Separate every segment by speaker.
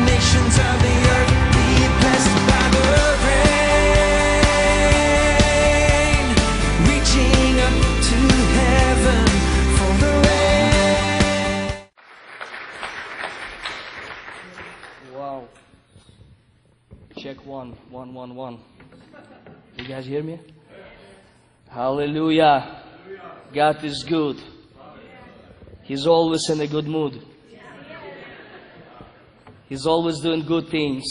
Speaker 1: of the earth be blessed by the rain. Reaching up to heaven for the rain.
Speaker 2: Wow. Check one, one, one, one. You guys hear me? Hallelujah. God is good. He's always in a good mood. He's always doing good things.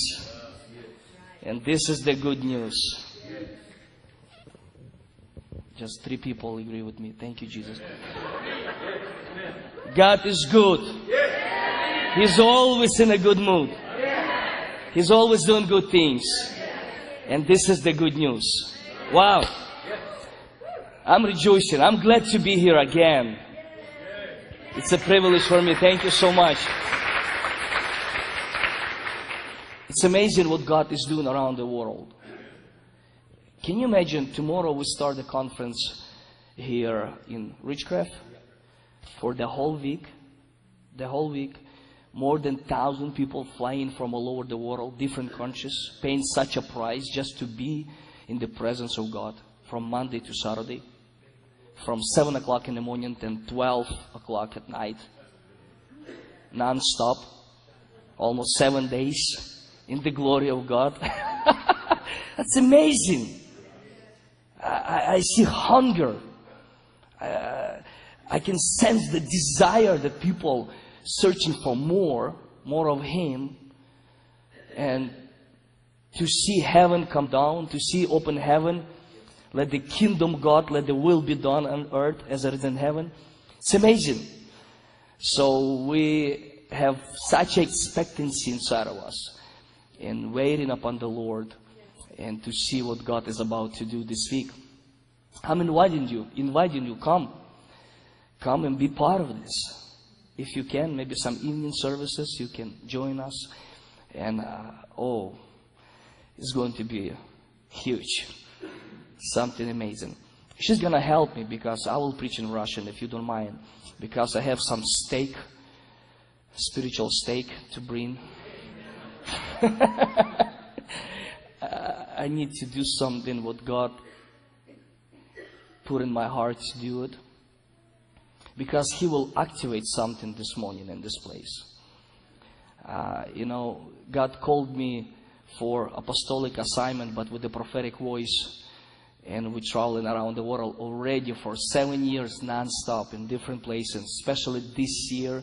Speaker 2: And this is the good news. Just three people agree with me. Thank you, Jesus. God is good. He's always in a good mood. He's always doing good things. And this is the good news. Wow. I'm rejoicing. I'm glad to be here again. It's a privilege for me. Thank you so much. It's amazing what God is doing around the world. Can you imagine tomorrow we start a conference here in Ridgecraft for the whole week? the whole week more than 1000 people flying from all over the world different countries paying such a price just to be in the presence of god from monday to saturday from 7 o'clock in the morning till 12 o'clock at night non-stop almost seven days in the glory of god that's amazing I, I- I see hunger I can sense the desire that people searching for more, more of Him, and to see heaven come down, to see open heaven. Let the kingdom God, let the will be done on earth as it is in heaven. It's amazing. So we have such expectancy inside of us and waiting upon the Lord and to see what God is about to do this week. I'm inviting you, inviting you, come come and be part of this. If you can, maybe some evening services, you can join us. And uh, oh, it's going to be huge. Something amazing. She's going to help me because I will preach in Russian if you don't mind. Because I have some steak, spiritual steak to bring. I need to do something what God put in my heart to do it because he will activate something this morning in this place. Uh, you know, God called me for apostolic assignment, but with a prophetic voice, and we're traveling around the world already for seven years nonstop in different places. Especially this year,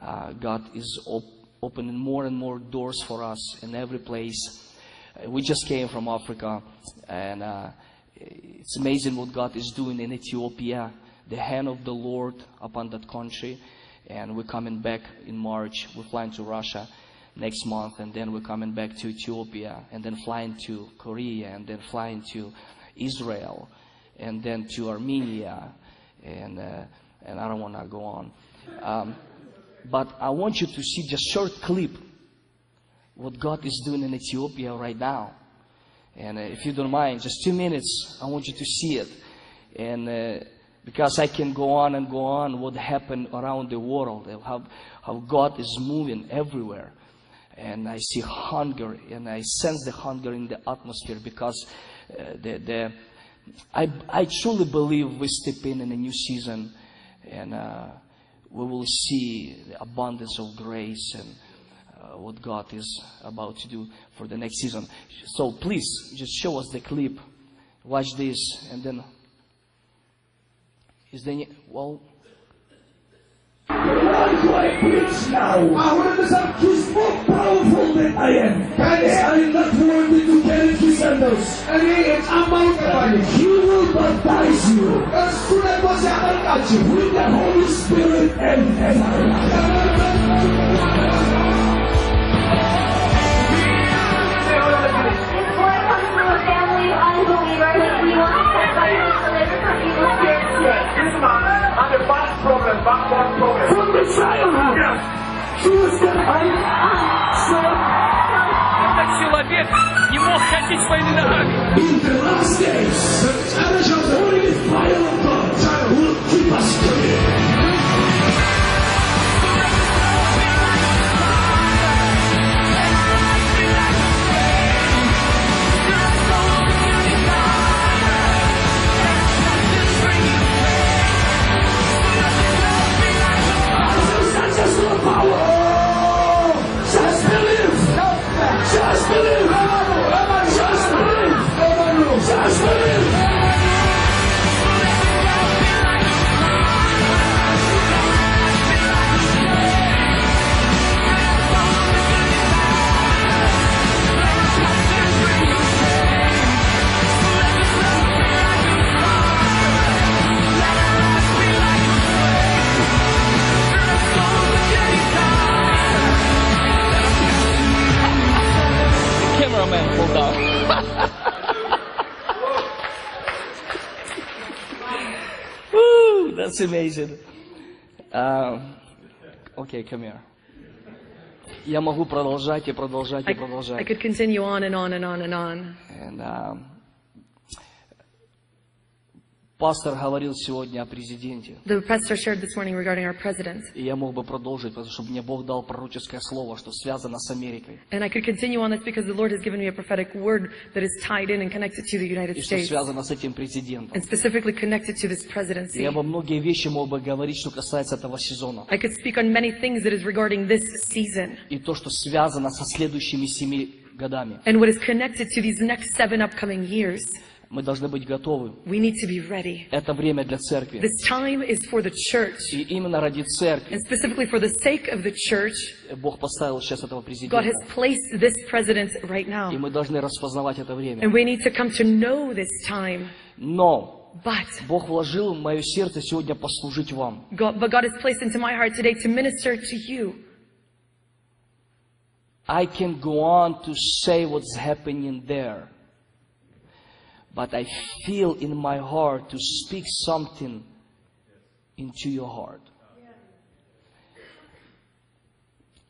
Speaker 2: uh, God is op- opening more and more doors for us in every place. Uh, We just came from Africa, and uh, it's amazing what God is doing in Ethiopia. The hand of the Lord upon that country, and we're coming back in March. We're flying to Russia next month, and then we're coming back to Ethiopia, and then flying to Korea, and then flying to Israel, and then to Armenia, and uh, and I don't want to go on. Um, but I want you to see just short clip what God is doing in Ethiopia right now. And uh, if you don't mind, just two minutes, I want you to see it. And uh, because I can go on and go on what happened around the world, and how, how God is moving everywhere. And I see hunger, and I sense the hunger in the atmosphere because uh, the, the, I, I truly believe we step in in a new season and uh, we will see the abundance of grace and uh, what God is about to do for the next season. So please, just show us the clip. Watch this, and then is there any, well?
Speaker 3: I want to some kiss more powerful than I am. Yes, I am not worthy to carry his sandals. He will baptize you with the Holy Spirit and fire. From the childhood, she was the high
Speaker 4: Этот человек не мог ходить своими ногами.
Speaker 3: In the last days, the holy fire of God will keep us clean.
Speaker 4: Бог
Speaker 2: man fall down. Woo, that's amazing. Um, okay, come here. Я могу продолжать и продолжать и
Speaker 5: I, I
Speaker 2: продолжать.
Speaker 5: could continue on and on and on and on.
Speaker 2: And, um, пастор говорил сегодня о президенте.
Speaker 5: The pastor shared this morning regarding our president,
Speaker 2: И я мог бы продолжить, потому что мне Бог дал пророческое слово, что связано с Америкой.
Speaker 5: and I could continue on this because the Lord has given me a prophetic word that is tied in and connected to the
Speaker 2: И
Speaker 5: United
Speaker 2: что
Speaker 5: States,
Speaker 2: связано с этим президентом.
Speaker 5: and specifically connected to this presidency.
Speaker 2: Я бы многие вещи мог бы говорить, что касается этого сезона.
Speaker 5: I could speak on many things that is regarding this season
Speaker 2: И то, что связано со следующими семи годами.
Speaker 5: and what is connected to these next seven upcoming years.
Speaker 2: Мы должны быть готовы.
Speaker 5: We need to be ready.
Speaker 2: Это время для церкви.
Speaker 5: This time is for the church,
Speaker 2: И именно ради церкви
Speaker 5: and specifically for the sake of the church,
Speaker 2: Бог поставил сейчас этого
Speaker 5: God has
Speaker 2: президента.
Speaker 5: placed this president right
Speaker 2: И
Speaker 5: now.
Speaker 2: мы должны распознавать это
Speaker 5: And
Speaker 2: время.
Speaker 5: we need to come to know this time.
Speaker 2: Но
Speaker 5: But
Speaker 2: Бог вложил в мое сердце сегодня послужить вам.
Speaker 5: God, but God has placed into my heart today to minister to you.
Speaker 2: I can go on to say what's happening there. But I feel in my heart to speak something into your heart.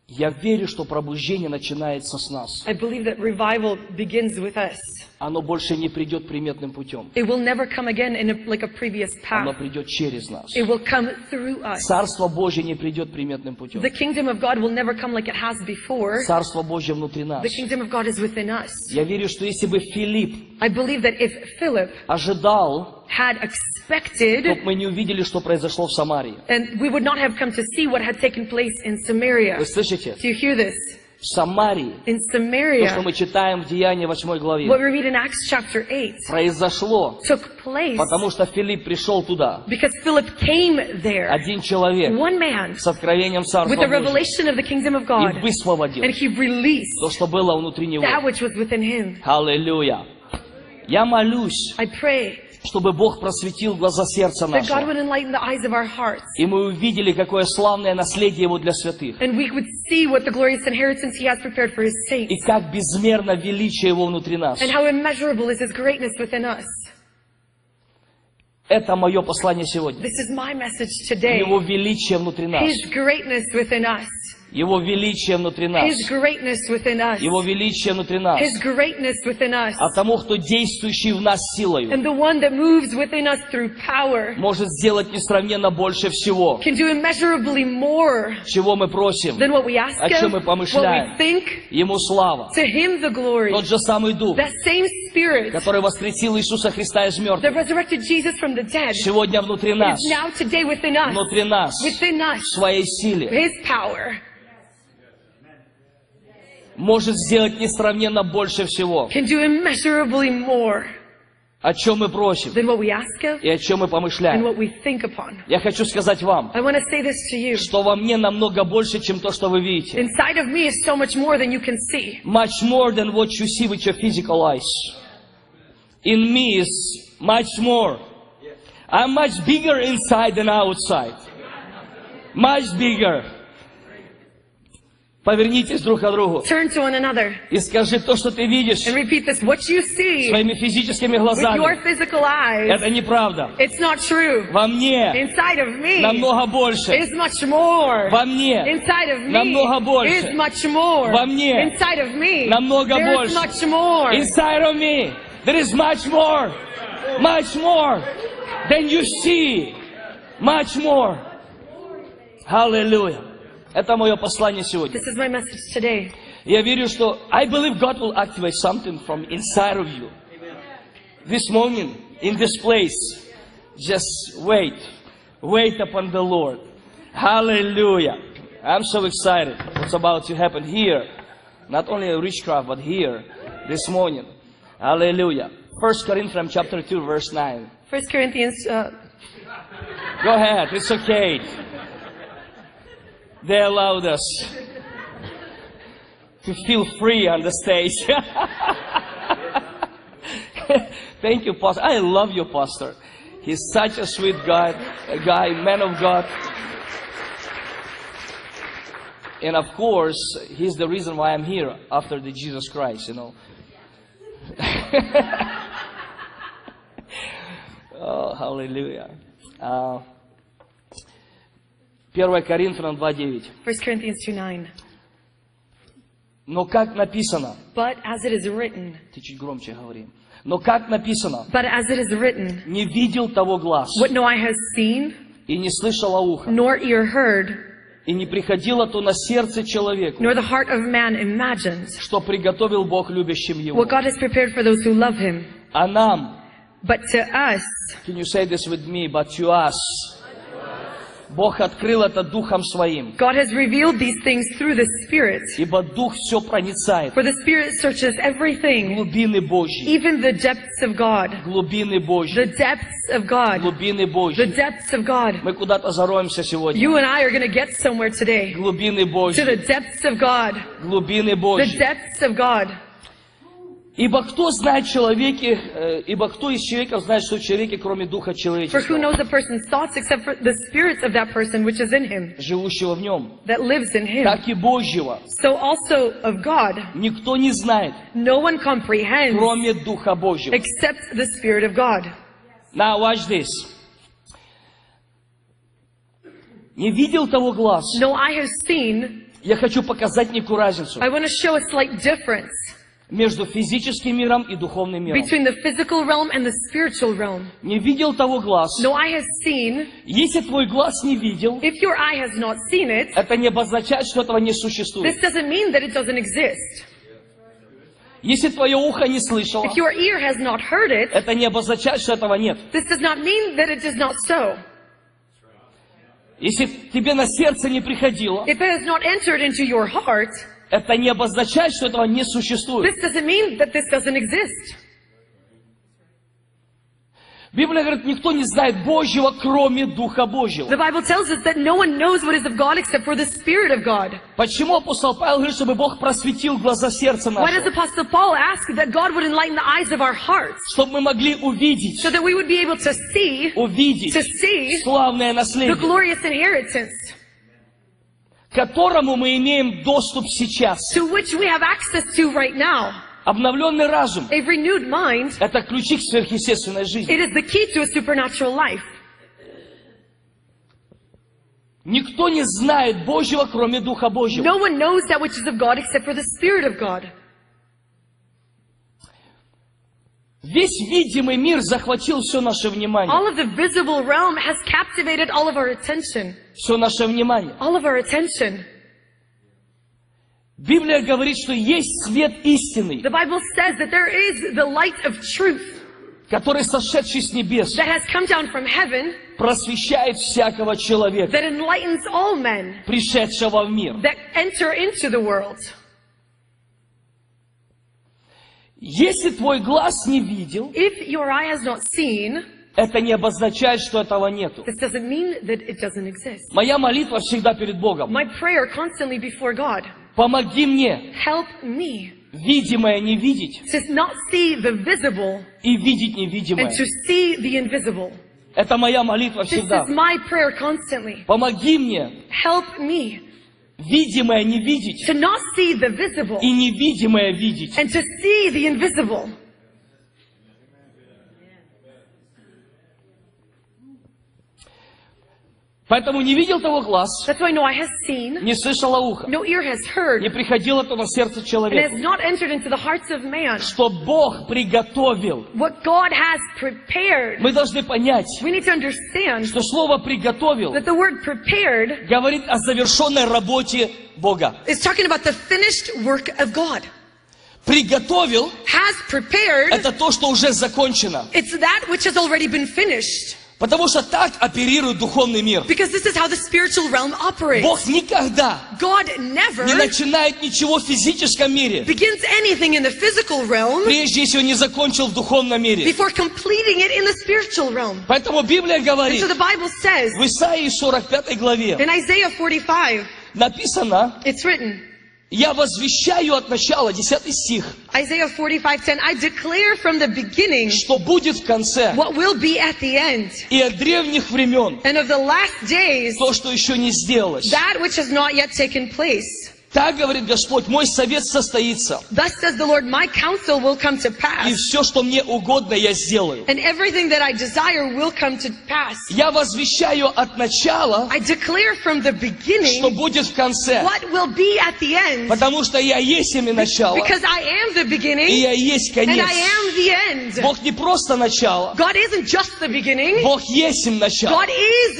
Speaker 2: Я верю, что пробуждение начинается с нас.
Speaker 5: I believe that revival begins with us.
Speaker 2: Оно больше не придет приметным путем.
Speaker 5: It will never come again in a, like a previous
Speaker 2: Оно
Speaker 5: path.
Speaker 2: придет через нас.
Speaker 5: It will come through us.
Speaker 2: Царство Божье не придет приметным путем.
Speaker 5: The kingdom of God will never come like it has before.
Speaker 2: Царство Божье внутри нас.
Speaker 5: The kingdom of God is within us.
Speaker 2: Я верю, что если бы Филипп
Speaker 5: I believe that if Philip
Speaker 2: ожидал,
Speaker 5: had
Speaker 2: то
Speaker 5: expected,
Speaker 2: мы не увидели, что произошло в Самарии.
Speaker 5: and we would not have come to see what had taken place in Samaria.
Speaker 2: Вы слышите?
Speaker 5: Do you hear this?
Speaker 2: В Самарии,
Speaker 5: In
Speaker 2: то, что
Speaker 5: Samaria,
Speaker 2: мы читаем в Деянии 8
Speaker 5: what we
Speaker 2: главе,
Speaker 5: read in Acts chapter 8
Speaker 2: произошло,
Speaker 5: took place
Speaker 2: потому что Филипп пришел туда,
Speaker 5: because Philip came there,
Speaker 2: один человек,
Speaker 5: one man,
Speaker 2: с откровением Царства
Speaker 5: with the
Speaker 2: Божьего,
Speaker 5: revelation of the kingdom of God,
Speaker 2: и высвободил
Speaker 5: and he released
Speaker 2: то, что было внутри него.
Speaker 5: that which was within him.
Speaker 2: Аллилуйя! Я молюсь,
Speaker 5: I pray
Speaker 2: чтобы Бог просветил глаза сердца
Speaker 5: that God
Speaker 2: нашего.
Speaker 5: would enlighten the eyes of our hearts,
Speaker 2: И мы увидели, какое славное наследие Его для святых.
Speaker 5: and we would see what the glorious inheritance he has prepared for his
Speaker 2: И
Speaker 5: saints.
Speaker 2: как безмерно величие Его внутри нас.
Speaker 5: And how immeasurable is His greatness within us.
Speaker 2: Это мое послание сегодня.
Speaker 5: This is my message today.
Speaker 2: Его величие внутри нас.
Speaker 5: His greatness within us.
Speaker 2: Его величие внутри нас.
Speaker 5: His greatness within us.
Speaker 2: Его величие внутри нас.
Speaker 5: His greatness within us.
Speaker 2: А тому, кто действующий в нас силою,
Speaker 5: And the one that moves within us through power
Speaker 2: может сделать несравненно больше всего,
Speaker 5: can do immeasurably more
Speaker 2: чего мы просим.
Speaker 5: than what we ask
Speaker 2: О чем
Speaker 5: Him,
Speaker 2: мы
Speaker 5: what
Speaker 2: помышляем.
Speaker 5: we think.
Speaker 2: Ему слава.
Speaker 5: To Him the glory.
Speaker 2: Тот же самый Дух,
Speaker 5: That same Spirit
Speaker 2: который воскресил Иисуса Христа из мертвых,
Speaker 5: that resurrected Jesus from the dead is
Speaker 2: сегодня внутри нас,
Speaker 5: now today within us.
Speaker 2: внутри нас,
Speaker 5: Within
Speaker 2: в
Speaker 5: us.
Speaker 2: своей силе,
Speaker 5: His power
Speaker 2: может сделать несравненно больше всего,
Speaker 5: can do immeasurably more
Speaker 2: о чем мы просим
Speaker 5: than what we ask of
Speaker 2: и о чем мы
Speaker 5: and
Speaker 2: помышляем.
Speaker 5: what we think upon.
Speaker 2: Я хочу сказать вам,
Speaker 5: I want to say this to you.
Speaker 2: что во мне намного больше, чем то, что вы видите.
Speaker 5: Inside of me is so much more than you can see.
Speaker 2: Much more than what you see with your physical eyes. In me is much more. I'm much bigger inside than outside. Much bigger. Повернитесь друг к другу
Speaker 5: Turn to one another
Speaker 2: и скажи то, что ты видишь
Speaker 5: and repeat this. What you see
Speaker 2: своими физическими
Speaker 5: with your
Speaker 2: глазами.
Speaker 5: physical eyes,
Speaker 2: Это неправда.
Speaker 5: it's not true.
Speaker 2: Во мне
Speaker 5: Inside of me
Speaker 2: намного больше.
Speaker 5: is much more.
Speaker 2: Во мне
Speaker 5: Inside of
Speaker 2: Намного
Speaker 5: me
Speaker 2: больше.
Speaker 5: is much more.
Speaker 2: Во мне
Speaker 5: Inside of me
Speaker 2: намного
Speaker 5: there is
Speaker 2: больше.
Speaker 5: much more.
Speaker 2: Inside of me, there is much more, much more than you see, much more. Hallelujah. Это мое послание сегодня.
Speaker 5: This is my message today.
Speaker 2: Я верю, что I believe God will activate something from inside of you. This moment, in this place, just wait. Wait upon the Lord. Hallelujah. I'm so excited what's about to happen here. Not only in Richcraft, but here this morning. Hallelujah. First Corinthians chapter 2, verse 9.
Speaker 5: First Corinthians, uh,
Speaker 2: Go ahead, it's okay. They allowed us to feel free on the stage. Thank you, Pastor. I love you, Pastor. He's such a sweet guy, a guy, man of God. And of course, he's the reason why I'm here after the Jesus Christ, you know. О, Аллилуйя. А, 1 Коринфянам 2.9.
Speaker 5: 1 Corinthians 2 9.
Speaker 2: Но как написано,
Speaker 5: But as it is written,
Speaker 2: ты чуть громче говори, но как написано,
Speaker 5: but as it is written,
Speaker 2: не видел того глаз,
Speaker 5: what no eye has seen,
Speaker 2: и не слышало ухо,
Speaker 5: nor ear heard,
Speaker 2: и не приходило то на сердце человеку,
Speaker 5: nor the heart of man imagined,
Speaker 2: что приготовил Бог любящим его.
Speaker 5: what God has prepared for those who love Him.
Speaker 2: А нам,
Speaker 5: But to us,
Speaker 2: Can you say this with me? But to us. Бог открыл это Духом Своим.
Speaker 5: God has revealed these things through the Spirit.
Speaker 2: Ибо Дух все проницает.
Speaker 5: For the Spirit searches everything,
Speaker 2: Глубины Божьи.
Speaker 5: even the depths of God.
Speaker 2: Глубины
Speaker 5: The
Speaker 2: Божьи.
Speaker 5: depths of God.
Speaker 2: Глубины
Speaker 5: The
Speaker 2: Божьи.
Speaker 5: depths of God.
Speaker 2: Мы куда-то зароемся сегодня.
Speaker 5: You and I are going to get somewhere today.
Speaker 2: Глубины
Speaker 5: To the
Speaker 2: Божьи.
Speaker 5: depths of God.
Speaker 2: Глубины
Speaker 5: The
Speaker 2: Божьи.
Speaker 5: depths of God.
Speaker 2: Ибо кто знает человеке, э, ибо кто из человеков знает, что в человеке, кроме Духа
Speaker 5: For who
Speaker 2: человеческого,
Speaker 5: knows a person's thoughts except for the spirits of that person which is in him,
Speaker 2: живущего в нем,
Speaker 5: that lives in him?
Speaker 2: так и Божьего,
Speaker 5: So also of God,
Speaker 2: никто не знает,
Speaker 5: no one comprehends
Speaker 2: кроме Духа Божьего.
Speaker 5: except the Spirit of God.
Speaker 2: Now watch this. Не видел того глаз.
Speaker 5: No eye has seen.
Speaker 2: Я хочу показать некую разницу
Speaker 5: I want to show a slight difference
Speaker 2: между физическим миром и духовным миром.
Speaker 5: between the physical realm and the spiritual realm.
Speaker 2: Не видел того глаз.
Speaker 5: No eye has seen.
Speaker 2: Если твой глаз не видел,
Speaker 5: If your eye has not seen it,
Speaker 2: это не обозначает, что этого не
Speaker 5: this
Speaker 2: существует.
Speaker 5: doesn't mean that it doesn't exist.
Speaker 2: Если твое ухо не слышало,
Speaker 5: If your ear has not heard it,
Speaker 2: это не обозначает, что этого нет.
Speaker 5: This does not mean that it is not so.
Speaker 2: Если тебе на сердце не приходило,
Speaker 5: If it has not entered into your heart,
Speaker 2: это не обозначает, что этого не существует.
Speaker 5: this doesn't mean that this doesn't exist.
Speaker 2: Библия говорит, никто не знает Божьего, кроме Духа
Speaker 5: The
Speaker 2: Божьего.
Speaker 5: Bible tells us that no one knows what is of God except for the Spirit of God.
Speaker 2: Почему апостол Павел говорит, чтобы Бог просветил глаза сердца
Speaker 5: Why does
Speaker 2: нашего?
Speaker 5: Apostle Paul ask that God would enlighten the eyes of our hearts
Speaker 2: Чтобы мы могли увидеть,
Speaker 5: so that we would be able to see, to
Speaker 2: увидеть
Speaker 5: see
Speaker 2: славное
Speaker 5: the
Speaker 2: наследие.
Speaker 5: glorious inheritance
Speaker 2: к которому мы имеем доступ сейчас.
Speaker 5: to which we have access to right now?
Speaker 2: Обновленный разум
Speaker 5: A renewed
Speaker 2: –
Speaker 5: mind,
Speaker 2: это ключи к сверхъестественной жизни.
Speaker 5: it is the key to a supernatural life.
Speaker 2: Никто не знает Божьего, кроме Духа Божьего.
Speaker 5: No one knows that which is of God except for the Spirit of God.
Speaker 2: Весь видимый мир захватил все наше внимание.
Speaker 5: All of the visible realm has captivated all of our attention.
Speaker 2: Все наше внимание.
Speaker 5: All of our attention.
Speaker 2: Библия говорит, что есть свет истинный,
Speaker 5: The Bible says that there is the light of truth
Speaker 2: который, сошедший с небес,
Speaker 5: that has come down from heaven
Speaker 2: просвещает всякого человека,
Speaker 5: that enlightens all men
Speaker 2: пришедшего в мир.
Speaker 5: that enter into the world.
Speaker 2: Если твой глаз не видел,
Speaker 5: If your eye has not seen,
Speaker 2: это не обозначает, что этого нету.
Speaker 5: this doesn't mean that it doesn't exist.
Speaker 2: Моя молитва всегда перед Богом.
Speaker 5: My prayer constantly before God,
Speaker 2: Помоги мне
Speaker 5: help me
Speaker 2: видимое не видеть
Speaker 5: to not see the visible
Speaker 2: и видеть
Speaker 5: and
Speaker 2: невидимое.
Speaker 5: to see the invisible.
Speaker 2: Это моя молитва
Speaker 5: This
Speaker 2: всегда.
Speaker 5: is my prayer constantly.
Speaker 2: Помоги мне
Speaker 5: Help me
Speaker 2: видимое не видеть
Speaker 5: to not see the visible
Speaker 2: и невидимое видеть.
Speaker 5: and to see the invisible.
Speaker 2: Поэтому не видел того глаз,
Speaker 5: That's why no eye has seen,
Speaker 2: не слышало ухо,
Speaker 5: no ear has heard,
Speaker 2: не приходило то на сердце
Speaker 5: and has
Speaker 2: человеку,
Speaker 5: not entered into the hearts of man
Speaker 2: что Бог приготовил.
Speaker 5: what God has prepared.
Speaker 2: Мы должны понять,
Speaker 5: We need to understand
Speaker 2: что слово «приготовил»
Speaker 5: that the word prepared
Speaker 2: говорит о завершенной работе Бога.
Speaker 5: is talking about the finished work of God.
Speaker 2: «Приготовил»
Speaker 5: Has
Speaker 2: —
Speaker 5: prepared,
Speaker 2: это то, что уже закончено.
Speaker 5: it's that which has already been finished.
Speaker 2: Потому что так оперирует духовный мир.
Speaker 5: Because this is how the spiritual realm operates.
Speaker 2: Бог никогда
Speaker 5: God never
Speaker 2: не начинает ничего в физическом мире,
Speaker 5: begins anything in the physical realm
Speaker 2: прежде если он не закончил в духовном мире.
Speaker 5: before completing it in the spiritual realm.
Speaker 2: Поэтому Библия
Speaker 5: And so
Speaker 2: говорит,
Speaker 5: the Bible says
Speaker 2: в Исаии 45 главе
Speaker 5: in Isaiah 45,
Speaker 2: написано,
Speaker 5: it's written,
Speaker 2: «Я возвещаю от начала», 10 стих,
Speaker 5: Isaiah 45:10, I declare from the beginning
Speaker 2: «что будет в конце
Speaker 5: what will be at the end
Speaker 2: и от древних времен
Speaker 5: and of the last days
Speaker 2: то, что еще не сделалось,
Speaker 5: that which has not yet taken place
Speaker 2: Так говорит Господь, мой совет состоится.
Speaker 5: Thus says the Lord, my counsel will come to
Speaker 2: И
Speaker 5: pass,
Speaker 2: все, что мне угодно, я сделаю.
Speaker 5: and everything that I desire will come to pass.
Speaker 2: Я возвещаю от начала,
Speaker 5: I declare from the
Speaker 2: что
Speaker 5: beginning
Speaker 2: будет в конце.
Speaker 5: what will be at the end,
Speaker 2: Потому что я есть ими начало,
Speaker 5: because I am the
Speaker 2: и
Speaker 5: beginning
Speaker 2: я есть
Speaker 5: and
Speaker 2: конец.
Speaker 5: I am the end.
Speaker 2: Бог не просто начало,
Speaker 5: God isn't just the beginning,
Speaker 2: Бог есть им начало.
Speaker 5: God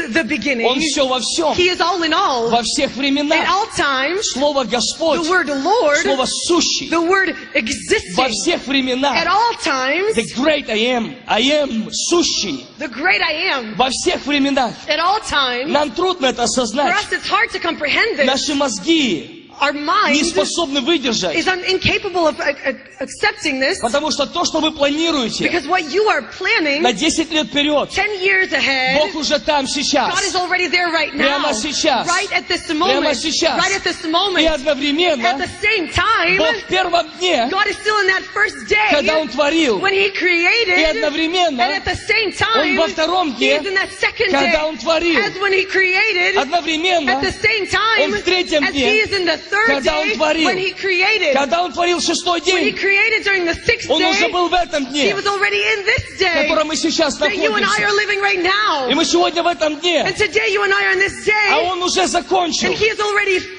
Speaker 5: is the
Speaker 2: Он
Speaker 5: beginning.
Speaker 2: все во всем,
Speaker 5: He is all in all,
Speaker 2: во всех
Speaker 5: at
Speaker 2: временах.
Speaker 5: all times.
Speaker 2: Слово Господь,
Speaker 5: The word Lord,
Speaker 2: слово сущий,
Speaker 5: the word
Speaker 2: во
Speaker 5: existing,
Speaker 2: всех
Speaker 5: at
Speaker 2: временах.
Speaker 5: all times,
Speaker 2: The great I am, I am сущий,
Speaker 5: the great I am,
Speaker 2: во всех временах.
Speaker 5: at all times.
Speaker 2: Нам трудно это
Speaker 5: For
Speaker 2: осознать.
Speaker 5: us, it's hard to comprehend this.
Speaker 2: Наши мозги
Speaker 5: Our mind
Speaker 2: не
Speaker 5: is
Speaker 2: способны выдержать.
Speaker 5: un- incapable of uh, uh, accepting this
Speaker 2: Потому что то, что вы планируете
Speaker 5: because what you are
Speaker 2: на
Speaker 5: planning
Speaker 2: 10 лет вперед,
Speaker 5: 10 years ahead,
Speaker 2: Бог уже там
Speaker 5: God is
Speaker 2: сейчас.
Speaker 5: already there right now.
Speaker 2: Прямо сейчас.
Speaker 5: Right at this moment.
Speaker 2: Прямо сейчас.
Speaker 5: Right at this
Speaker 2: И
Speaker 5: moment. At the
Speaker 2: одновременно
Speaker 5: same time,
Speaker 2: Бог в первом дне,
Speaker 5: God is still in that first day
Speaker 2: когда Он творил,
Speaker 5: when He created.
Speaker 2: И одновременно
Speaker 5: and at the same time,
Speaker 2: Он во втором
Speaker 5: He
Speaker 2: дне,
Speaker 5: is in that second
Speaker 2: когда
Speaker 5: day
Speaker 2: Он творил,
Speaker 5: as when He created. At
Speaker 2: одновременно,
Speaker 5: the same time,
Speaker 2: Он в третьем
Speaker 5: as
Speaker 2: дне,
Speaker 5: He is in the third
Speaker 2: когда Он
Speaker 5: day
Speaker 2: творил,
Speaker 5: when He created.
Speaker 2: когда Он творил шестой
Speaker 5: when He
Speaker 2: день,
Speaker 5: created during the sixth
Speaker 2: Он
Speaker 5: day,
Speaker 2: уже был в этом
Speaker 5: He
Speaker 2: дне,
Speaker 5: was already in this
Speaker 2: в
Speaker 5: day
Speaker 2: котором мы сейчас
Speaker 5: that you and I
Speaker 2: находимся.
Speaker 5: are living right now.
Speaker 2: И мы сегодня в этом дне,
Speaker 5: and today you and I are in this day,
Speaker 2: а Он уже закончил
Speaker 5: and He has already
Speaker 2: все,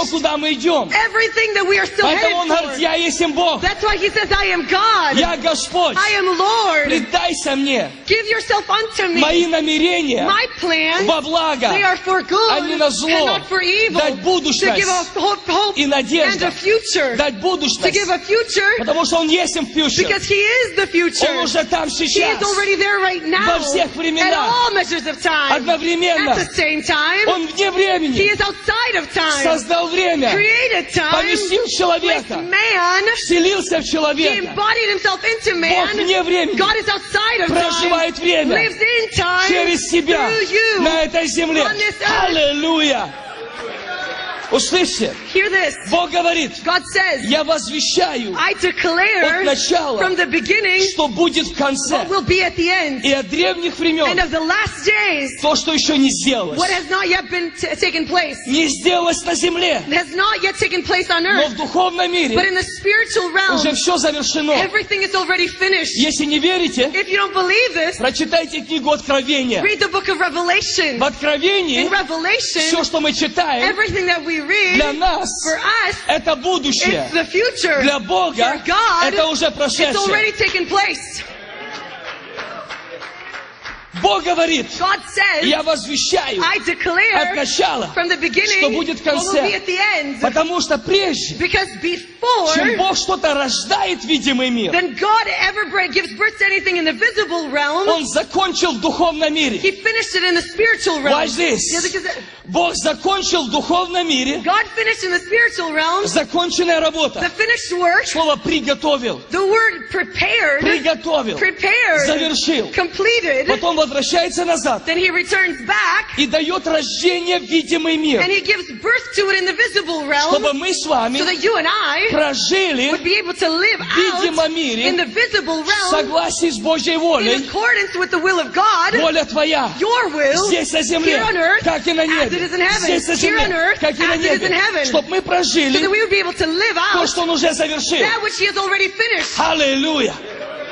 Speaker 5: finished
Speaker 2: куда мы идем.
Speaker 5: everything that we are still
Speaker 2: Поэтому Он
Speaker 5: headed
Speaker 2: говорит,
Speaker 5: for.
Speaker 2: я есть им Бог,
Speaker 5: That's why He says, I am God.
Speaker 2: я Господь,
Speaker 5: I am Lord.
Speaker 2: предайся мне,
Speaker 5: Give yourself unto me.
Speaker 2: мои намерения
Speaker 5: My plans,
Speaker 2: во благо
Speaker 5: they are for good
Speaker 2: они на зло.
Speaker 5: and not for evil.
Speaker 2: Дать
Speaker 5: to
Speaker 2: будущность
Speaker 5: give us hope, hope
Speaker 2: и
Speaker 5: and a
Speaker 2: надежда,
Speaker 5: future.
Speaker 2: дать
Speaker 5: to give
Speaker 2: будущность,
Speaker 5: a future
Speaker 2: потому что Он есть им future,
Speaker 5: because He is the future.
Speaker 2: Он уже там
Speaker 5: He is
Speaker 2: сейчас.
Speaker 5: already there right
Speaker 2: Во
Speaker 5: now.
Speaker 2: всех временах.
Speaker 5: At all measures of time.
Speaker 2: Одновременно.
Speaker 5: At the same time.
Speaker 2: Он вне
Speaker 5: He
Speaker 2: времени
Speaker 5: is outside of time.
Speaker 2: создал время,
Speaker 5: Created time.
Speaker 2: поместил в
Speaker 5: With
Speaker 2: человека,
Speaker 5: man.
Speaker 2: вселился в
Speaker 5: He
Speaker 2: человека,
Speaker 5: embodied himself into man.
Speaker 2: вне времени
Speaker 5: God is outside of
Speaker 2: проживает
Speaker 5: time.
Speaker 2: время
Speaker 5: Lives in time.
Speaker 2: через себя
Speaker 5: Through you.
Speaker 2: на этой земле.
Speaker 5: on this earth.
Speaker 2: Аллилуйя! Услышьте,
Speaker 5: Hear this.
Speaker 2: Бог говорит,
Speaker 5: God says,
Speaker 2: я возвещаю,
Speaker 5: I declare
Speaker 2: От начала.
Speaker 5: from the beginning
Speaker 2: что будет в конце.
Speaker 5: what will be at the end.
Speaker 2: И от древних
Speaker 5: And
Speaker 2: времен
Speaker 5: of the last days,
Speaker 2: то, что еще не сделалось,
Speaker 5: what has not yet been t- taken place.
Speaker 2: не сделалось на земле,
Speaker 5: Has not yet taken place on
Speaker 2: но в
Speaker 5: earth.
Speaker 2: духовном
Speaker 5: But
Speaker 2: мире
Speaker 5: in the spiritual
Speaker 2: уже
Speaker 5: realm,
Speaker 2: все завершено.
Speaker 5: everything is already finished.
Speaker 2: Если не верите,
Speaker 5: If you don't believe this,
Speaker 2: прочитайте книгу Откровения.
Speaker 5: read the book of Revelation.
Speaker 2: В Откровении
Speaker 5: In Revelation,
Speaker 2: все, что мы читаем,
Speaker 5: everything that we
Speaker 2: для
Speaker 5: read
Speaker 2: нас
Speaker 5: for us,
Speaker 2: это будущее.
Speaker 5: it's the future.
Speaker 2: Для Бога
Speaker 5: For God,
Speaker 2: это уже
Speaker 5: It's already
Speaker 2: прошедшее.
Speaker 5: taken place.
Speaker 2: Бог говорит,
Speaker 5: God says,
Speaker 2: я возвещаю
Speaker 5: I
Speaker 2: от
Speaker 5: declare
Speaker 2: начала,
Speaker 5: from the beginning
Speaker 2: что будет в
Speaker 5: what will be
Speaker 2: конце.
Speaker 5: at the end.
Speaker 2: Потому что прежде,
Speaker 5: Because
Speaker 2: чем
Speaker 5: before
Speaker 2: Бог что-то рождает видимый мир,
Speaker 5: than God ever bra- gives birth to anything in the visible realm,
Speaker 2: Он закончil в духовном
Speaker 5: He
Speaker 2: мире.
Speaker 5: finished it in the spiritual realm.
Speaker 2: Watch this.
Speaker 5: Yeah, because
Speaker 2: Бог закончил в духовном мире
Speaker 5: God finished in the spiritual realm
Speaker 2: законченная
Speaker 5: the
Speaker 2: работа.
Speaker 5: finished work,
Speaker 2: Слово «приготовил»,
Speaker 5: the word prepared,
Speaker 2: «приготовил»,
Speaker 5: prepared,
Speaker 2: «завершил».
Speaker 5: completed.
Speaker 2: Потом возвращается назад
Speaker 5: Then He returns back
Speaker 2: и dает рождение в видимый
Speaker 5: and
Speaker 2: мир,
Speaker 5: He gives birth to it in the visible realm
Speaker 2: чтобы мы с вами
Speaker 5: so that you and I
Speaker 2: прожили
Speaker 5: would be able to live
Speaker 2: видимом
Speaker 5: out
Speaker 2: мире
Speaker 5: in the visible
Speaker 2: в
Speaker 5: realm
Speaker 2: согласии с Божьей
Speaker 5: in
Speaker 2: волей.
Speaker 5: accordance with the will of God.
Speaker 2: Воля Твоя
Speaker 5: Your will
Speaker 2: здесь на земле,
Speaker 5: here on earth
Speaker 2: как и на
Speaker 5: as it
Speaker 2: небе.
Speaker 5: is in heaven,
Speaker 2: Здесь на
Speaker 5: here on
Speaker 2: земле,
Speaker 5: earth
Speaker 2: как и на
Speaker 5: as it is in
Speaker 2: небе.
Speaker 5: heaven,
Speaker 2: Чтобы мы
Speaker 5: so that
Speaker 2: прожили
Speaker 5: we would be able to live
Speaker 2: то,
Speaker 5: out
Speaker 2: что Он уже завершил.
Speaker 5: that which He has already finished.
Speaker 2: Аллилуйя!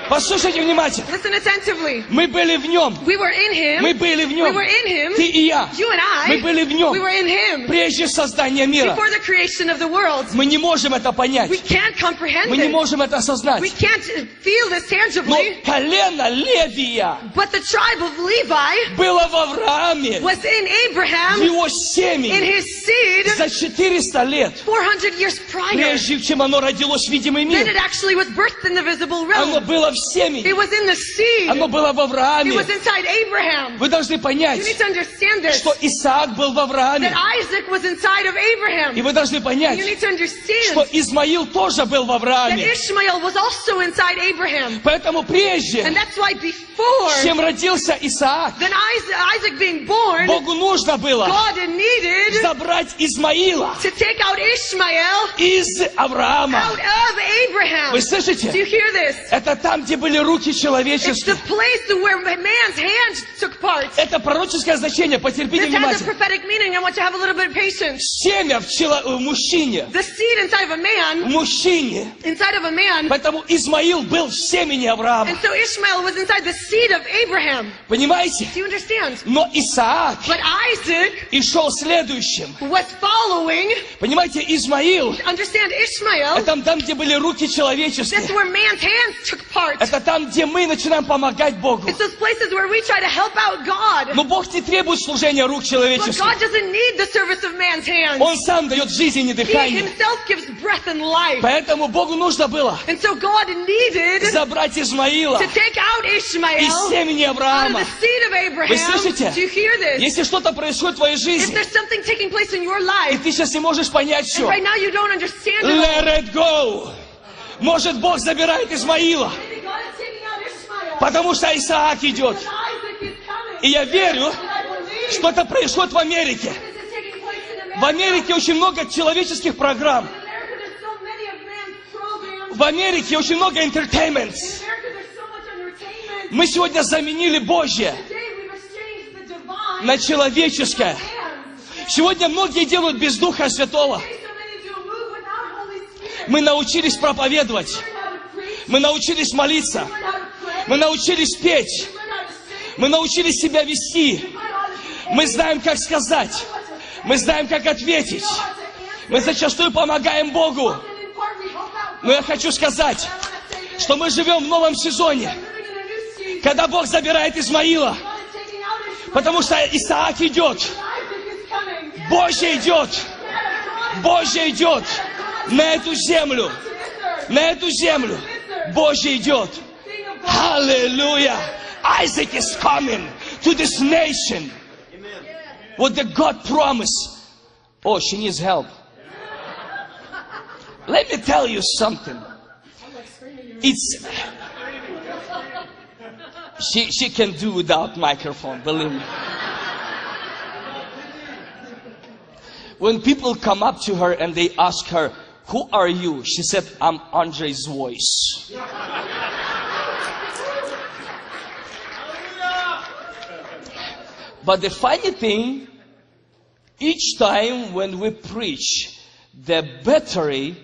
Speaker 2: Послушайте внимательно.
Speaker 5: Listen attentively.
Speaker 2: Мы были в Нем.
Speaker 5: We were in Him.
Speaker 2: Мы были в
Speaker 5: We
Speaker 2: Нем.
Speaker 5: were in Him.
Speaker 2: Ты и я.
Speaker 5: You and I.
Speaker 2: Мы были в Нем.
Speaker 5: We were in Him
Speaker 2: Прежде создания мира.
Speaker 5: before the creation of the world.
Speaker 2: Мы не можем это
Speaker 5: We
Speaker 2: понять.
Speaker 5: can't comprehend
Speaker 2: Мы не
Speaker 5: it.
Speaker 2: можем это
Speaker 5: We
Speaker 2: осознать.
Speaker 5: can't feel this
Speaker 2: Но
Speaker 5: tangibly.
Speaker 2: колено Левия
Speaker 5: But the tribe of Levi
Speaker 2: было в Аврааме,
Speaker 5: was in
Speaker 2: в
Speaker 5: Abraham,
Speaker 2: его
Speaker 5: in
Speaker 2: семье
Speaker 5: his seed,
Speaker 2: за 400 лет,
Speaker 5: 400 years prior.
Speaker 2: прежде чем оно родилось в видимый
Speaker 5: Then it
Speaker 2: мир.
Speaker 5: actually was birthed in the visible
Speaker 2: Оно
Speaker 5: realm.
Speaker 2: было в семени.
Speaker 5: It was in the seed.
Speaker 2: Оно было в
Speaker 5: It was
Speaker 2: Аврааме.
Speaker 5: inside Abraham.
Speaker 2: Вы должны
Speaker 5: You need
Speaker 2: понять,
Speaker 5: to understand this.
Speaker 2: что Исаак был в
Speaker 5: That
Speaker 2: Аврааме.
Speaker 5: Isaac was inside of
Speaker 2: И
Speaker 5: Abraham.
Speaker 2: вы должны
Speaker 5: You
Speaker 2: понять,
Speaker 5: need to
Speaker 2: что
Speaker 5: understand
Speaker 2: Измаил тоже был в
Speaker 5: that
Speaker 2: Аврааме.
Speaker 5: Ishmael was also inside Abraham.
Speaker 2: Поэтому прежде,
Speaker 5: And that's why before
Speaker 2: чем родился Исаак,
Speaker 5: then Isaac, Isaac being born,
Speaker 2: Богу нужно было
Speaker 5: God needed
Speaker 2: забрать Измаила
Speaker 5: to take out Ishmael
Speaker 2: из Авраама.
Speaker 5: out of Abraham.
Speaker 2: Вы
Speaker 5: Do you
Speaker 2: слышите?
Speaker 5: hear this?
Speaker 2: Это там, где были руки
Speaker 5: It's the
Speaker 2: человеческие.
Speaker 5: place where man's hand took part.
Speaker 2: Это пророческое значение, потерпите
Speaker 5: This has a
Speaker 2: внимательно.
Speaker 5: prophetic meaning. I want you to have a little bit of patience.
Speaker 2: Семя в, чело- в мужчине.
Speaker 5: The seed inside of a
Speaker 2: В
Speaker 5: man,
Speaker 2: мужчине.
Speaker 5: inside of a man.
Speaker 2: Поэтому Измаил был в семени Авраама.
Speaker 5: And so Ishmael was inside the seed of Abraham.
Speaker 2: Понимаете?
Speaker 5: Do you understand?
Speaker 2: Но Исаак
Speaker 5: But Isaac
Speaker 2: и шел следующим.
Speaker 5: was following.
Speaker 2: Понимаете, Измаил,
Speaker 5: Understand,
Speaker 2: это
Speaker 5: Ishmael,
Speaker 2: там, там, где были руки
Speaker 5: that's
Speaker 2: человеческие.
Speaker 5: where man's hands took part.
Speaker 2: Это там, где мы начинаем помогать Богу.
Speaker 5: It's those places where we try to help out God.
Speaker 2: Но Бог не требует служения рук
Speaker 5: But
Speaker 2: человеческих.
Speaker 5: God doesn't need the service of man's hands.
Speaker 2: Он сам дает жизнь и
Speaker 5: He
Speaker 2: дыхание.
Speaker 5: himself gives breath and life.
Speaker 2: Поэтому Богу нужно было
Speaker 5: And so God needed
Speaker 2: забрать Измаила
Speaker 5: to take out
Speaker 2: из
Speaker 5: Ishmael
Speaker 2: семени
Speaker 5: out of
Speaker 2: Авраама.
Speaker 5: the seed of
Speaker 2: Вы
Speaker 5: Abraham. Do you hear
Speaker 2: слышите?
Speaker 5: this?
Speaker 2: Если что-то происходит в твоей
Speaker 5: If
Speaker 2: жизни,
Speaker 5: there's something taking place in your
Speaker 2: и
Speaker 5: life,
Speaker 2: ты сейчас не можешь понять,
Speaker 5: and
Speaker 2: что...
Speaker 5: right now you don't understand it, all,
Speaker 2: Let it go! Может, Бог забирает Измаила,
Speaker 5: maybe God is taking out Ishmael.
Speaker 2: потому что Исаак идет.
Speaker 5: because Isaac is coming.
Speaker 2: И я верю,
Speaker 5: And I believe
Speaker 2: что-то происходит в Америке.
Speaker 5: this is taking place in
Speaker 2: В
Speaker 5: America.
Speaker 2: Америке очень много человеческих программ.
Speaker 5: In America, there's so many of man's programs.
Speaker 2: В Америке очень много entertainment.
Speaker 5: In America, there's so much entertainment.
Speaker 2: Мы сегодня заменили Божье
Speaker 5: Today, we've exchanged the divine
Speaker 2: на человеческое.
Speaker 5: hands.
Speaker 2: Сегодня многие делают без Духа Святого.
Speaker 5: Today, so many do a move without Holy Spirit.
Speaker 2: Мы научились проповедовать.
Speaker 5: Learn how to preach.
Speaker 2: Мы научились молиться.
Speaker 5: Learn how to pray.
Speaker 2: Мы научились петь.
Speaker 5: Learn how to sing.
Speaker 2: Мы научились себя вести.
Speaker 5: Learn how to behave.
Speaker 2: Мы знаем, как сказать. Мы знаем, как ответить.
Speaker 5: How to answer.
Speaker 2: Мы зачастую помогаем Богу.
Speaker 5: And in part, we help out.
Speaker 2: Но я хочу сказать,
Speaker 5: I want to say this.
Speaker 2: что мы живем в новом сезоне,
Speaker 5: We're living in a new season.
Speaker 2: когда Бог забирает Измаила,
Speaker 5: God is taking out Ishmael.
Speaker 2: потому что Исаак идет,
Speaker 5: Isaac is coming. Yeah,
Speaker 2: Божье идет,
Speaker 5: God
Speaker 2: Божье идет на эту землю,
Speaker 5: is with her.
Speaker 2: на эту землю. Божье идет.
Speaker 5: Being a boss.
Speaker 2: Hallelujah. Isaac is coming to this nation. What the God promised. Oh, she needs help. Let me tell you something. It's she she can do without microphone, believe me. When people come up to her and they ask her, Who are you? She said, I'm Andre's voice. But the funny thing, each time when we preach, the battery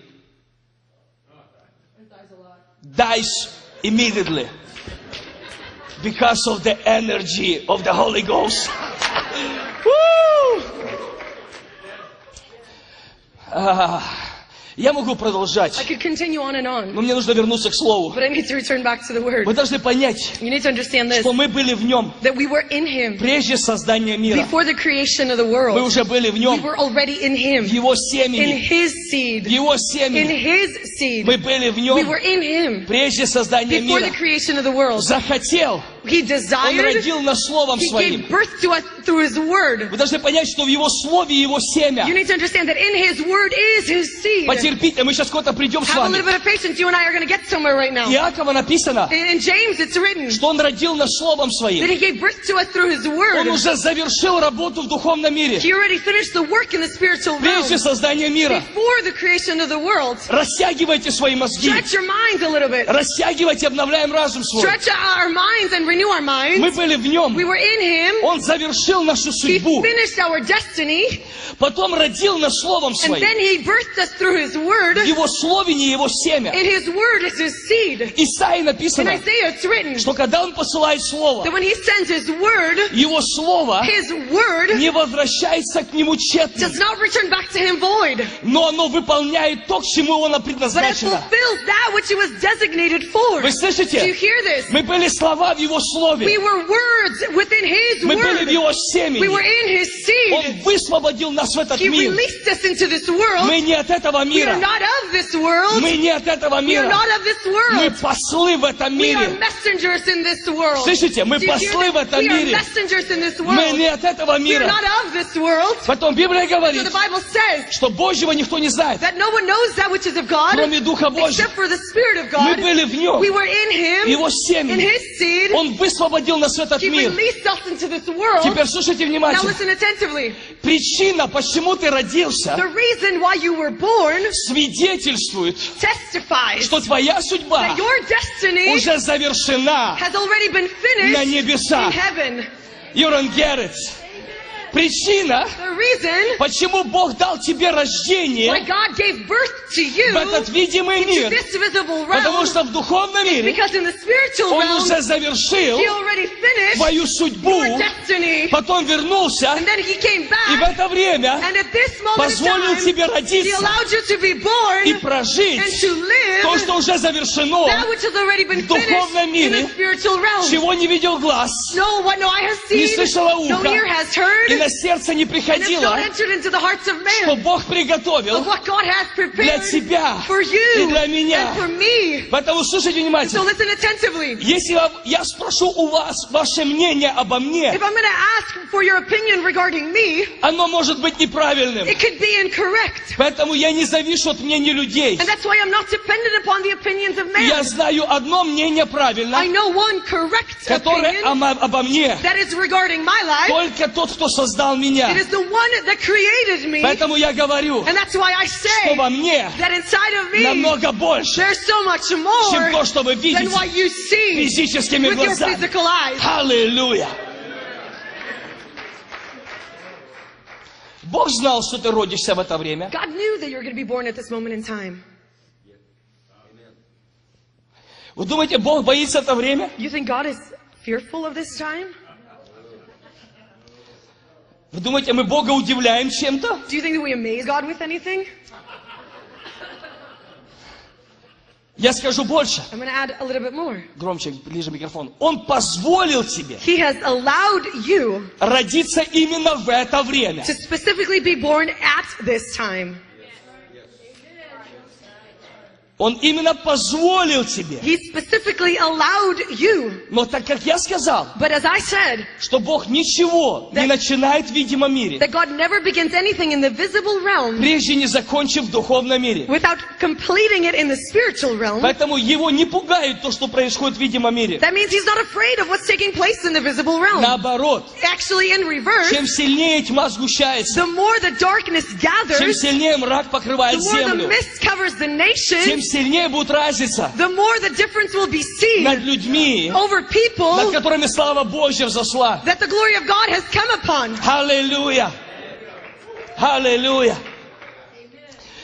Speaker 2: dies immediately because of the energy of the Holy Ghost. Woo! А, Я могу
Speaker 6: I
Speaker 2: продолжать,
Speaker 6: could continue on and on,
Speaker 2: но мне нужно вернуться к слову.
Speaker 6: but I need to return back to the word.
Speaker 2: Мы должны понять,
Speaker 6: You need to understand this
Speaker 2: что мы были в нем
Speaker 6: that we were in him
Speaker 2: прежде создания мира.
Speaker 6: before the creation of the
Speaker 2: Мы
Speaker 6: world.
Speaker 2: уже были в
Speaker 6: We
Speaker 2: нем,
Speaker 6: were already in him,
Speaker 2: в его
Speaker 6: in
Speaker 2: семени,
Speaker 6: his
Speaker 2: в
Speaker 6: seed,
Speaker 2: Его
Speaker 6: in
Speaker 2: семьи.
Speaker 6: his seed.
Speaker 2: Мы были в
Speaker 6: We were in
Speaker 2: Нем
Speaker 6: him
Speaker 2: прежде создания
Speaker 6: before the
Speaker 2: мира.
Speaker 6: creation of the world.
Speaker 2: Захотел,
Speaker 6: He
Speaker 5: А
Speaker 2: Он
Speaker 6: desired,
Speaker 2: родил нас Словом
Speaker 6: he gave
Speaker 2: Своим.
Speaker 6: birth to us through his word.
Speaker 2: Вы должны понять, что в Его Слове Его семя.
Speaker 6: You need to understand that in his word is his seed.
Speaker 2: Потерпите, мы сейчас куда-то придем с
Speaker 5: Have a little
Speaker 2: вами.
Speaker 5: bit of patience. You and I are going to get somewhere right now.
Speaker 2: Иакова написано,
Speaker 5: In, in James, it's written
Speaker 2: что Он родил нас Словом
Speaker 5: that
Speaker 2: Своим.
Speaker 5: he gave birth to us through his word.
Speaker 2: Он уже завершил работу в духовном мире.
Speaker 5: He already finished the work in the spiritual realm
Speaker 2: Прежде создания мира.
Speaker 5: before the creation of the world.
Speaker 2: Растягивайте свои мозги.
Speaker 5: Stretch your minds a little bit.
Speaker 2: Растягивайте, обновляем разум свой.
Speaker 5: Stretch our minds and renew our minds.
Speaker 2: Мы были в Нем.
Speaker 5: We were in him.
Speaker 2: Он завершил нашу
Speaker 5: He
Speaker 2: судьбу.
Speaker 5: finished our destiny.
Speaker 2: Потом родил нас Словом
Speaker 5: And
Speaker 2: Своим.
Speaker 5: then he birthed us through his word.
Speaker 2: В Его Слове не Его семя.
Speaker 5: In his word is his seed.
Speaker 2: Исаии
Speaker 5: In
Speaker 2: написано,
Speaker 5: Isaiah, it's written
Speaker 2: что когда он посылает слово,
Speaker 5: that when he sends his word,
Speaker 2: его слово
Speaker 5: his word
Speaker 2: не возвращается к нему тщетно,
Speaker 5: does not return back to him void.
Speaker 2: но оно выполняет то, к чему оно
Speaker 5: But it
Speaker 2: предназначено.
Speaker 5: fulfills that which it was designated for.
Speaker 2: Вы
Speaker 5: Do you
Speaker 2: слышите?
Speaker 5: hear this?
Speaker 2: Мы были слова в его
Speaker 5: We
Speaker 2: слове.
Speaker 5: were words within his
Speaker 2: Мы были в
Speaker 5: word.
Speaker 2: его
Speaker 5: We were
Speaker 2: семени.
Speaker 5: in his seed.
Speaker 2: Он высвободил нас в этот
Speaker 5: He
Speaker 2: мир.
Speaker 5: released us into this world.
Speaker 2: Мы не от этого
Speaker 5: We
Speaker 2: мира.
Speaker 5: are not of this world.
Speaker 2: Мы не от этого
Speaker 5: We are
Speaker 2: мира.
Speaker 5: not of this
Speaker 2: Мы
Speaker 5: world.
Speaker 2: послы в этом
Speaker 5: We are
Speaker 2: мире.
Speaker 5: messengers in this world.
Speaker 2: Слышите? Мы
Speaker 5: Do you hear
Speaker 2: послы в
Speaker 5: this?
Speaker 2: этом
Speaker 5: We are
Speaker 2: мире.
Speaker 5: messengers in this
Speaker 2: Мы не
Speaker 5: world.
Speaker 2: от этого
Speaker 5: We are
Speaker 2: мира.
Speaker 5: not of this world.
Speaker 2: Потом Библия
Speaker 5: So
Speaker 2: говорит,
Speaker 5: the Bible says
Speaker 2: что Божьего никто не знает,
Speaker 5: that no one knows that which is of God
Speaker 2: кроме Духа Божьего.
Speaker 5: except for the Spirit of
Speaker 2: Мы
Speaker 5: God.
Speaker 2: были в
Speaker 5: We
Speaker 2: нем,
Speaker 5: were in
Speaker 2: в
Speaker 5: Him,
Speaker 2: его
Speaker 5: in
Speaker 2: семени.
Speaker 5: His seed.
Speaker 2: Он высвободил нас в этот
Speaker 5: He
Speaker 2: мир.
Speaker 5: released us into this world.
Speaker 2: Теперь слушайте
Speaker 5: Now
Speaker 2: внимательно.
Speaker 5: listen attentively.
Speaker 2: Причина, почему ты родился,
Speaker 5: The reason why you were born
Speaker 2: свидетельствует,
Speaker 5: testifies
Speaker 2: что твоя судьба
Speaker 5: that your destiny
Speaker 2: уже завершена
Speaker 5: has already been
Speaker 2: на
Speaker 5: finished in
Speaker 2: небесах.
Speaker 5: heaven.
Speaker 2: You don't get it. Причина,
Speaker 5: The reason
Speaker 2: почему Бог дал тебе
Speaker 5: why
Speaker 2: рождение
Speaker 5: God gave birth to you
Speaker 2: в этот видимый
Speaker 5: into
Speaker 2: мир,
Speaker 5: this visible
Speaker 2: потому
Speaker 5: realm,
Speaker 2: что в духовном мире
Speaker 5: because in the spiritual
Speaker 2: Он
Speaker 5: realm,
Speaker 2: уже завершил
Speaker 5: He already finished
Speaker 2: твою судьбу,
Speaker 5: your destiny.
Speaker 2: потом вернулся,
Speaker 5: And then He came
Speaker 2: и в
Speaker 5: back,
Speaker 2: это время
Speaker 5: and at this moment in
Speaker 2: позволил тебе
Speaker 5: time, He
Speaker 2: родиться
Speaker 5: allowed you to be
Speaker 2: и
Speaker 5: born and
Speaker 2: прожить
Speaker 5: to
Speaker 2: то,
Speaker 5: live
Speaker 2: что уже
Speaker 5: that
Speaker 2: завершено,
Speaker 5: which has already been
Speaker 2: в духовном
Speaker 5: finished in the
Speaker 2: мире,
Speaker 5: spiritual realm.
Speaker 2: чего не видел глаз
Speaker 5: No one, no eye has
Speaker 2: Не
Speaker 5: seen,
Speaker 2: слышало
Speaker 5: no
Speaker 2: ухо.
Speaker 5: ear has heard,
Speaker 2: и на сердце не
Speaker 5: and it's
Speaker 2: приходило,
Speaker 5: not entered into the hearts of
Speaker 2: что
Speaker 5: man.
Speaker 2: Бог приготовил
Speaker 5: Of what God has
Speaker 2: для
Speaker 5: prepared
Speaker 2: тебя
Speaker 5: for
Speaker 2: и
Speaker 5: you
Speaker 2: для меня.
Speaker 5: and for me.
Speaker 2: Поэтому слушайте
Speaker 5: So
Speaker 2: внимательно.
Speaker 5: listen attentively.
Speaker 2: Если я, я спрошу у вас ваше мнение обо мне,
Speaker 5: If I'm going to ask for your opinion regarding me,
Speaker 2: оно может быть неправильным.
Speaker 5: it could be incorrect.
Speaker 2: Поэтому я не завишу от мнений людей.
Speaker 5: And that's why I'm not dependent upon the opinions of
Speaker 2: Я
Speaker 5: man.
Speaker 2: знаю одно мнение
Speaker 5: I
Speaker 2: правильно,
Speaker 5: know one correct
Speaker 2: которое
Speaker 5: opinion
Speaker 2: омо- обо мне.
Speaker 5: that is regarding my life.
Speaker 2: Только тот, кто создал меня.
Speaker 5: It is the one that created me. And
Speaker 2: Поэтому я говорю,
Speaker 5: that's why I
Speaker 2: что
Speaker 5: say
Speaker 2: во мне
Speaker 5: that inside of me,
Speaker 2: намного больше,
Speaker 5: there's so much
Speaker 2: чем
Speaker 5: more
Speaker 2: то, что вы
Speaker 5: than
Speaker 2: видите
Speaker 5: what you see
Speaker 2: физическими
Speaker 5: with your
Speaker 2: глазами.
Speaker 5: physical eyes.
Speaker 2: Аллилуйя! Бог знал, что ты родишься в это время.
Speaker 5: God knew that you were going to be born at this moment in time.
Speaker 2: Вы думаете, Бог боится это время?
Speaker 5: You think God is fearful of this time?
Speaker 2: Вы думаете, мы Бога удивляем чем-то?
Speaker 5: Do you think that we amaze God with anything?
Speaker 2: Я скажу больше.
Speaker 5: I'm going to add a little bit more.
Speaker 2: Громче, ближе микрофон. Он позволил тебе
Speaker 5: He has allowed you
Speaker 2: родиться именно в это время.
Speaker 5: to specifically be born at this time.
Speaker 2: Он именно позволил тебе.
Speaker 5: He specifically allowed you.
Speaker 2: Но так как я сказал,
Speaker 5: But as I said,
Speaker 2: что Бог ничего не
Speaker 5: Да.
Speaker 2: начинает в видимом мире,
Speaker 5: that God never begins anything in the visible realm
Speaker 2: прежде не закончив в духовном мире.
Speaker 5: without completing it in the spiritual realm.
Speaker 2: Поэтому его не пугает то, что происходит в видимом мире.
Speaker 5: That means he's not afraid of what's taking place in the visible realm.
Speaker 2: Наоборот,
Speaker 5: Actually, in reverse,
Speaker 2: чем сильнее тьма сгущается,
Speaker 5: the more the darkness
Speaker 2: чем
Speaker 5: gathers,
Speaker 2: сильнее мрак покрывает
Speaker 5: the more the
Speaker 2: землю,
Speaker 5: mist covers the
Speaker 2: тем
Speaker 5: nation,
Speaker 2: сильнее будет разница
Speaker 5: the more the difference will be
Speaker 2: над
Speaker 5: seen
Speaker 2: людьми,
Speaker 5: over people
Speaker 2: над которыми слава Божья взошла.
Speaker 5: that the glory of God has come upon.
Speaker 2: Аллилуйя! Аллилуйя!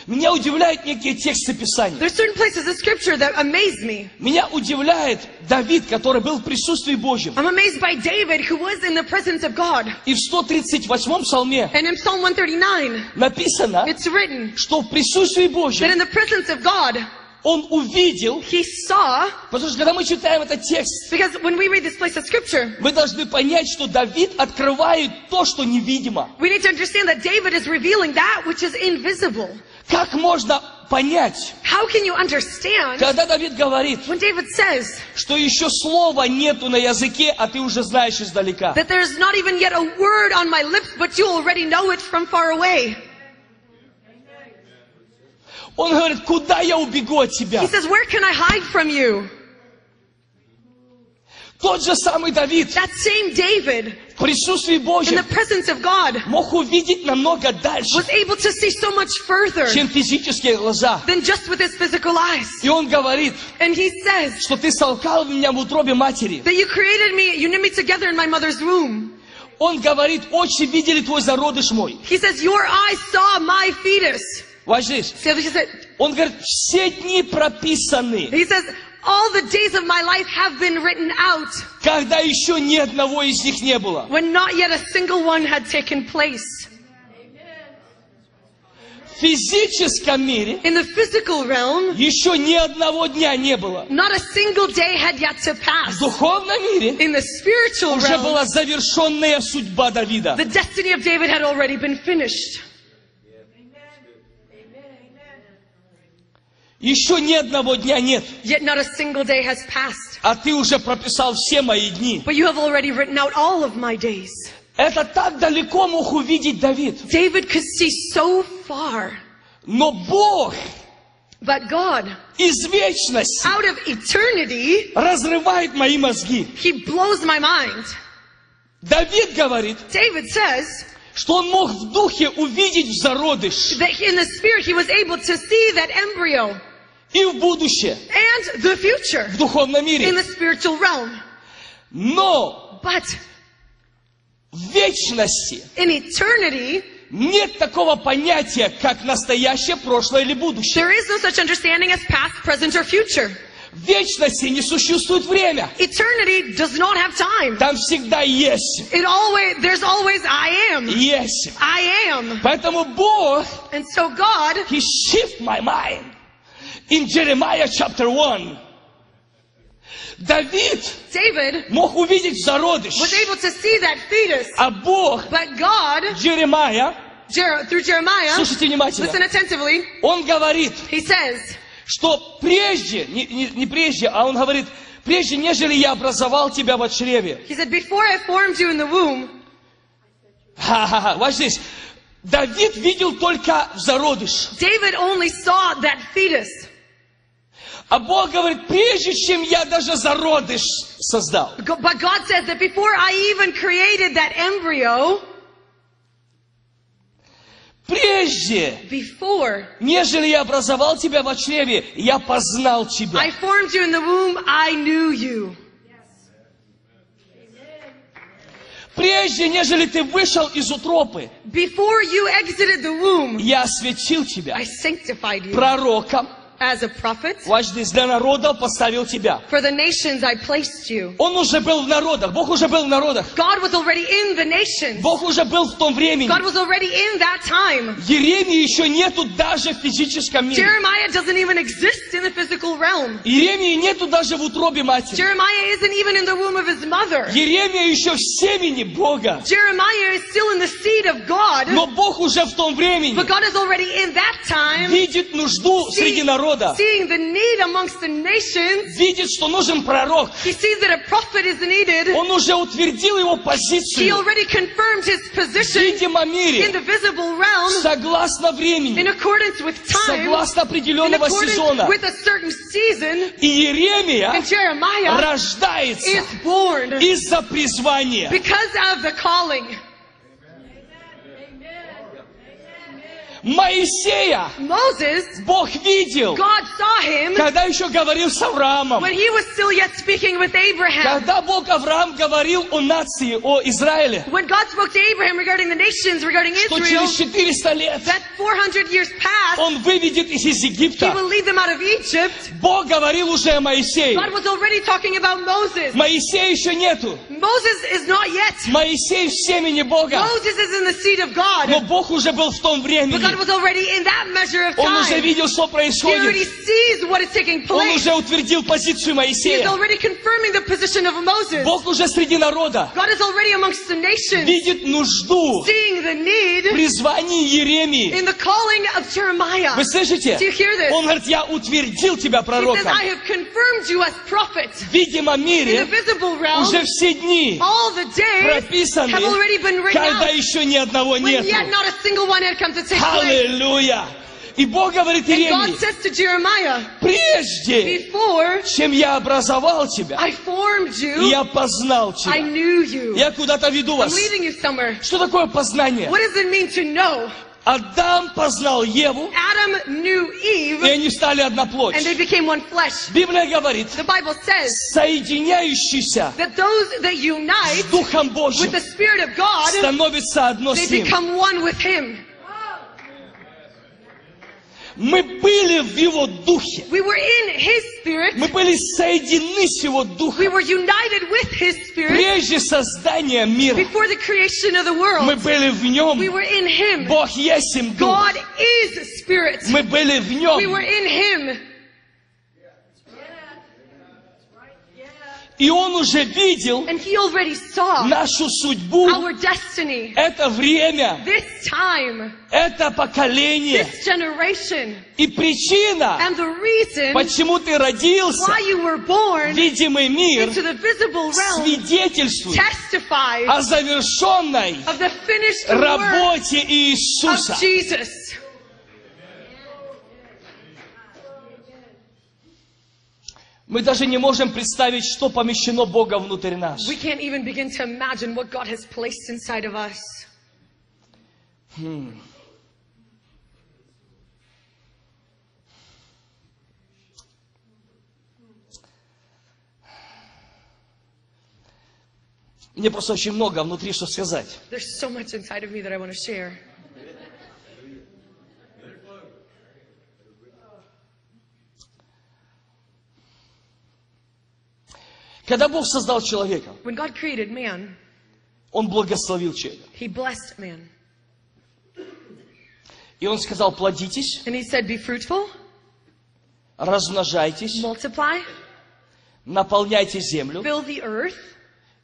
Speaker 2: Меня удивляют некие тексты Писания.
Speaker 5: There's certain places in scripture that amaze me.
Speaker 2: Меня удивляет Давид, который был в присутствии Божьем.
Speaker 5: I'm amazed by David who was in the presence of God.
Speaker 2: И в 138-м псалме
Speaker 5: And in Psalm 139,
Speaker 2: написано,
Speaker 5: it's written
Speaker 2: что в присутствии
Speaker 5: that
Speaker 2: Божьем
Speaker 5: in the presence of God,
Speaker 2: он увидел,
Speaker 5: he saw,
Speaker 2: потому что когда мы читаем этот текст,
Speaker 5: because when we read this place of scripture,
Speaker 2: мы должны понять, что Давид открывает то, что невидимо.
Speaker 5: we need to understand that David is revealing that which is invisible.
Speaker 2: Как можно понять,
Speaker 5: How can you understand
Speaker 2: когда Давид говорит,
Speaker 5: when David says
Speaker 2: что еще слова нету на языке, а ты уже знаешь издалека?
Speaker 5: that there's not even yet a word on my lips, but you already know it from far away?
Speaker 2: Он говорит, куда я убегу от тебя?
Speaker 5: He says, Where can I hide from you?
Speaker 2: Тот же самый Давид
Speaker 5: That same David,
Speaker 2: в присутствии
Speaker 5: in the
Speaker 2: Божьем
Speaker 5: presence of God,
Speaker 2: мог увидеть намного дальше,
Speaker 5: was able to see so much further
Speaker 2: чем физические глаза.
Speaker 5: than just with his physical eyes.
Speaker 2: И он говорит,
Speaker 5: And he says
Speaker 2: что ты солкал меня в утробе матери.
Speaker 5: that you created me, you knit me together in my mother's womb.
Speaker 2: Он говорит, очи видели твой зародыш мой.
Speaker 5: He says, Your eyes saw my fetus.
Speaker 2: Watch this.
Speaker 5: So he said,
Speaker 2: Он говорит, все дни прописаны,
Speaker 5: he says, All the days of my life have been written out
Speaker 2: когда еще ни одного из них не было.
Speaker 5: when not yet a single one had taken place.
Speaker 2: В физическом мире
Speaker 5: In the physical realm,
Speaker 2: еще ни одного дня не было.
Speaker 5: not a single day had yet to
Speaker 2: В
Speaker 5: pass.
Speaker 2: духовном мире
Speaker 5: In the spiritual
Speaker 2: уже
Speaker 5: realm,
Speaker 2: была завершенная судьба Давида.
Speaker 5: the destiny of David had already been finished.
Speaker 2: Еще ни одного дня нет,
Speaker 5: Yet not a single day has passed.
Speaker 2: а ты уже прописал все мои дни.
Speaker 5: But you have already written out all of my days.
Speaker 2: Это так далеко мог увидеть Давид.
Speaker 5: David could see so far,
Speaker 2: Но Бог
Speaker 5: But God,
Speaker 2: из вечности
Speaker 5: out of eternity,
Speaker 2: разрывает мои мозги.
Speaker 5: He blows my mind.
Speaker 2: Давид говорит,
Speaker 5: David says
Speaker 2: что он мог в духе увидеть в зародыш
Speaker 5: that in the Spirit he was able to see that embryo
Speaker 2: и в будущее,
Speaker 5: and the future
Speaker 2: в духовном
Speaker 5: in
Speaker 2: мире.
Speaker 5: the spiritual realm.
Speaker 2: Но
Speaker 5: But
Speaker 2: в вечности
Speaker 5: in eternity,
Speaker 2: нет такого понятия, как настоящее, прошлое или будущее.
Speaker 5: there is no such understanding as past, present, or future.
Speaker 2: В вечности не существует время.
Speaker 5: Eternity does not have time.
Speaker 2: Там всегда есть.
Speaker 5: It always there's always I am.
Speaker 2: Есть.
Speaker 5: I am.
Speaker 2: Поэтому Бог,
Speaker 5: And so God
Speaker 2: He shift my mind. In Jeremiah chapter 1, Давид
Speaker 5: David
Speaker 2: мог увидеть зародыш,
Speaker 5: was able to see that fetus.
Speaker 2: а Бог
Speaker 5: But God
Speaker 2: Джеремая,
Speaker 5: Jer- through Jeremiah,
Speaker 2: слушайте внимательно,
Speaker 5: listen attentively,
Speaker 2: он говорит,
Speaker 5: he says,
Speaker 2: что прежде, не, не- не прежде, а он говорит, прежде, нежели я образовал тебя в чреве.
Speaker 5: he said, before I formed you in the womb,
Speaker 2: Ха-ха-ха, watch this. Давид видел только в зародыш.
Speaker 5: David only saw that fetus.
Speaker 2: А Бог говорит, прежде чем я даже зародыш создал,
Speaker 5: Go- But God says that before I even created that embryo,
Speaker 2: прежде,
Speaker 5: before
Speaker 2: нежели я образовал тебя в чреве, я познал тебя.
Speaker 5: I formed you in the womb, I knew you.
Speaker 2: Прежде, нежели ты вышел из утропы,
Speaker 5: Before you exited the womb,
Speaker 2: я осветил тебя.
Speaker 5: I sanctified you.
Speaker 2: Пророком,
Speaker 5: As a prophet,
Speaker 2: watch this, для народа поставил тебя.
Speaker 5: for the nations I placed you.
Speaker 2: Он уже был в народах, Бог уже был в народах.
Speaker 5: God was already in the nations.
Speaker 2: Бог уже был в том времени.
Speaker 5: God was already in that time.
Speaker 2: Еремии еще нету даже в физическом мире.
Speaker 5: Jeremiah doesn't even exist in the physical realm.
Speaker 2: Еремии нету даже в утробе матери.
Speaker 5: Jeremiah isn't even in the womb of his mother.
Speaker 2: Еремия еще в семени Бога.
Speaker 5: Jeremiah is still in the seed of God,
Speaker 2: Но Бог уже в том времени
Speaker 5: but God is already in that time
Speaker 2: видит нужду среди народа.
Speaker 5: seeing the need amongst the nations.
Speaker 2: Видит, что нужен пророк.
Speaker 5: He sees that a prophet is needed.
Speaker 2: Он уже утвердил его
Speaker 5: He
Speaker 2: позицию
Speaker 5: already confirmed his
Speaker 2: в
Speaker 5: position
Speaker 2: видимом
Speaker 5: in
Speaker 2: мире.
Speaker 5: the visible realm
Speaker 2: Soгласно
Speaker 5: in
Speaker 2: времени.
Speaker 5: accordance with time,
Speaker 2: Согласно
Speaker 5: in
Speaker 2: определенного сезона.
Speaker 5: accordance with a certain season.
Speaker 2: И Еремия
Speaker 5: And Jeremiah
Speaker 2: рождается
Speaker 5: is born
Speaker 2: из-за призвания.
Speaker 5: because of the calling.
Speaker 2: Моисея
Speaker 5: Moses,
Speaker 2: Бог видел,
Speaker 5: God saw him
Speaker 2: когда еще говорил с Авраамом.
Speaker 5: when he was still yet speaking with Abraham.
Speaker 2: Когда Бог Авраам говорил о нации, о Израиле,
Speaker 5: When God spoke to Abraham regarding the nations, regarding
Speaker 2: что
Speaker 5: Israel,
Speaker 2: через 400 лет
Speaker 5: that 400 years passed,
Speaker 2: он выведет из из
Speaker 5: he
Speaker 2: Египта.
Speaker 5: will lead them out of Egypt.
Speaker 2: Бог говорил уже о Моисее.
Speaker 5: God was already talking about Moses.
Speaker 2: Моисея еще нету.
Speaker 5: Moses is not yet.
Speaker 2: Моисей в семени Бога.
Speaker 5: Moses is in the seed of
Speaker 2: Но
Speaker 5: God.
Speaker 2: Бог уже был в том
Speaker 5: But God
Speaker 2: времени.
Speaker 5: was already in that measure of
Speaker 2: Он уже
Speaker 5: time.
Speaker 2: видел, что
Speaker 5: He already
Speaker 2: происходит.
Speaker 5: sees what is taking
Speaker 2: Он
Speaker 5: place.
Speaker 2: уже утвердил позицию
Speaker 5: He is
Speaker 2: Моисея.
Speaker 5: already confirming the position of Moses.
Speaker 2: Бог уже среди народа
Speaker 5: God is already amongst the nations,
Speaker 2: видит нужду
Speaker 5: seeing the need
Speaker 2: призвание Еремии.
Speaker 5: in the calling of Jeremiah.
Speaker 2: Вы слышите?
Speaker 5: Do you hear this?
Speaker 2: Он говорит, я утвердил тебя
Speaker 5: He says,
Speaker 2: пророком.
Speaker 5: I have confirmed you as prophet.
Speaker 2: В видимом
Speaker 5: In the
Speaker 2: мире
Speaker 5: visible realm,
Speaker 2: уже все дни
Speaker 5: all the days
Speaker 2: прописаны,
Speaker 5: have already been written
Speaker 2: когда
Speaker 5: out.
Speaker 2: еще ни одного
Speaker 5: When
Speaker 2: нет.
Speaker 5: yet not a single one had come to take place.
Speaker 2: Аллилуйя! И Бог говорит
Speaker 5: And God
Speaker 2: Иеремии,
Speaker 5: says to Jeremiah,
Speaker 2: прежде,
Speaker 5: Before
Speaker 2: чем я образовал тебя,
Speaker 5: I formed you,
Speaker 2: я познал
Speaker 5: I
Speaker 2: тебя.
Speaker 5: knew you.
Speaker 2: Я куда-то веду
Speaker 5: I'm
Speaker 2: вас.
Speaker 5: leading you somewhere.
Speaker 2: Что такое познание?
Speaker 5: What does it mean to know?
Speaker 2: Адам познал Еву,
Speaker 5: Adam knew
Speaker 2: и
Speaker 5: Eve,
Speaker 2: они стали одна плоть.
Speaker 5: and they became one flesh.
Speaker 2: Библия говорит,
Speaker 5: The Bible says
Speaker 2: соединяющийся
Speaker 5: that those that
Speaker 2: с
Speaker 5: unite
Speaker 2: Духом
Speaker 5: with
Speaker 2: Божьим
Speaker 5: the Spirit of God,
Speaker 2: становится одно
Speaker 5: they
Speaker 2: с Ним.
Speaker 5: become one with Him.
Speaker 2: Мы были в Его Духе.
Speaker 5: We were in His Spirit.
Speaker 2: Мы были соединены с Его
Speaker 5: We
Speaker 2: Духом.
Speaker 5: were united with His Spirit
Speaker 2: Прежде создания мира
Speaker 5: before the creation of the world.
Speaker 2: мы были в
Speaker 5: We
Speaker 2: Нем.
Speaker 5: were in Him.
Speaker 2: Бог есть им Дух.
Speaker 5: God is Spirit.
Speaker 2: Мы были в
Speaker 5: We
Speaker 2: Нем.
Speaker 5: were in Him.
Speaker 2: И Он уже видел
Speaker 5: And He already saw
Speaker 2: нашу судьбу.
Speaker 5: our destiny.
Speaker 2: Это время,
Speaker 5: This time,
Speaker 2: это поколение.
Speaker 5: this generation,
Speaker 2: И причина,
Speaker 5: and the reason
Speaker 2: почему ты родился,
Speaker 5: why you were born
Speaker 2: видимый мир,
Speaker 5: into the visible realm
Speaker 2: свидетельствует
Speaker 5: testifies
Speaker 2: о завершенной
Speaker 5: of the finished work
Speaker 2: работе
Speaker 5: of
Speaker 2: Иисуса.
Speaker 5: Jesus.
Speaker 2: Мы даже не можем представить, что помещено Бога внутрь нас.
Speaker 5: We can't even begin to imagine what God has placed inside of us.
Speaker 2: Мне просто очень много внутри, что сказать.
Speaker 5: There's so much inside of me that I want to share.
Speaker 2: Когда Бог создал человека,
Speaker 5: When God created man,
Speaker 2: Он благословил человека.
Speaker 5: he blessed man.
Speaker 2: И Он сказал, плодитесь,
Speaker 5: And he said, Be fruitful,
Speaker 2: размножайтесь,
Speaker 5: multiply,
Speaker 2: наполняйте землю
Speaker 5: fill the earth,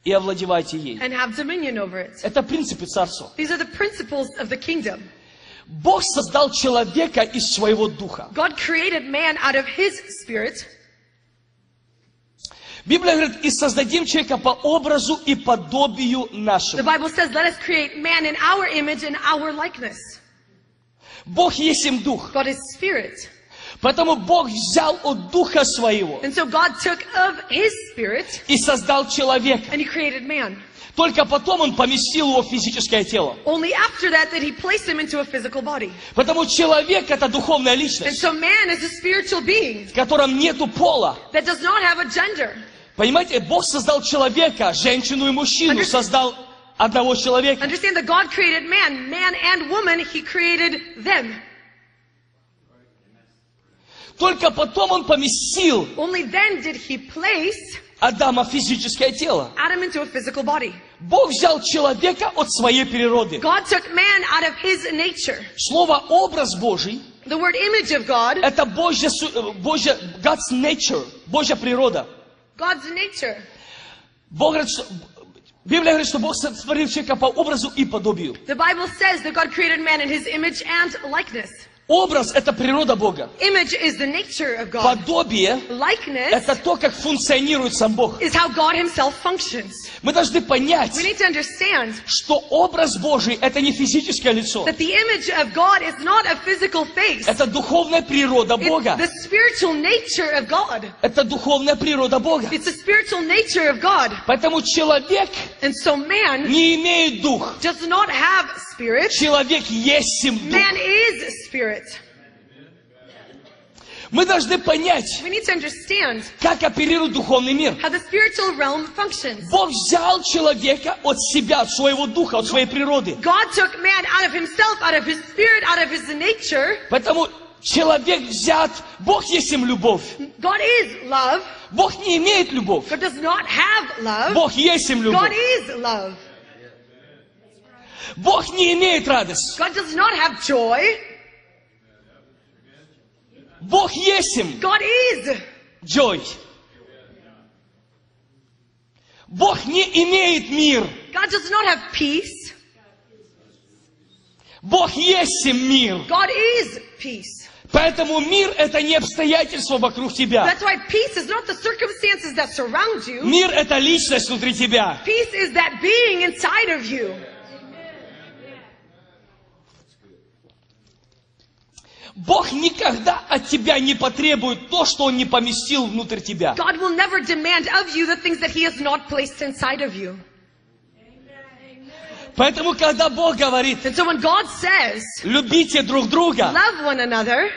Speaker 2: и овладевайте ей.
Speaker 5: and have dominion over it.
Speaker 2: Это принципы царства.
Speaker 5: These are the principles of the kingdom.
Speaker 2: Бог создал человека из своего духа.
Speaker 5: God created man out of his spirit.
Speaker 2: Библия говорит, и создадим человека по образу и подобию
Speaker 5: The
Speaker 2: нашему.
Speaker 5: Bible says, Let us create man in our image and our likeness.
Speaker 2: Бог есть им дух.
Speaker 5: God is spirit.
Speaker 2: Поэтому Бог взял от духа своего
Speaker 5: And so God took of his spirit
Speaker 2: и создал человека.
Speaker 5: and he created man.
Speaker 2: Только потом он поместил его в физическое тело.
Speaker 5: Only after that did he place him into a physical body.
Speaker 2: Потому человек это духовная
Speaker 5: And
Speaker 2: личность,
Speaker 5: so man is a spiritual being
Speaker 2: в котором нету пола.
Speaker 5: that does not have a gender.
Speaker 2: Понимаете, Бог создал человека, женщину и мужчину,
Speaker 5: Understand-
Speaker 2: создал одного человека.
Speaker 5: Understand that God created man, man and woman, he created them.
Speaker 2: Только потом он поместил
Speaker 5: Only then did he place
Speaker 2: Адама в физическое тело.
Speaker 5: Adam into a physical body.
Speaker 2: Бог взял человека от своей природы.
Speaker 5: God took man out of his nature.
Speaker 2: Слово «образ Божий»
Speaker 5: The word image of God,
Speaker 2: — это Божья, су- э, Божья, God's nature, Божья природа.
Speaker 5: God's nature.
Speaker 2: Бог говорит, что- Библия говорит, что Бог сотворил человека по образу и подобию.
Speaker 5: The Bible says that God created man in his image and likeness.
Speaker 2: Образ — это природа Бога.
Speaker 5: Image is the nature of God.
Speaker 2: Подобие —
Speaker 5: Likeness
Speaker 2: это то, как функционирует сам Бог.
Speaker 5: is how God himself functions.
Speaker 2: Мы должны понять,
Speaker 5: We need to understand
Speaker 2: что образ Божий — это не физическое лицо.
Speaker 5: that the image of God is not a physical face.
Speaker 2: Это духовная природа
Speaker 5: It's
Speaker 2: Бога.
Speaker 5: the spiritual nature of God.
Speaker 2: Это духовная природа Бога.
Speaker 5: It's the spiritual nature of God.
Speaker 2: Поэтому человек
Speaker 5: And so man
Speaker 2: не имеет дух.
Speaker 5: does not have spirit.
Speaker 2: Человек есть им дух.
Speaker 5: Man is spirit.
Speaker 2: Мы должны понять,
Speaker 5: We need to understand
Speaker 2: как оперирует духовный мир.
Speaker 5: how the spiritual realm functions.
Speaker 2: Бог взял человека от себя, от своего духа, от своей природы.
Speaker 5: God took man out of himself, out of his spirit, out of his nature.
Speaker 2: Поэтому человек взят, Бог есть им любовь.
Speaker 5: God is love.
Speaker 2: Бог не имеет любовь.
Speaker 5: God does not have love.
Speaker 2: Бог есть им
Speaker 5: God
Speaker 2: любовь.
Speaker 5: is love.
Speaker 2: Бог не имеет радость.
Speaker 5: God does not have joy.
Speaker 2: Бог есть им.
Speaker 5: God is.
Speaker 2: Джой. Бог не имеет мир.
Speaker 5: God does not have peace.
Speaker 2: Бог есть им мир.
Speaker 5: God is peace.
Speaker 2: Поэтому мир – это не обстоятельства вокруг тебя.
Speaker 5: That's why peace is not the circumstances that surround you.
Speaker 2: Мир – это личность внутри тебя.
Speaker 5: Peace is that being inside of you.
Speaker 2: Бог никогда от тебя не потребует то, что Он не поместил внутрь тебя.
Speaker 5: God will never demand of you the things that He has not placed inside of you.
Speaker 2: Поэтому, когда Бог говорит,
Speaker 5: And so when God says,
Speaker 2: любите друг друга,
Speaker 5: love one another,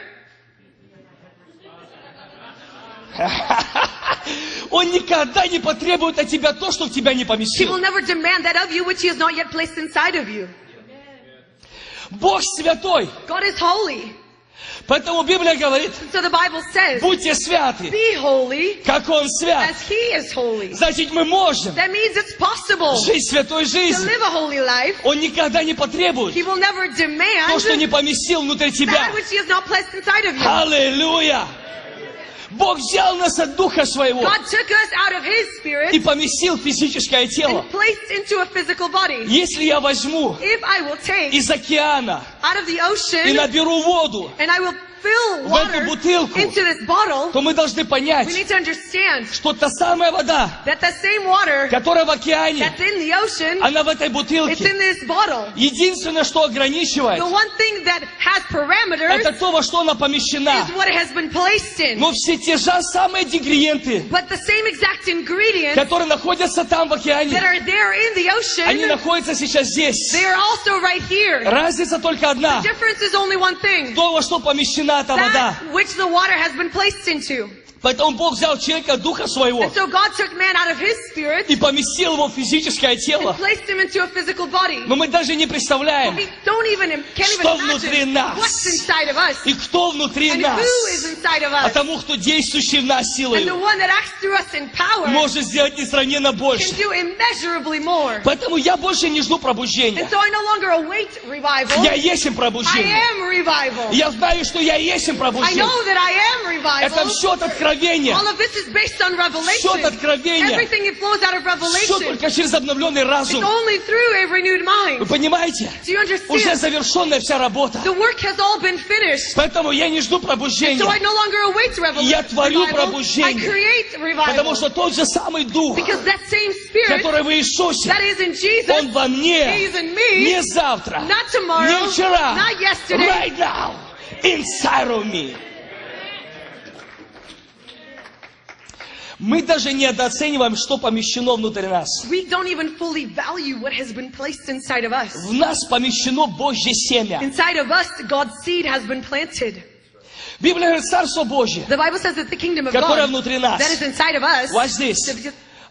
Speaker 2: Он никогда не потребует от тебя то, что в тебя не
Speaker 5: He will
Speaker 2: поместил.
Speaker 5: never demand that of you which He has not yet placed inside of you.
Speaker 2: Бог святой.
Speaker 5: God is holy.
Speaker 2: Поэтому Библия говорит,
Speaker 5: And so the Bible says,
Speaker 2: будьте святы,
Speaker 5: be holy
Speaker 2: как Он свят.
Speaker 5: as He is holy.
Speaker 2: Значит, мы можем
Speaker 5: That means it's possible to
Speaker 2: жить святой жизнью.
Speaker 5: live a holy life.
Speaker 2: Он никогда не потребует
Speaker 5: He will never
Speaker 2: то,
Speaker 5: demand
Speaker 2: что не поместил внутрь тебя.
Speaker 5: that which He has not placed inside of you.
Speaker 2: Аллилуйя! Бог взял нас от Духа Своего
Speaker 5: God took us out of His
Speaker 2: и
Speaker 5: spirit
Speaker 2: поместил в физическое тело.
Speaker 5: and placed into a physical body.
Speaker 2: Если я возьму
Speaker 5: If I will take
Speaker 2: из океана
Speaker 5: out of the
Speaker 2: и
Speaker 5: ocean
Speaker 2: наберу воду,
Speaker 5: and I will fill
Speaker 2: В
Speaker 5: water
Speaker 2: эту бутылку.
Speaker 5: into this bottle,
Speaker 2: то мы должны
Speaker 5: we
Speaker 2: понять,
Speaker 5: need to understand
Speaker 2: что та самая вода,
Speaker 5: that the same water
Speaker 2: которая в океане,
Speaker 5: that's in the ocean,
Speaker 2: она в этой
Speaker 5: it's in
Speaker 2: бутылке.
Speaker 5: this bottle.
Speaker 2: Единственное, что ограничивает,
Speaker 5: The one thing that has
Speaker 2: это
Speaker 5: parameters
Speaker 2: то, во что она помещена.
Speaker 5: is what it has been placed in.
Speaker 2: Но все те же самые ингредиенты,
Speaker 5: But the same exact ingredients
Speaker 2: которые находятся там в
Speaker 5: that
Speaker 2: океане,
Speaker 5: are there in the
Speaker 2: они
Speaker 5: ocean,
Speaker 2: находятся сейчас здесь.
Speaker 5: they are also right here.
Speaker 2: Разница только одна.
Speaker 5: Difference is only one thing.
Speaker 2: То, во что помещена эта вода.
Speaker 5: That which the water has been placed into.
Speaker 2: Поэтому Бог взял человека, духа своего,
Speaker 5: And so God took man out of his spirit
Speaker 2: и поместил его в физическое
Speaker 5: and
Speaker 2: тело.
Speaker 5: placed him into a physical body.
Speaker 2: Но мы даже не представляем,
Speaker 5: We don't even can't even
Speaker 2: Что внутри
Speaker 5: imagine
Speaker 2: нас?
Speaker 5: what's inside of us
Speaker 2: и кто внутри
Speaker 5: and who is
Speaker 2: нас.
Speaker 5: inside of
Speaker 2: А
Speaker 5: us.
Speaker 2: тому, кто действующий в нас
Speaker 5: And the
Speaker 2: силою,
Speaker 5: one that acts through us in power
Speaker 2: может сделать несравненно
Speaker 5: can
Speaker 2: больше.
Speaker 5: do immeasurably more.
Speaker 2: Поэтому я больше не жду пробуждения.
Speaker 5: And so I no longer await revival.
Speaker 2: Я есть им
Speaker 5: I
Speaker 2: пробуждение.
Speaker 5: am revival.
Speaker 2: Я знаю, что я есть им
Speaker 5: I know
Speaker 2: пробуждение.
Speaker 5: that I am
Speaker 2: Это
Speaker 5: revival.
Speaker 2: все от откровения.
Speaker 5: All of this is based on revelation.
Speaker 2: Счет откровения.
Speaker 5: Everything that flows out of
Speaker 2: Все
Speaker 5: revelation.
Speaker 2: только через обновленный
Speaker 5: It's
Speaker 2: разум.
Speaker 5: only through a renewed
Speaker 2: Вы
Speaker 5: mind.
Speaker 2: понимаете?
Speaker 5: Do you
Speaker 2: Уже
Speaker 5: understand?
Speaker 2: завершенная вся работа.
Speaker 5: The work has all been finished.
Speaker 2: Поэтому я не жду
Speaker 5: So I
Speaker 2: пробуждения.
Speaker 5: no longer await revel-
Speaker 2: Я творю
Speaker 5: revival. I
Speaker 2: пробуждение.
Speaker 5: create
Speaker 2: Потому
Speaker 5: revival.
Speaker 2: что тот же самый Дух,
Speaker 5: Because that same spirit
Speaker 2: который в Иисусе,
Speaker 5: that is in Jesus,
Speaker 2: Он во мне,
Speaker 5: He is in me,
Speaker 2: не завтра,
Speaker 5: not tomorrow,
Speaker 2: не вчера,
Speaker 5: not yesterday.
Speaker 2: right now, inside of me. Мы даже недооцениваем, что помещено внутри нас.
Speaker 5: we don't even fully value what has been placed inside of us.
Speaker 2: В нас помещено Божье семя.
Speaker 5: Inside of us, God's seed has been planted.
Speaker 2: Библия говорит, Царство Божье,
Speaker 5: The Bible says that the kingdom of
Speaker 2: которое
Speaker 5: God
Speaker 2: внутри нас,
Speaker 5: that is inside of us,
Speaker 2: watch this,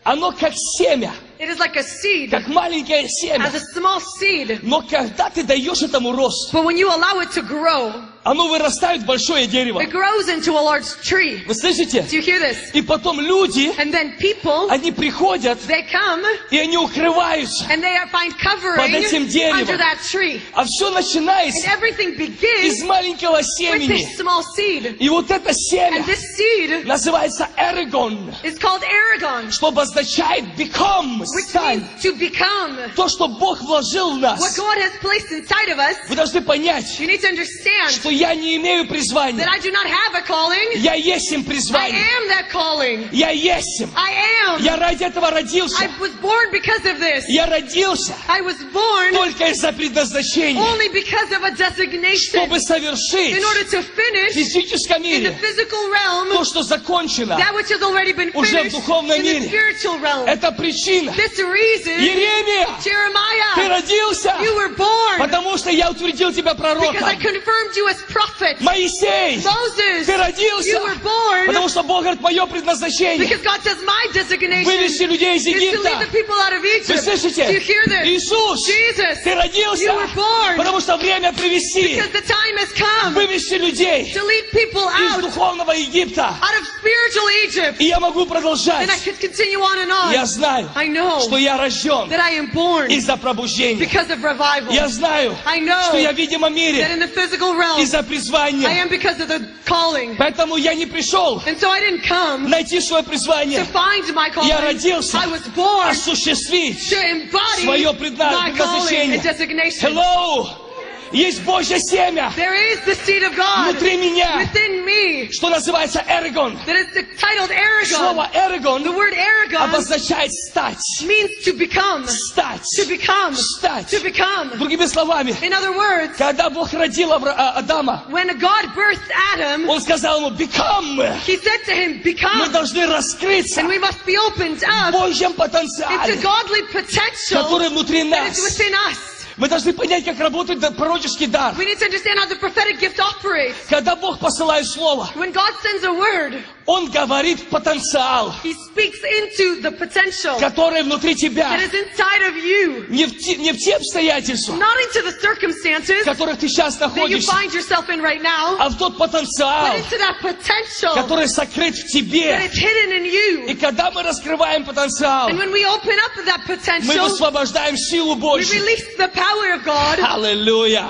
Speaker 2: оно как семя,
Speaker 5: it is like a seed,
Speaker 2: как маленькое семя.
Speaker 5: as a small seed.
Speaker 2: Но когда ты даешь этому рост,
Speaker 5: But when you allow it to grow,
Speaker 2: оно вырастает в большое дерево.
Speaker 5: it grows into a large tree.
Speaker 2: Вы слышите?
Speaker 5: Do you hear this?
Speaker 2: И потом люди,
Speaker 5: And then people,
Speaker 2: они приходят,
Speaker 5: they come
Speaker 2: и они укрываются.
Speaker 5: and they are find covering
Speaker 2: Под этим деревом.
Speaker 5: under that tree.
Speaker 2: А все
Speaker 5: And
Speaker 2: начинается
Speaker 5: everything
Speaker 2: из
Speaker 5: begins
Speaker 2: маленького
Speaker 5: with
Speaker 2: семени.
Speaker 5: this small seed.
Speaker 2: И вот это семя
Speaker 5: And this seed
Speaker 2: называется эрегон,
Speaker 5: is called Aragon,
Speaker 2: что обозначает become,
Speaker 5: which
Speaker 2: стань.
Speaker 5: means to become.
Speaker 2: То, что Бог вложил в
Speaker 5: What
Speaker 2: нас.
Speaker 5: God has placed inside of us,
Speaker 2: Вы должны понять,
Speaker 5: you need to understand
Speaker 2: что я не имею
Speaker 5: that
Speaker 2: призвания.
Speaker 5: I do not have a calling.
Speaker 2: Я есть им
Speaker 5: I
Speaker 2: призвание.
Speaker 5: am that calling.
Speaker 2: Я есть им.
Speaker 5: I am.
Speaker 2: Я ради этого родился.
Speaker 5: I was born because of this.
Speaker 2: Я родился
Speaker 5: I was born
Speaker 2: только из-за предназначения,
Speaker 5: only because of a designation.
Speaker 2: чтобы совершить
Speaker 5: In order to
Speaker 2: в
Speaker 5: finish
Speaker 2: физическом
Speaker 5: in the
Speaker 2: мире
Speaker 5: physical realm
Speaker 2: то, что закончено.
Speaker 5: that which has already been
Speaker 2: Уже в
Speaker 5: finished
Speaker 2: духовном
Speaker 5: in the
Speaker 2: мире.
Speaker 5: spiritual realm.
Speaker 2: Это причина.
Speaker 5: This reason,
Speaker 2: Еремия, ты
Speaker 5: Jeremiah,
Speaker 2: родился,
Speaker 5: you were born
Speaker 2: потому что я утвердил тебя
Speaker 5: because I
Speaker 2: пророком.
Speaker 5: confirmed you as prophet.
Speaker 2: Моисей,
Speaker 5: Moses,
Speaker 2: ты родился,
Speaker 5: you were born
Speaker 2: потому что Бог говорит, мое предназначение
Speaker 5: because God says my
Speaker 2: вывести
Speaker 5: designation
Speaker 2: людей из
Speaker 5: is to lead the
Speaker 2: Египта.
Speaker 5: people out of
Speaker 2: Вы
Speaker 5: Egypt. Do you
Speaker 2: слышите?
Speaker 5: hear this?
Speaker 2: Иисус,
Speaker 5: Jesus,
Speaker 2: ты родился,
Speaker 5: you were born
Speaker 2: потому что время привести,
Speaker 5: because the time has come
Speaker 2: вывести людей
Speaker 5: to lead people
Speaker 2: из
Speaker 5: out
Speaker 2: духовного Египта.
Speaker 5: out of spiritual Egypt.
Speaker 2: И я могу
Speaker 5: And I
Speaker 2: продолжать.
Speaker 5: could continue on and on.
Speaker 2: Я знаю,
Speaker 5: I know
Speaker 2: что я рожден
Speaker 5: that I am born
Speaker 2: из-за пробуждения.
Speaker 5: because of revival.
Speaker 2: Я знаю,
Speaker 5: I know
Speaker 2: что я в видимом
Speaker 5: that
Speaker 2: мире
Speaker 5: in the physical realm,
Speaker 2: из-за
Speaker 5: I
Speaker 2: призвания.
Speaker 5: am because of the calling.
Speaker 2: Поэтому я не пришел
Speaker 5: And so I didn't come
Speaker 2: найти свое
Speaker 5: to
Speaker 2: призвание,
Speaker 5: find my calling.
Speaker 2: Я родился.
Speaker 5: I was born
Speaker 2: осуществить.
Speaker 5: to embody
Speaker 2: Своё предна-
Speaker 5: my calling
Speaker 2: предназначение.
Speaker 5: and designation.
Speaker 2: Hello! Есть Божье семя
Speaker 5: There is the seed of God
Speaker 2: внутри меня,
Speaker 5: within me
Speaker 2: что называется эргон.
Speaker 5: that is titled Aragon.
Speaker 2: Слово эргон
Speaker 5: The word Aragon
Speaker 2: обозначает стать.
Speaker 5: means to become,
Speaker 2: Стать.
Speaker 5: to become,
Speaker 2: Стать.
Speaker 5: to become.
Speaker 2: Другими словами,
Speaker 5: In other words,
Speaker 2: когда Бог родил Абра- а- Адама,
Speaker 5: when God birthed Adam,
Speaker 2: Он сказал ему, become!
Speaker 5: he said to
Speaker 2: Мы
Speaker 5: him, Become,
Speaker 2: должны раскрыться
Speaker 5: and we must be opened
Speaker 2: в
Speaker 5: up
Speaker 2: Божьем
Speaker 5: into
Speaker 2: потенциале,
Speaker 5: godly potential
Speaker 2: который внутри
Speaker 5: that is
Speaker 2: нас.
Speaker 5: within us.
Speaker 2: Мы должны понять, как работает да- пророческий дар.
Speaker 5: We need to understand how the prophetic gift operates.
Speaker 2: Когда Бог посылает Слово,
Speaker 5: When God sends a word,
Speaker 2: Он говорит в потенциал,
Speaker 5: He speaks into the potential
Speaker 2: который внутри тебя.
Speaker 5: that is inside of you,
Speaker 2: Не в, те, не в те обстоятельства,
Speaker 5: not into the circumstances
Speaker 2: в которых ты сейчас
Speaker 5: that you
Speaker 2: находишься,
Speaker 5: find yourself in right now,
Speaker 2: а в тот потенциал,
Speaker 5: but into that potential
Speaker 2: который сокрыт в
Speaker 5: that
Speaker 2: тебе.
Speaker 5: is hidden in
Speaker 2: И
Speaker 5: you.
Speaker 2: когда мы раскрываем потенциал,
Speaker 5: And when we open up that
Speaker 2: мы
Speaker 5: potential,
Speaker 2: высвобождаем силу
Speaker 5: we
Speaker 2: Божью.
Speaker 5: release the power of God.
Speaker 2: Аллилуйя!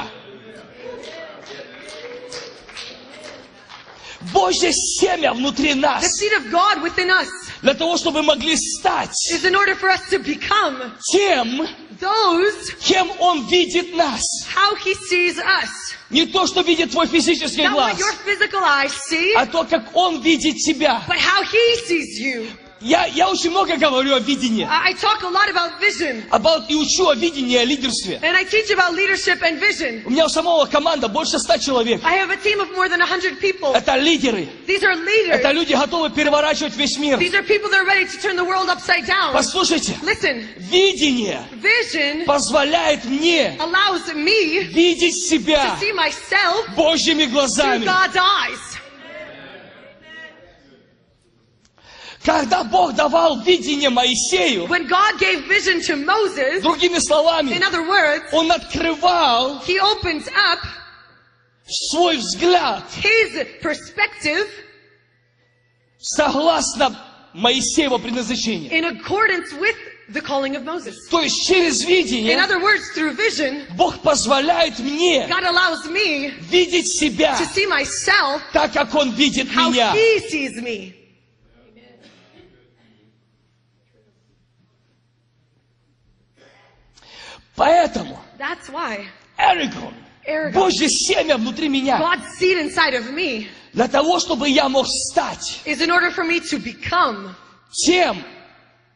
Speaker 2: Божье семя внутри
Speaker 5: The
Speaker 2: нас,
Speaker 5: seed of God within us
Speaker 2: для того, чтобы мы могли стать
Speaker 5: is in order for us to become
Speaker 2: тем,
Speaker 5: those
Speaker 2: Кем Он видит нас.
Speaker 5: how he sees us.
Speaker 2: Не то, что видит твой физический
Speaker 5: Not
Speaker 2: глаз,
Speaker 5: what your physical eyes see,
Speaker 2: а то, как Он видит тебя.
Speaker 5: but how he sees you.
Speaker 2: Я, я очень много говорю о видении.
Speaker 5: I I talk a lot about vision,
Speaker 2: About, и учу о видении, о лидерстве.
Speaker 5: and I teach about leadership and vision.
Speaker 2: У меня у самого команда больше ста человек.
Speaker 5: I have a team of more than 100 people.
Speaker 2: Это лидеры.
Speaker 5: These are
Speaker 2: Это
Speaker 5: leaders.
Speaker 2: люди готовы переворачивать весь мир.
Speaker 5: These are people that are ready to turn the world upside down.
Speaker 2: Послушайте,
Speaker 5: Listen,
Speaker 2: видение
Speaker 5: vision
Speaker 2: позволяет мне
Speaker 5: allows me
Speaker 2: видеть себя
Speaker 5: to see myself
Speaker 2: Божьими
Speaker 5: through
Speaker 2: глазами.
Speaker 5: God's eyes.
Speaker 2: Когда Бог давал видение Моисею,
Speaker 5: When God gave vision to Moses,
Speaker 2: другими словами,
Speaker 5: in other words,
Speaker 2: он открывал
Speaker 5: he opens up
Speaker 2: свой взгляд
Speaker 5: his perspective
Speaker 2: согласно Моисеева предназначения.
Speaker 5: in accordance with the calling of Moses.
Speaker 2: То есть через
Speaker 5: In
Speaker 2: видение
Speaker 5: other words, through vision,
Speaker 2: Бог позволяет мне
Speaker 5: God allows me
Speaker 2: видеть себя
Speaker 5: to see myself
Speaker 2: так, как Он видит
Speaker 5: how
Speaker 2: меня.
Speaker 5: he sees me.
Speaker 2: Поэтому
Speaker 5: That's why
Speaker 2: Эрикон,
Speaker 5: arrogance,
Speaker 2: Божье семя внутри меня,
Speaker 5: God's seed inside of me,
Speaker 2: для того, чтобы я мог стать
Speaker 5: is in order for me to become
Speaker 2: тем,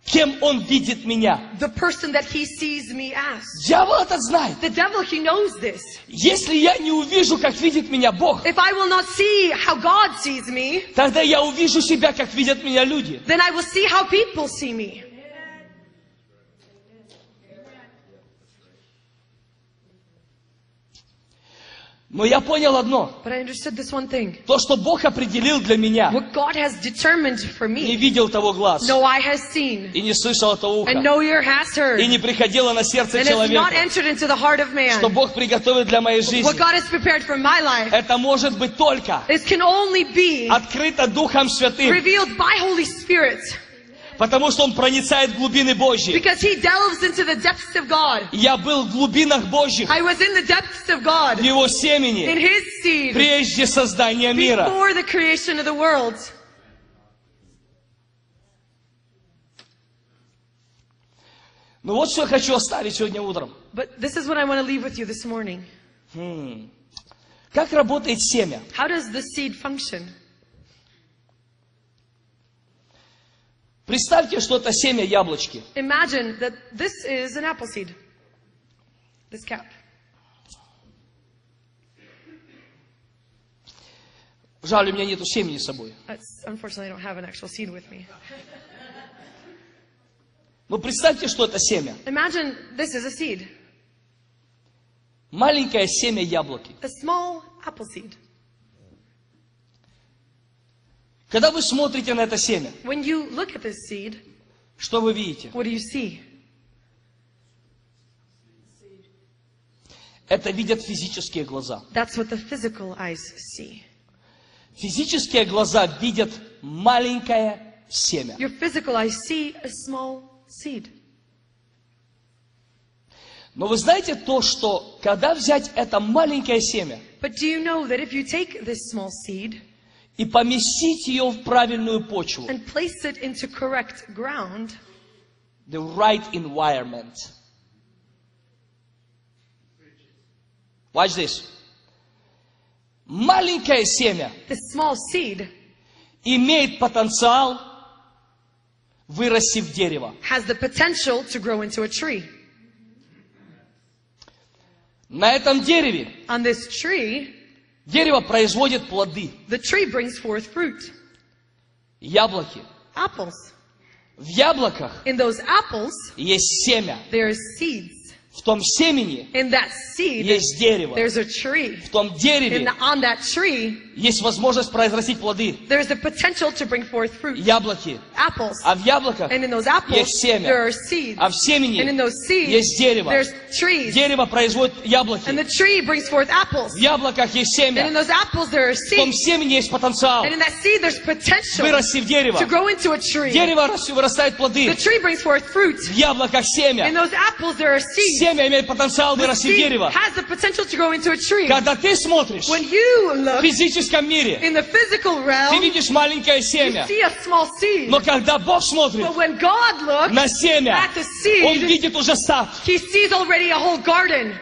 Speaker 2: кем Он видит меня.
Speaker 5: the person that he sees me as.
Speaker 2: Дьявол это знает.
Speaker 5: The devil, he knows this.
Speaker 2: Если я не увижу, как видит меня Бог,
Speaker 5: If I will not see how God sees me,
Speaker 2: тогда я увижу себя, как видят меня люди.
Speaker 5: then I will see how people see me.
Speaker 2: Но я понял одно.
Speaker 5: But I understood this one thing.
Speaker 2: То, что Бог определил для меня,
Speaker 5: What God has determined for
Speaker 2: не
Speaker 5: me,
Speaker 2: видел того глаз,
Speaker 5: no eye has seen,
Speaker 2: и не слышал того
Speaker 5: and
Speaker 2: уха,
Speaker 5: no ear has heard,
Speaker 2: и
Speaker 5: and
Speaker 2: не приходило на сердце
Speaker 5: has not
Speaker 2: человека,
Speaker 5: entered into the heart of man.
Speaker 2: что Бог приготовил для моей
Speaker 5: What
Speaker 2: жизни.
Speaker 5: God has prepared for my life,
Speaker 2: Это может быть только
Speaker 5: this can only be
Speaker 2: открыто Духом Святым,
Speaker 5: revealed by Holy Spirit,
Speaker 2: потому что Он проницает глубины Божьи.
Speaker 5: because He delves into the depths of God.
Speaker 2: Я был в глубинах Божьих,
Speaker 5: I was in the depths of God,
Speaker 2: в Его
Speaker 5: in
Speaker 2: семени,
Speaker 5: His seed,
Speaker 2: прежде создания мира.
Speaker 5: before the creation of the world.
Speaker 2: Ну вот что я хочу оставить сегодня утром.
Speaker 5: But this is what I want to leave with you this morning.
Speaker 2: Хм. Как работает семя?
Speaker 5: How does the seed function?
Speaker 2: Представьте, что это семя яблочки.
Speaker 5: Imagine that this is an apple seed. This cap.
Speaker 2: Жаль, у меня нету семени с собой.
Speaker 5: That's, unfortunately, I don't have an actual seed with me.
Speaker 2: Но Ну, представьте, что это семя.
Speaker 5: Imagine this is a seed,
Speaker 2: Маленькое семя яблоки.
Speaker 5: a small apple seed.
Speaker 2: Когда вы смотрите на это семя,
Speaker 5: When you look at this seed,
Speaker 2: что вы видите?
Speaker 5: what do you see?
Speaker 2: Это видят физические глаза.
Speaker 5: That's what the physical eyes see.
Speaker 2: Физические глаза видят маленькое семя.
Speaker 5: Your physical eyes see a small seed.
Speaker 2: Но вы знаете то, что когда взять это маленькое семя
Speaker 5: But do you know that if you take this small seed
Speaker 2: и поместить ее в правильную почву,
Speaker 5: and place it into correct ground,
Speaker 2: the right environment. Watch this. Маленькое семя
Speaker 5: this small seed
Speaker 2: имеет потенциал вырасти в дерево.
Speaker 5: has the potential to grow into a tree.
Speaker 2: На этом дереве
Speaker 5: On this tree,
Speaker 2: дерево производит плоды,
Speaker 5: the tree brings forth fruit,
Speaker 2: яблоки.
Speaker 5: apples.
Speaker 2: В яблоках
Speaker 5: In those apples,
Speaker 2: есть семя.
Speaker 5: there is seeds.
Speaker 2: В том семени
Speaker 5: In that seed,
Speaker 2: есть дерево.
Speaker 5: there's a tree.
Speaker 2: В том
Speaker 5: In
Speaker 2: дереве
Speaker 5: the, on that tree,
Speaker 2: есть возможность произрастить плоды,
Speaker 5: there's the potential to bring forth fruit,
Speaker 2: яблоки.
Speaker 5: apples.
Speaker 2: А в яблоках
Speaker 5: And in those
Speaker 2: Ah. есть
Speaker 5: apples, there
Speaker 2: семя.
Speaker 5: are seeds.
Speaker 2: А в
Speaker 5: And in
Speaker 2: семени
Speaker 5: those seeds,
Speaker 2: есть дерево.
Speaker 5: there's trees.
Speaker 2: Дерево производит
Speaker 5: And the
Speaker 2: яблоки.
Speaker 5: tree brings forth apples.
Speaker 2: В яблоках есть
Speaker 5: And in
Speaker 2: семя.
Speaker 5: those apples, there are
Speaker 2: В том
Speaker 5: seeds.
Speaker 2: семени есть потенциал.
Speaker 5: And in that seed, there's potential
Speaker 2: Вырасти в дерево.
Speaker 5: to grow into a tree.
Speaker 2: Дерево рас- вырастает
Speaker 5: The
Speaker 2: плоды.
Speaker 5: tree brings forth fruit.
Speaker 2: В яблоках
Speaker 5: In
Speaker 2: семя.
Speaker 5: those apples, there are seeds.
Speaker 2: Семя имеет потенциал
Speaker 5: The
Speaker 2: вырасти в
Speaker 5: seed
Speaker 2: дерево.
Speaker 5: has the potential to grow into a tree.
Speaker 2: Когда ты смотришь
Speaker 5: When you look
Speaker 2: физическом мире
Speaker 5: In the physical
Speaker 2: ты
Speaker 5: realm,
Speaker 2: видишь маленькое
Speaker 5: you
Speaker 2: семя.
Speaker 5: see a small seed.
Speaker 2: Но когда Бог смотрит
Speaker 5: But when God
Speaker 2: на
Speaker 5: looks,
Speaker 2: семя,
Speaker 5: at the
Speaker 2: Он
Speaker 5: seed,
Speaker 2: видит уже сад.
Speaker 5: He sees already a whole garden.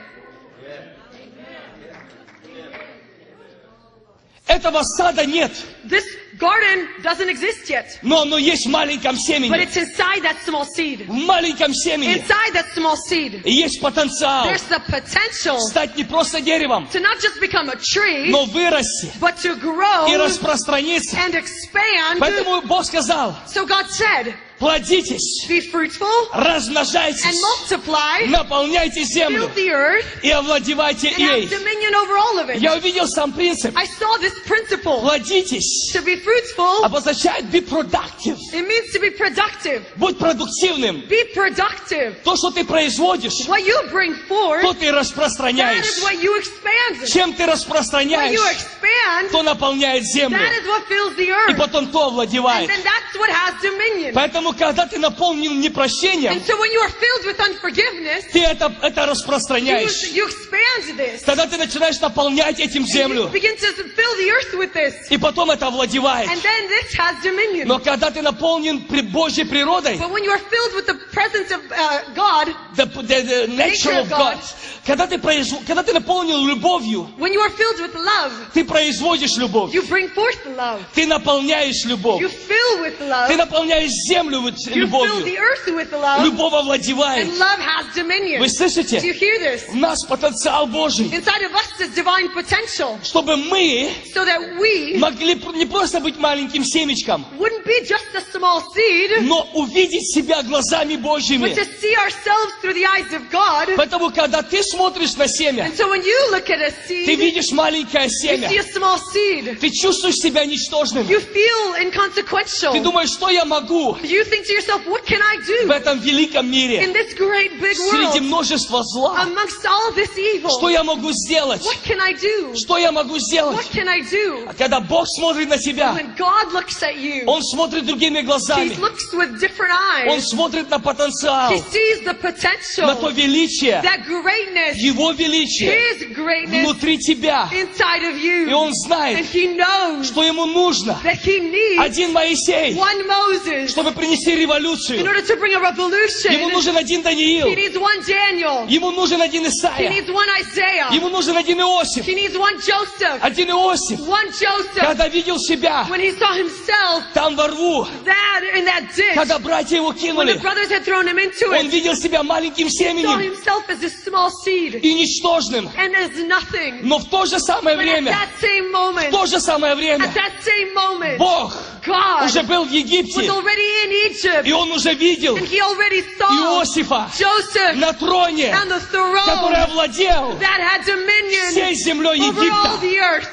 Speaker 2: Этого сада нет,
Speaker 5: This garden doesn't exist yet,
Speaker 2: но оно есть в маленьком
Speaker 5: but
Speaker 2: семени.
Speaker 5: it's inside that small seed.
Speaker 2: В маленьком семени
Speaker 5: Inside that small seed,
Speaker 2: И есть потенциал
Speaker 5: there's the potential
Speaker 2: стать не просто деревом,
Speaker 5: to not just become a tree,
Speaker 2: но вырасти
Speaker 5: but to
Speaker 2: и
Speaker 5: grow
Speaker 2: распространиться.
Speaker 5: and expand.
Speaker 2: Поэтому Бог сказал,
Speaker 5: So God said,
Speaker 2: плодитесь,
Speaker 5: Be fruitful and
Speaker 2: размножайтесь,
Speaker 5: multiply,
Speaker 2: наполняйте землю
Speaker 5: fill the earth,
Speaker 2: и овладевайте
Speaker 5: and
Speaker 2: ей.
Speaker 5: have dominion over all of it.
Speaker 2: Я увидел сам принцип.
Speaker 5: I saw this principle.
Speaker 2: Плодитесь
Speaker 5: To be fruitful,
Speaker 2: обозначает be productive.
Speaker 5: it means to be productive.
Speaker 2: Будь продуктивным.
Speaker 5: Be productive.
Speaker 2: То, что ты производишь,
Speaker 5: What you bring
Speaker 2: то
Speaker 5: forth,
Speaker 2: ты
Speaker 5: that is
Speaker 2: распространяешь.
Speaker 5: what you expand.
Speaker 2: Чем ты
Speaker 5: What you
Speaker 2: распространяешь,
Speaker 5: expand,
Speaker 2: то наполняет землю.
Speaker 5: that is what fills the
Speaker 2: И
Speaker 5: earth.
Speaker 2: потом то
Speaker 5: And
Speaker 2: овладевает.
Speaker 5: then that's what has dominion.
Speaker 2: Поэтому, когда ты наполнен непрощением,
Speaker 5: And so when you are filled with unforgiveness,
Speaker 2: ты это, это
Speaker 5: you,
Speaker 2: распространяешь.
Speaker 5: you expand this.
Speaker 2: Тогда ты начинаешь наполнять этим
Speaker 5: You
Speaker 2: землю.
Speaker 5: begin to fill the earth with this.
Speaker 2: И потом это овладевает.
Speaker 5: And then this has dominion.
Speaker 2: Но когда ты наполнен при Божьей природой,
Speaker 5: But when you are filled with the presence of uh, God,
Speaker 2: the, the- the nature of God, когда ты, произв- когда ты наполнен любовью,
Speaker 5: when you are filled with love,
Speaker 2: ты производишь любовь.
Speaker 5: you bring forth love.
Speaker 2: Ты наполняешь
Speaker 5: You
Speaker 2: любовь.
Speaker 5: fill with
Speaker 2: Ты
Speaker 5: love.
Speaker 2: наполняешь землю вот
Speaker 5: You fill
Speaker 2: любовью.
Speaker 5: the earth with love.
Speaker 2: Любовь
Speaker 5: And
Speaker 2: овладевает.
Speaker 5: love has dominion.
Speaker 2: Вы
Speaker 5: Do you
Speaker 2: слышите?
Speaker 5: hear this?
Speaker 2: В нас потенциал Божий.
Speaker 5: Inside of us is divine potential
Speaker 2: Чтобы мы
Speaker 5: so that we
Speaker 2: могли пр- не просто быть маленьким семечком,
Speaker 5: wouldn't be just a small seed,
Speaker 2: но увидеть себя глазами
Speaker 5: but
Speaker 2: Божьими.
Speaker 5: to see ourselves through the eyes of God.
Speaker 2: Поэтому, когда ты смотришь на семя,
Speaker 5: And so when you look at a
Speaker 2: ты
Speaker 5: seed,
Speaker 2: видишь маленькое
Speaker 5: you see a
Speaker 2: семя.
Speaker 5: small seed.
Speaker 2: Ты чувствуешь себя ничтожным.
Speaker 5: You feel
Speaker 2: Ты
Speaker 5: inconsequential.
Speaker 2: думаешь, что я могу
Speaker 5: You think to yourself, what can I
Speaker 2: в
Speaker 5: do
Speaker 2: этом великом
Speaker 5: in
Speaker 2: мире,
Speaker 5: this great big
Speaker 2: среди
Speaker 5: world?
Speaker 2: множества зла?
Speaker 5: amongst all this evil.
Speaker 2: Что я могу сделать?
Speaker 5: What can I do?
Speaker 2: Что я могу
Speaker 5: What
Speaker 2: сделать?
Speaker 5: can I do?
Speaker 2: А когда Бог смотрит на тебя,
Speaker 5: When God looks at you,
Speaker 2: Он смотрит другими
Speaker 5: He
Speaker 2: глазами.
Speaker 5: looks with different
Speaker 2: Он
Speaker 5: eyes.
Speaker 2: смотрит на потенциал,
Speaker 5: He sees the
Speaker 2: на то
Speaker 5: potential,
Speaker 2: величие,
Speaker 5: that greatness,
Speaker 2: Его величие
Speaker 5: His greatness
Speaker 2: внутри тебя.
Speaker 5: inside of
Speaker 2: И
Speaker 5: you.
Speaker 2: Он
Speaker 5: And
Speaker 2: знает,
Speaker 5: He knows
Speaker 2: что Ему нужно.
Speaker 5: that He needs
Speaker 2: Один Моисей,
Speaker 5: one Moses
Speaker 2: чтобы принести
Speaker 5: in
Speaker 2: революцию.
Speaker 5: order to bring a
Speaker 2: Ему
Speaker 5: revolution.
Speaker 2: нужен один
Speaker 5: He
Speaker 2: Даниил.
Speaker 5: needs one Daniel.
Speaker 2: Ему нужен один
Speaker 5: He
Speaker 2: Исаия.
Speaker 5: needs one Isaiah.
Speaker 2: Ему нужен один Иосиф.
Speaker 5: He needs one Joseph.
Speaker 2: Один Иосиф,
Speaker 5: One Joseph.
Speaker 2: когда видел себя
Speaker 5: When he saw himself
Speaker 2: там во рву,
Speaker 5: that in that ditch,
Speaker 2: когда братья его
Speaker 5: When the
Speaker 2: кинули,
Speaker 5: brothers had thrown him into
Speaker 2: он
Speaker 5: it,
Speaker 2: видел себя маленьким
Speaker 5: he saw
Speaker 2: семенем
Speaker 5: himself as a small seed
Speaker 2: и ничтожным.
Speaker 5: and as nothing.
Speaker 2: Но в то же самое
Speaker 5: But at
Speaker 2: время,
Speaker 5: that same moment,
Speaker 2: в то же самое время,
Speaker 5: at that same moment,
Speaker 2: Бог
Speaker 5: God
Speaker 2: уже был в
Speaker 5: was
Speaker 2: Египте,
Speaker 5: already in
Speaker 2: и
Speaker 5: Egypt
Speaker 2: он уже видел
Speaker 5: and he already saw
Speaker 2: Иосифа
Speaker 5: Joseph
Speaker 2: на троне,
Speaker 5: and the
Speaker 2: который
Speaker 5: throne
Speaker 2: овладел
Speaker 5: that had
Speaker 2: всей
Speaker 5: dominion
Speaker 2: землей
Speaker 5: over all
Speaker 2: Египта.
Speaker 5: the earth.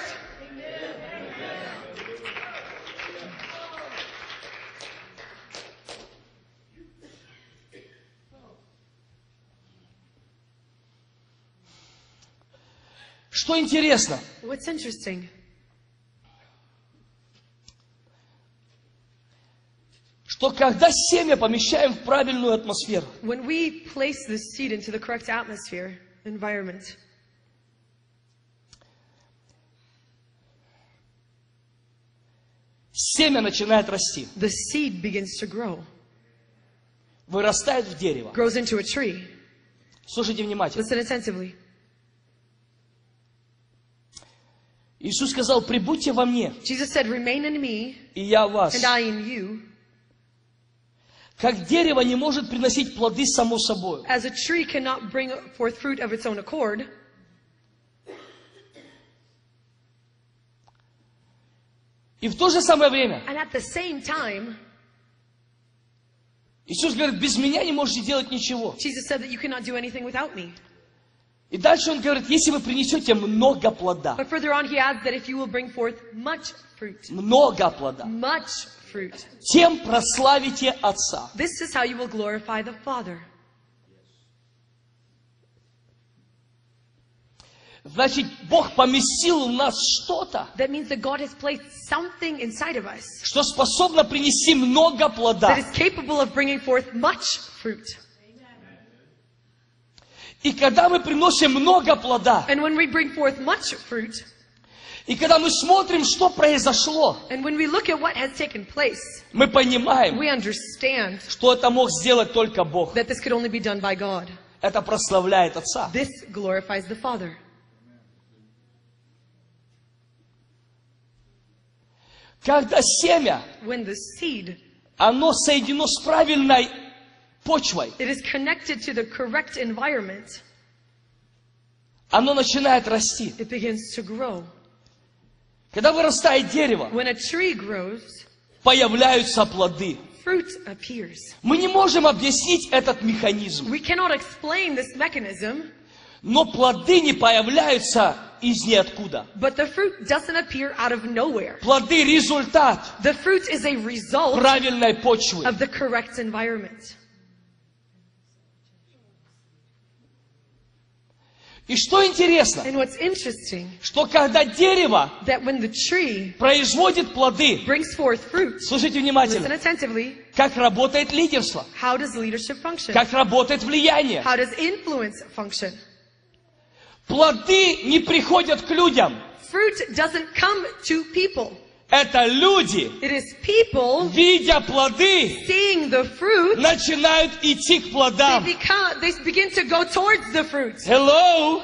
Speaker 2: Что интересно,
Speaker 5: What's interesting,
Speaker 2: что когда семя помещаем в правильную атмосферу,
Speaker 5: when we place this seed into the correct atmosphere, environment,
Speaker 2: семя начинает расти,
Speaker 5: the seed begins to grow,
Speaker 2: вырастает в дерево.
Speaker 5: grows into a tree.
Speaker 2: Слушайте внимательно.
Speaker 5: Listen attentively.
Speaker 2: Иисус сказал, прибудьте во мне,
Speaker 5: Jesus said, Remain in me,
Speaker 2: и я в вас.
Speaker 5: and I in you.
Speaker 2: Как дерево не может приносить плоды само собой,
Speaker 5: As a tree cannot bring forth fruit of its own accord,
Speaker 2: и в то же самое время
Speaker 5: and at the same time,
Speaker 2: Иисус говорит, без меня не можете делать ничего.
Speaker 5: Jesus said that you cannot do anything without me.
Speaker 2: И дальше он говорит, если вы принесете много плода,
Speaker 5: But further on, he adds that if you will bring forth much fruit,
Speaker 2: много плода,
Speaker 5: much fruit,
Speaker 2: тем прославите Отца.
Speaker 5: this is how you will glorify the Father.
Speaker 2: Значит, Бог поместил в нас что-то,
Speaker 5: That means that God has placed something inside of us
Speaker 2: что способно принести много плода.
Speaker 5: that is capable of bringing forth much fruit.
Speaker 2: И когда мы приносим много плода,
Speaker 5: And when we bring forth much fruit,
Speaker 2: И когда мы смотрим, что произошло,
Speaker 5: And when we look at what has taken place,
Speaker 2: мы понимаем,
Speaker 5: we understand
Speaker 2: что это мог сделать только Бог.
Speaker 5: that this could only be done by God.
Speaker 2: Это прославляет Отца.
Speaker 5: This glorifies the Father.
Speaker 2: Когда семя,
Speaker 5: When the seed
Speaker 2: оно соединено с правильной почвой,
Speaker 5: it is connected to the correct environment,
Speaker 2: оно начинает расти.
Speaker 5: it begins to grow.
Speaker 2: Когда вырастает дерево,
Speaker 5: When a tree grows,
Speaker 2: появляются плоды.
Speaker 5: fruit appears.
Speaker 2: Мы не можем объяснить этот механизм,
Speaker 5: We cannot explain this mechanism,
Speaker 2: но плоды не появляются из ниоткуда.
Speaker 5: but the fruit doesn't appear out of nowhere.
Speaker 2: Плоды – результат
Speaker 5: The fruit is a result
Speaker 2: правильной почвы.
Speaker 5: of the correct environment.
Speaker 2: И что интересно,
Speaker 5: And what's interesting,
Speaker 2: что когда дерево
Speaker 5: that when the tree
Speaker 2: производит плоды,
Speaker 5: brings forth fruit,
Speaker 2: слушайте
Speaker 5: listen
Speaker 2: внимательно,
Speaker 5: attentively,
Speaker 2: как работает лидерство,
Speaker 5: how does leadership function?
Speaker 2: как работает влияние.
Speaker 5: How does influence function?
Speaker 2: Плоды не приходят к людям.
Speaker 5: Fruit doesn't come to people.
Speaker 2: Это люди,
Speaker 5: It is people
Speaker 2: видя плоды,
Speaker 5: seeing the fruit,
Speaker 2: начинают идти к
Speaker 5: they,
Speaker 2: плодам.
Speaker 5: become, they begin to go towards the fruit.
Speaker 2: Hello!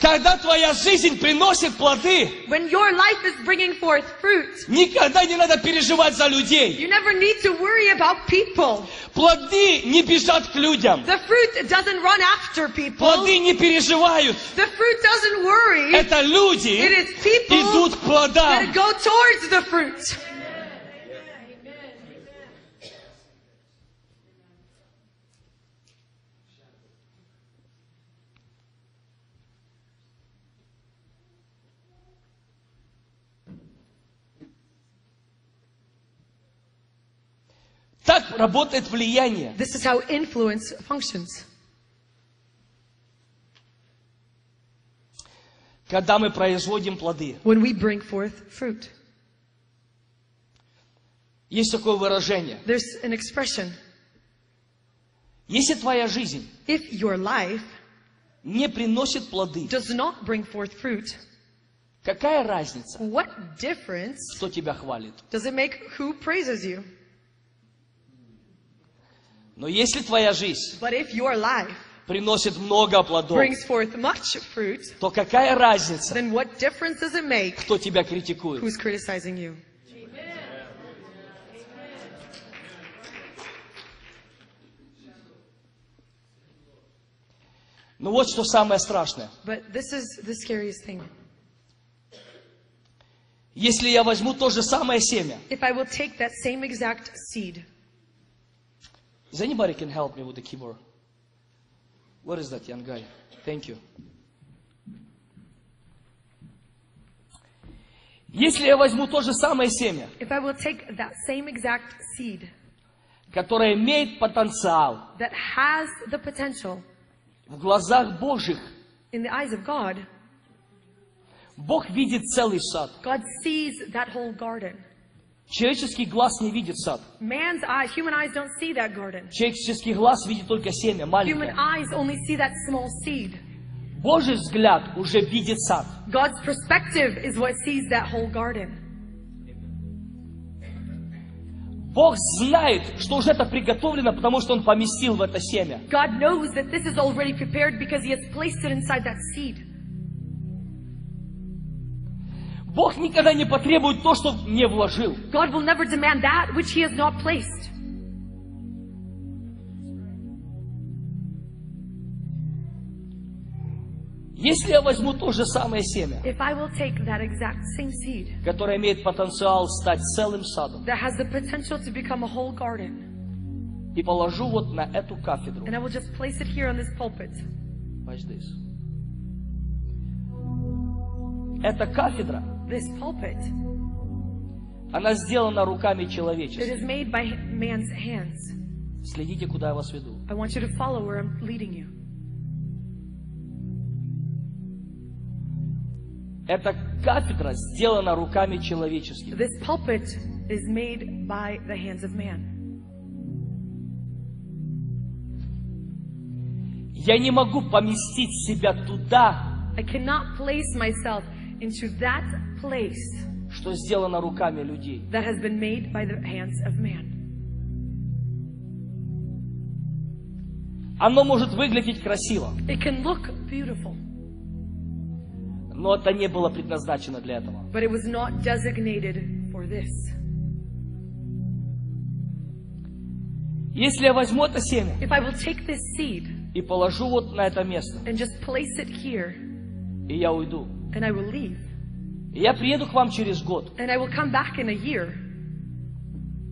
Speaker 2: Когда твоя жизнь приносит плоды,
Speaker 5: When your life is bringing forth fruit,
Speaker 2: никогда не надо переживать за людей.
Speaker 5: you never need to worry about people.
Speaker 2: Плоды не бежат к людям.
Speaker 5: The fruit doesn't run after people.
Speaker 2: Плоды не переживают.
Speaker 5: The fruit doesn't worry.
Speaker 2: Это
Speaker 5: It
Speaker 2: люди
Speaker 5: is people
Speaker 2: идут к
Speaker 5: that
Speaker 2: плодам.
Speaker 5: go towards the fruit.
Speaker 2: Так работает влияние.
Speaker 5: This is how influence functions.
Speaker 2: Когда мы производим плоды.
Speaker 5: When we bring forth fruit,
Speaker 2: Есть такое выражение.
Speaker 5: there's an expression.
Speaker 2: Если твоя жизнь
Speaker 5: If your life
Speaker 2: не приносит плоды,
Speaker 5: does not bring forth fruit,
Speaker 2: какая разница,
Speaker 5: what difference
Speaker 2: кто тебя хвалит?
Speaker 5: does it make who praises you?
Speaker 2: Но если твоя жизнь
Speaker 5: But if your life
Speaker 2: приносит много плодов,
Speaker 5: brings forth much fruit,
Speaker 2: то какая разница,
Speaker 5: then what difference does it make
Speaker 2: кто тебя критикует?
Speaker 5: who's criticizing you?
Speaker 2: Ну вот что самое страшное.
Speaker 5: But this is the scariest thing.
Speaker 2: Если я возьму то же самое семя,
Speaker 5: If I will take that same exact seed,
Speaker 2: Is anybody can help me with the keyboard? What is that, young guy? Thank you. Если я возьму то же самое семя,
Speaker 5: if I will take that same exact seed
Speaker 2: которое имеет потенциал
Speaker 5: that has the potential
Speaker 2: в глазах Божьих,
Speaker 5: in the eyes of God,
Speaker 2: Бог видит целый сад.
Speaker 5: God sees that whole garden.
Speaker 2: Человеческий глаз не видит сад.
Speaker 5: Man's eyes, human eyes don't see that garden.
Speaker 2: Человеческий глаз видит только семя,
Speaker 5: Human
Speaker 2: маленькое.
Speaker 5: eyes only see that small seed.
Speaker 2: Божий взгляд уже видит сад.
Speaker 5: God's perspective is what sees that whole garden.
Speaker 2: Бог знает, что уже это приготовлено, потому что Он поместил в это семя.
Speaker 5: God knows that this is already prepared because He has placed it inside that seed.
Speaker 2: Бог никогда не потребует то, что не вложил.
Speaker 5: God will never demand that which He has not placed.
Speaker 2: Если я возьму то же самое семя,
Speaker 5: If I will take that exact same seed
Speaker 2: которое имеет потенциал стать целым садом,
Speaker 5: that has the potential to become a whole garden,
Speaker 2: и положу вот на эту кафедру,
Speaker 5: and I will just place it here on this pulpit,
Speaker 2: watch this. эта кафедра,
Speaker 5: this pulpit,
Speaker 2: она сделана руками
Speaker 5: it
Speaker 2: человечества.
Speaker 5: is made by man's hands.
Speaker 2: Следите, куда я вас веду.
Speaker 5: I want you to follow where I'm leading you.
Speaker 2: Эта кафедра сделана руками человеческими.
Speaker 5: This pulpit is made by the hands of man.
Speaker 2: Я не могу поместить себя туда,
Speaker 5: I cannot place myself into that place
Speaker 2: что сделано руками людей.
Speaker 5: that has been made by the hands of man.
Speaker 2: Оно может выглядеть красиво,
Speaker 5: It can look beautiful,
Speaker 2: но это не было предназначено для этого.
Speaker 5: but it was not designated for this.
Speaker 2: Если я возьму это семя
Speaker 5: If I will take this seed
Speaker 2: и положу вот на это место,
Speaker 5: and just place it here,
Speaker 2: и я уйду,
Speaker 5: and I will leave,
Speaker 2: и я приеду к вам через год,
Speaker 5: and I will come back in a year,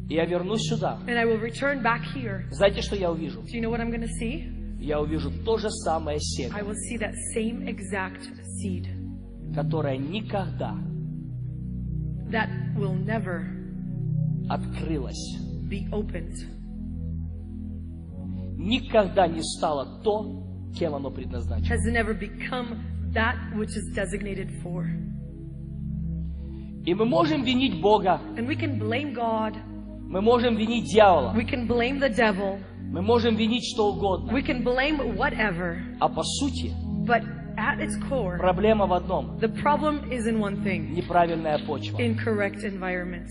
Speaker 2: и я вернусь сюда,
Speaker 5: and I will return back here.
Speaker 2: знаете, что я увижу?
Speaker 5: Do you know what I'm going to see?
Speaker 2: Я увижу то же самое
Speaker 5: I
Speaker 2: семя,
Speaker 5: will see that same exact seed
Speaker 2: которое никогда
Speaker 5: that will never
Speaker 2: открылось,
Speaker 5: be opened.
Speaker 2: никогда не стало то, кем оно предназначено.
Speaker 5: has never become that which is designated for.
Speaker 2: И мы можем винить Бога,
Speaker 5: And we can blame God,
Speaker 2: мы можем винить дьявола,
Speaker 5: we can blame the devil,
Speaker 2: мы можем wинить что угодно,
Speaker 5: we can blame whatever,
Speaker 2: а по сути
Speaker 5: but at its core,
Speaker 2: проблема в одном
Speaker 5: the problem is in one
Speaker 2: –
Speaker 5: thing
Speaker 2: неправильная почва.
Speaker 5: incorrect environment.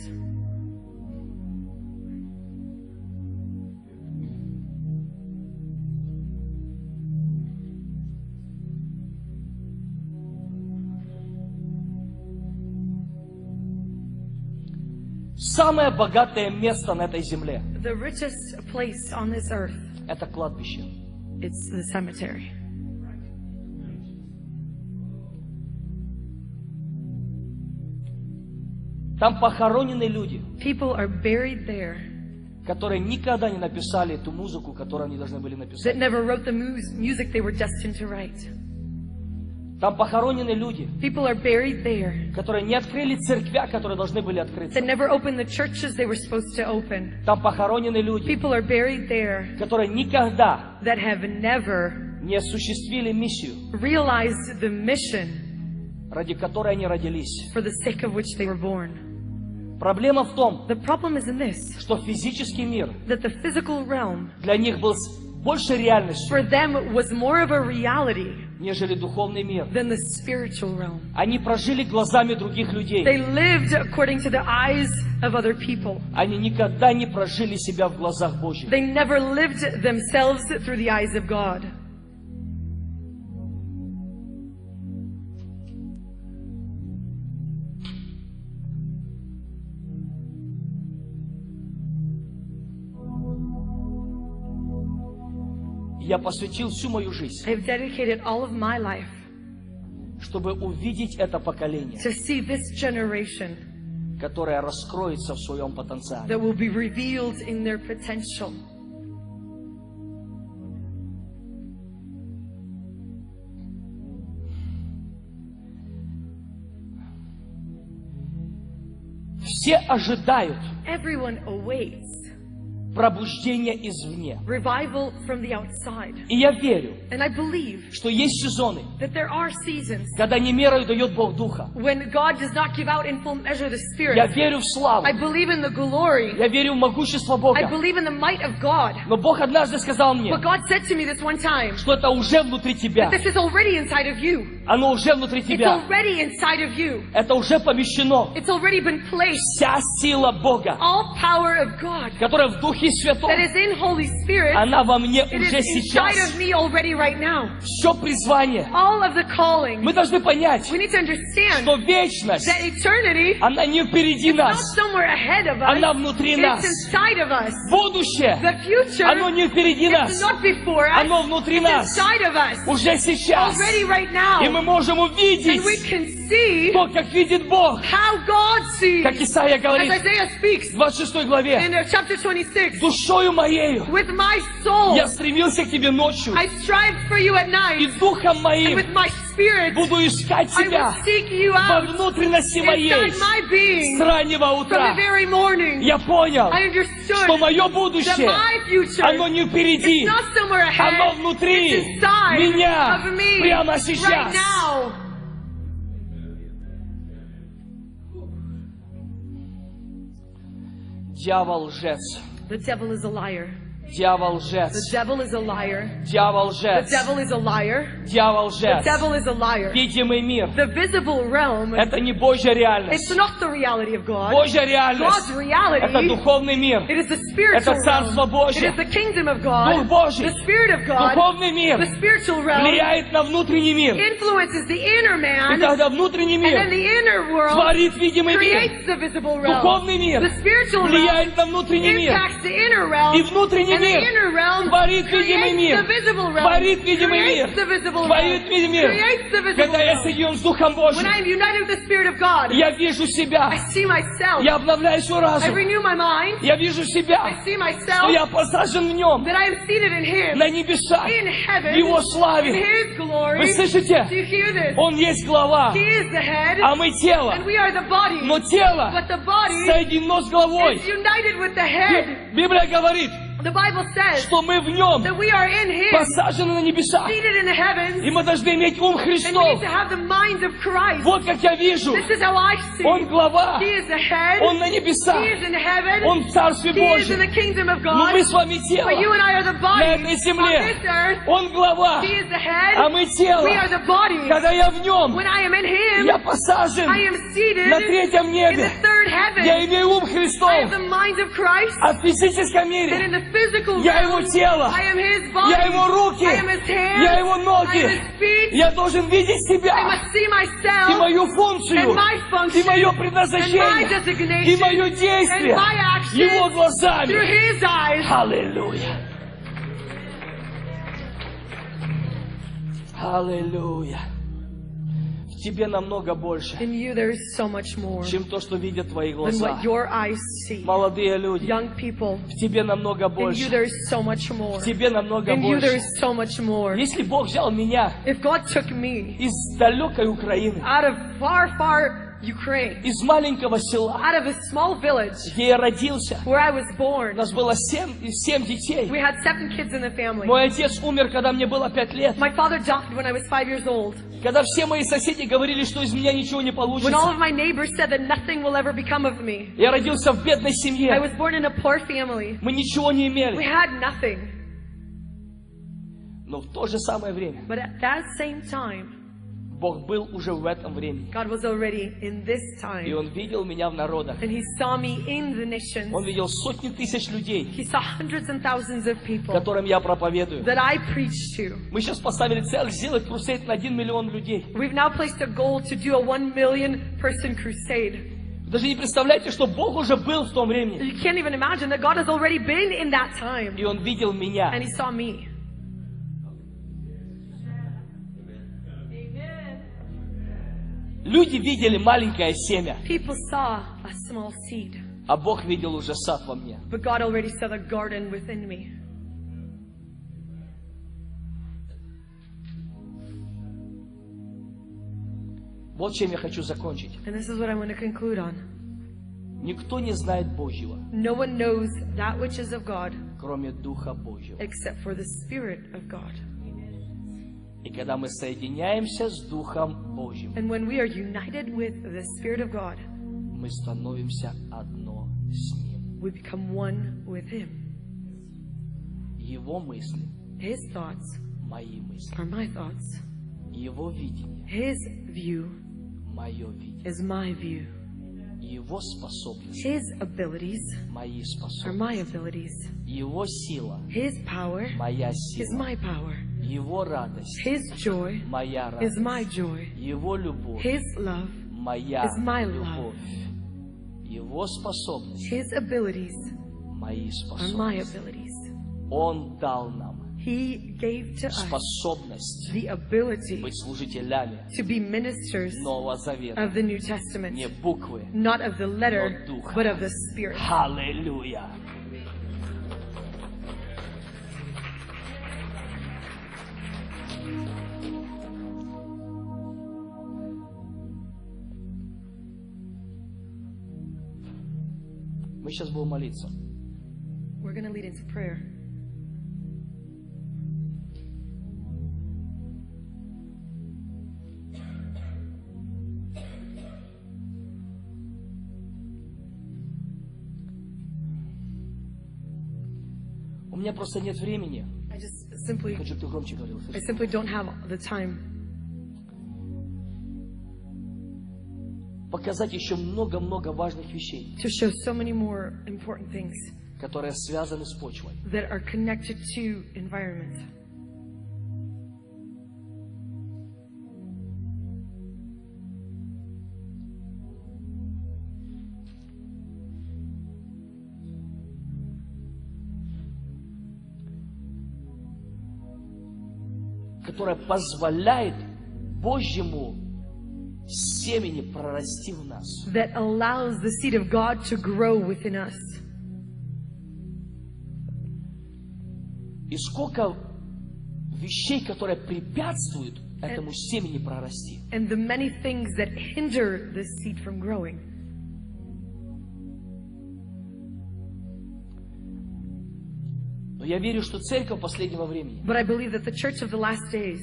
Speaker 2: Самое богатое место на этой земле
Speaker 5: The richest place on this earth,
Speaker 2: – это кладбище.
Speaker 5: it's the cemetery.
Speaker 2: Там похоронены люди,
Speaker 5: People are buried there
Speaker 2: которые никогда не написали ту музыку, которую они должны были
Speaker 5: that
Speaker 2: написать.
Speaker 5: never wrote the mus- music they were destined to write.
Speaker 2: Там похоронены люди,
Speaker 5: People are buried there
Speaker 2: которые не открыли церквя, которые должны были открыться.
Speaker 5: that never opened the churches they were supposed to open.
Speaker 2: Там похоронены люди,
Speaker 5: People are buried there
Speaker 2: которые никогда
Speaker 5: that have never
Speaker 2: не осуществили миссию,
Speaker 5: realized the mission
Speaker 2: ради которой они родились.
Speaker 5: for the sake of which they were born.
Speaker 2: Проблема в том,
Speaker 5: The problem is in this
Speaker 2: что физический мир
Speaker 5: that the physical realm
Speaker 2: для них был с- больше реальностью,
Speaker 5: for them was more of a reality
Speaker 2: нежели духовный мир.
Speaker 5: than the spiritual realm.
Speaker 2: Они прожили глазами других
Speaker 5: They
Speaker 2: людей.
Speaker 5: lived according to the eyes of other people.
Speaker 2: Они никогда не прожили себя в глазах Божьих.
Speaker 5: They never lived themselves through the eyes of God.
Speaker 2: Я посвятил всю мою жизнь,
Speaker 5: I have dedicated all of my life
Speaker 2: чтобы увидеть это поколение,
Speaker 5: to see this generation
Speaker 2: которое раскроется в своем потенциале.
Speaker 5: that will be revealed in their potential.
Speaker 2: Все ожидают
Speaker 5: Everyone awaits
Speaker 2: пробуждения извне.
Speaker 5: revival from the outside.
Speaker 2: И я верю,
Speaker 5: And I believe
Speaker 2: что есть сезоны,
Speaker 5: that there are seasons
Speaker 2: когда не мерой дает Бог Духа.
Speaker 5: when God does not give out in full measure the
Speaker 2: Я
Speaker 5: Spirit.
Speaker 2: верю в славу.
Speaker 5: I believe in the glory.
Speaker 2: Я верю в могущество
Speaker 5: I
Speaker 2: Бога.
Speaker 5: believe in the might of God.
Speaker 2: Но Бог однажды сказал мне,
Speaker 5: But God said to me this one time,
Speaker 2: что это уже внутри тебя.
Speaker 5: this is already inside of you.
Speaker 2: Оно уже внутри
Speaker 5: It's
Speaker 2: тебя.
Speaker 5: already inside of you.
Speaker 2: Это уже помещено.
Speaker 5: It's already been placed.
Speaker 2: Вся сила Бога,
Speaker 5: All power of God
Speaker 2: которая в Духе Святом,
Speaker 5: that is in Holy Spirit,
Speaker 2: она во мне
Speaker 5: it
Speaker 2: уже
Speaker 5: is inside
Speaker 2: сейчас.
Speaker 5: of me already right now.
Speaker 2: Все призвание.
Speaker 5: All of the calling.
Speaker 2: Мы должны понять,
Speaker 5: We need to understand
Speaker 2: что вечность,
Speaker 5: that eternity is
Speaker 2: она не впереди
Speaker 5: not
Speaker 2: нас.
Speaker 5: somewhere ahead of
Speaker 2: Она
Speaker 5: us.
Speaker 2: внутри нас.
Speaker 5: It's inside of us.
Speaker 2: Будущее,
Speaker 5: The future
Speaker 2: оно не впереди
Speaker 5: is
Speaker 2: нас.
Speaker 5: not before us.
Speaker 2: Оно внутри
Speaker 5: It's
Speaker 2: нас.
Speaker 5: inside of us.
Speaker 2: Уже сейчас.
Speaker 5: Already right now.
Speaker 2: И мы можем
Speaker 5: and we
Speaker 2: увидеть
Speaker 5: can see
Speaker 2: то, как видит Бог.
Speaker 5: how God sees.
Speaker 2: Как Исаия
Speaker 5: As
Speaker 2: говорит
Speaker 5: Isaiah speaks
Speaker 2: в 26 главе.
Speaker 5: in uh, chapter 26,
Speaker 2: Душою моею
Speaker 5: with my soul
Speaker 2: я стремился к тебе ночью.
Speaker 5: I strived for you at
Speaker 2: И
Speaker 5: night.
Speaker 2: духом
Speaker 5: And
Speaker 2: моим
Speaker 5: with my spirit
Speaker 2: буду искать
Speaker 5: I
Speaker 2: тебя
Speaker 5: will seek you
Speaker 2: во
Speaker 5: out
Speaker 2: внутренности моей
Speaker 5: inside my being
Speaker 2: с раннего
Speaker 5: from the
Speaker 2: утра.
Speaker 5: very morning.
Speaker 2: Я понял,
Speaker 5: I understood
Speaker 2: что мое
Speaker 5: that
Speaker 2: будущее,
Speaker 5: my future
Speaker 2: оно не
Speaker 5: is
Speaker 2: впереди,
Speaker 5: not somewhere ahead.
Speaker 2: оно внутри
Speaker 5: It's inside
Speaker 2: меня
Speaker 5: of me
Speaker 2: прямо
Speaker 5: right
Speaker 2: сейчас.
Speaker 5: now.
Speaker 2: Дьявол лжец.
Speaker 5: The devil is a liar.
Speaker 2: Дьявол
Speaker 5: The
Speaker 2: лжец.
Speaker 5: devil is a liar.
Speaker 2: Дьявол
Speaker 5: The
Speaker 2: лжец.
Speaker 5: devil is a liar.
Speaker 2: Дьявол
Speaker 5: The
Speaker 2: лжец.
Speaker 5: devil is a liar.
Speaker 2: Видимый мир.
Speaker 5: The visible realm,
Speaker 2: Это не Божья реальность.
Speaker 5: it's not the reality of God.
Speaker 2: Божья
Speaker 5: God's
Speaker 2: реальность. Это
Speaker 5: reality,
Speaker 2: духовный мир.
Speaker 5: it is the spiritual
Speaker 2: Это царство
Speaker 5: realm. It
Speaker 2: Божье.
Speaker 5: is the kingdom of
Speaker 2: Дух
Speaker 5: God.
Speaker 2: Божий.
Speaker 5: The spirit of God.
Speaker 2: Духовный
Speaker 5: The
Speaker 2: мир
Speaker 5: spiritual realm
Speaker 2: влияет на внутренний мир.
Speaker 5: influences the inner
Speaker 2: И
Speaker 5: man, and
Speaker 2: тогда внутренний мир
Speaker 5: then the inner world
Speaker 2: творит видимый мир.
Speaker 5: creates the visible realm.
Speaker 2: Духовный
Speaker 5: The
Speaker 2: мир
Speaker 5: spiritual realm
Speaker 2: влияет на внутренний мир.
Speaker 5: impacts the inner
Speaker 2: И
Speaker 5: realm,
Speaker 2: внутренний
Speaker 5: and the
Speaker 2: мир
Speaker 5: inner realm
Speaker 2: творит видимый
Speaker 5: creates the
Speaker 2: мир.
Speaker 5: visible realm.
Speaker 2: Творит видимый мир.
Speaker 5: Creates the visible
Speaker 2: Творит
Speaker 5: realm.
Speaker 2: видимый мир.
Speaker 5: Creates the visible
Speaker 2: Когда я
Speaker 5: realm.
Speaker 2: соединен с Духом
Speaker 5: When
Speaker 2: Божьим,
Speaker 5: I am united with the Spirit of God,
Speaker 2: я вижу себя.
Speaker 5: I see myself.
Speaker 2: Я обновляю свой
Speaker 5: I
Speaker 2: разум.
Speaker 5: renew my mind.
Speaker 2: Я вижу себя,
Speaker 5: I see
Speaker 2: что
Speaker 5: myself
Speaker 2: я посажен в нем,
Speaker 5: that I am seated in Him,
Speaker 2: на небесах,
Speaker 5: in heaven,
Speaker 2: в Его
Speaker 5: in
Speaker 2: славе.
Speaker 5: His glory.
Speaker 2: Вы
Speaker 5: Do
Speaker 2: слышите?
Speaker 5: you hear this?
Speaker 2: Он есть глава,
Speaker 5: He is the head,
Speaker 2: а мы тело.
Speaker 5: and we are the body.
Speaker 2: Но тело
Speaker 5: But the body
Speaker 2: соединено с головой.
Speaker 5: is united with the head.
Speaker 2: Библия говорит,
Speaker 5: The Bible says
Speaker 2: что мы в нем
Speaker 5: that we are in Him,
Speaker 2: посажены на небесах.
Speaker 5: seated in the heavens,
Speaker 2: И мы должны иметь ум
Speaker 5: and we need
Speaker 2: Христов.
Speaker 5: to have the minds of Christ.
Speaker 2: Вот как я вижу.
Speaker 5: This is how I see.
Speaker 2: Он глава,
Speaker 5: He is the head.
Speaker 2: он на
Speaker 5: He
Speaker 2: небесах,
Speaker 5: is in heaven.
Speaker 2: он в Царстве
Speaker 5: he is in
Speaker 2: Божьем.
Speaker 5: the kingdom of
Speaker 2: Но
Speaker 5: God.
Speaker 2: мы с вами
Speaker 5: But you
Speaker 2: тело
Speaker 5: and I are
Speaker 2: на
Speaker 5: the body.
Speaker 2: этой
Speaker 5: On this
Speaker 2: земле.
Speaker 5: earth,
Speaker 2: Он глава,
Speaker 5: He is the head.
Speaker 2: а мы тело.
Speaker 5: We are the body.
Speaker 2: Когда я в нем,
Speaker 5: When I am in Him,
Speaker 2: я
Speaker 5: I
Speaker 2: посажен
Speaker 5: am seated
Speaker 2: на третьем
Speaker 5: in
Speaker 2: небе.
Speaker 5: the third heaven.
Speaker 2: Я имею ум
Speaker 5: I have
Speaker 2: Христов.
Speaker 5: the minds of Christ.
Speaker 2: А в физическом
Speaker 5: And in
Speaker 2: мире
Speaker 5: the physical
Speaker 2: я
Speaker 5: realm,
Speaker 2: его тело,
Speaker 5: I am His body.
Speaker 2: я его руки,
Speaker 5: I am His hands.
Speaker 2: я его
Speaker 5: I am
Speaker 2: ноги.
Speaker 5: His feet.
Speaker 2: Я должен видеть
Speaker 5: I
Speaker 2: себя
Speaker 5: must see myself
Speaker 2: и мою
Speaker 5: and
Speaker 2: функцию, и
Speaker 5: my function
Speaker 2: мое
Speaker 5: and my
Speaker 2: предназначение, и
Speaker 5: designation
Speaker 2: мое
Speaker 5: and
Speaker 2: действие
Speaker 5: my actions
Speaker 2: его
Speaker 5: through
Speaker 2: глазами.
Speaker 5: His eyes.
Speaker 2: Аллилуйя. Аллилуйя. В тебе намного больше,
Speaker 5: In you there is so much more
Speaker 2: чем то, что видят твои
Speaker 5: than
Speaker 2: глаза.
Speaker 5: what your eyes see.
Speaker 2: Молодые люди,
Speaker 5: Young people,
Speaker 2: в тебе намного
Speaker 5: in you
Speaker 2: больше.
Speaker 5: there is so much more.
Speaker 2: В тебе намного
Speaker 5: In you there
Speaker 2: больше.
Speaker 5: is so much more.
Speaker 2: Если Бог взял меня
Speaker 5: If God took me
Speaker 2: из далекой Украины,
Speaker 5: out of far, far Ukraine,
Speaker 2: из маленького села,
Speaker 5: out of a small village
Speaker 2: где я родился,
Speaker 5: where I was
Speaker 2: у
Speaker 5: born,
Speaker 2: нас было семь, семь детей.
Speaker 5: we had seven kids in the family.
Speaker 2: Мой отец умер, когда мне было пять лет.
Speaker 5: My father died when I was five years old.
Speaker 2: Когда все мои соседи говорили, что из меня ничего не
Speaker 5: When all
Speaker 2: получится.
Speaker 5: of my neighbors said that nothing will ever become of me.
Speaker 2: Я родился в бедной
Speaker 5: I
Speaker 2: семье.
Speaker 5: was born in a poor family.
Speaker 2: Мы ничего не
Speaker 5: We
Speaker 2: имели.
Speaker 5: had nothing.
Speaker 2: Но в то же самое время
Speaker 5: But at that same time,
Speaker 2: Бог был уже в этом времени.
Speaker 5: God was already in this
Speaker 2: И
Speaker 5: time.
Speaker 2: Он видел меня в народах.
Speaker 5: And He saw me in the nations.
Speaker 2: Он видел сотни тысяч людей,
Speaker 5: He saw hundreds and thousands of people
Speaker 2: которым я проповедую.
Speaker 5: that I preached to.
Speaker 2: Мы сейчас поставили цель сделать крусейт на один миллион людей.
Speaker 5: We've now placed a goal to do a one million person crusade.
Speaker 2: Даже не представляете, что Бог уже был в том времени.
Speaker 5: You can't even imagine that God has already been in that time.
Speaker 2: И он видел меня.
Speaker 5: And He saw me.
Speaker 2: Люди видели маленькое семя,
Speaker 5: People saw a small seed,
Speaker 2: а Бог видел уже сад во мне.
Speaker 5: but God already saw the garden within me.
Speaker 2: Вот чем я хочу закончить.
Speaker 5: And this is what I'm going to conclude on.
Speaker 2: Никто не знает Божьего,
Speaker 5: No one knows that which is of God
Speaker 2: кроме Духа Божьего.
Speaker 5: except for the Spirit of God.
Speaker 2: И когда мы соединяемся с Духом Божьим,
Speaker 5: And when we are united with the Spirit of God,
Speaker 2: мы становимся одно с Ним.
Speaker 5: we become one with Him.
Speaker 2: Его мысли
Speaker 5: His thoughts
Speaker 2: – мои мысли.
Speaker 5: are my thoughts.
Speaker 2: Его видение
Speaker 5: His view
Speaker 2: – мое видение.
Speaker 5: is my view.
Speaker 2: Его способности
Speaker 5: His abilities
Speaker 2: – мои
Speaker 5: are
Speaker 2: способности.
Speaker 5: my abilities.
Speaker 2: Его сила
Speaker 5: His power
Speaker 2: – моя
Speaker 5: is
Speaker 2: сила.
Speaker 5: my power.
Speaker 2: Его радость
Speaker 5: His
Speaker 2: –
Speaker 5: joy
Speaker 2: моя радость.
Speaker 5: is my joy.
Speaker 2: Его любовь
Speaker 5: His love,
Speaker 2: моя
Speaker 5: is my love.
Speaker 2: любовь. Его способности,
Speaker 5: His abilities
Speaker 2: мои
Speaker 5: are my
Speaker 2: способности.
Speaker 5: abilities.
Speaker 2: Он дал нам
Speaker 5: He gave to us
Speaker 2: способность
Speaker 5: the ability
Speaker 2: быть служителями
Speaker 5: to be ministers
Speaker 2: Нового Завета.
Speaker 5: of the New
Speaker 2: Не
Speaker 5: Testament,
Speaker 2: буквы.
Speaker 5: not of the letter,
Speaker 2: Но духа.
Speaker 5: but of the Spirit.
Speaker 2: Аллилуйя! Мы сейчас будем молиться.
Speaker 5: We're going to lead into prayer.
Speaker 2: У меня просто нет времени.
Speaker 5: I just simply,
Speaker 2: Хочу, чтобы ты громче говорил.
Speaker 5: I simply don't have the time.
Speaker 2: Показать еще много-много важных вещей,
Speaker 5: to show so many more important things
Speaker 2: которые связаны с почвой.
Speaker 5: that are connected to environment.
Speaker 2: которая позволяет Божьему семени прорасти в нас.
Speaker 5: that allows the seed of God to grow within us.
Speaker 2: И сколько вещей, которые препятствуют этому семени прорасти.
Speaker 5: And the many things that hinder this seed from growing.
Speaker 2: Но я верю, что церковь последнего времени
Speaker 5: But I believe that the church of the last days,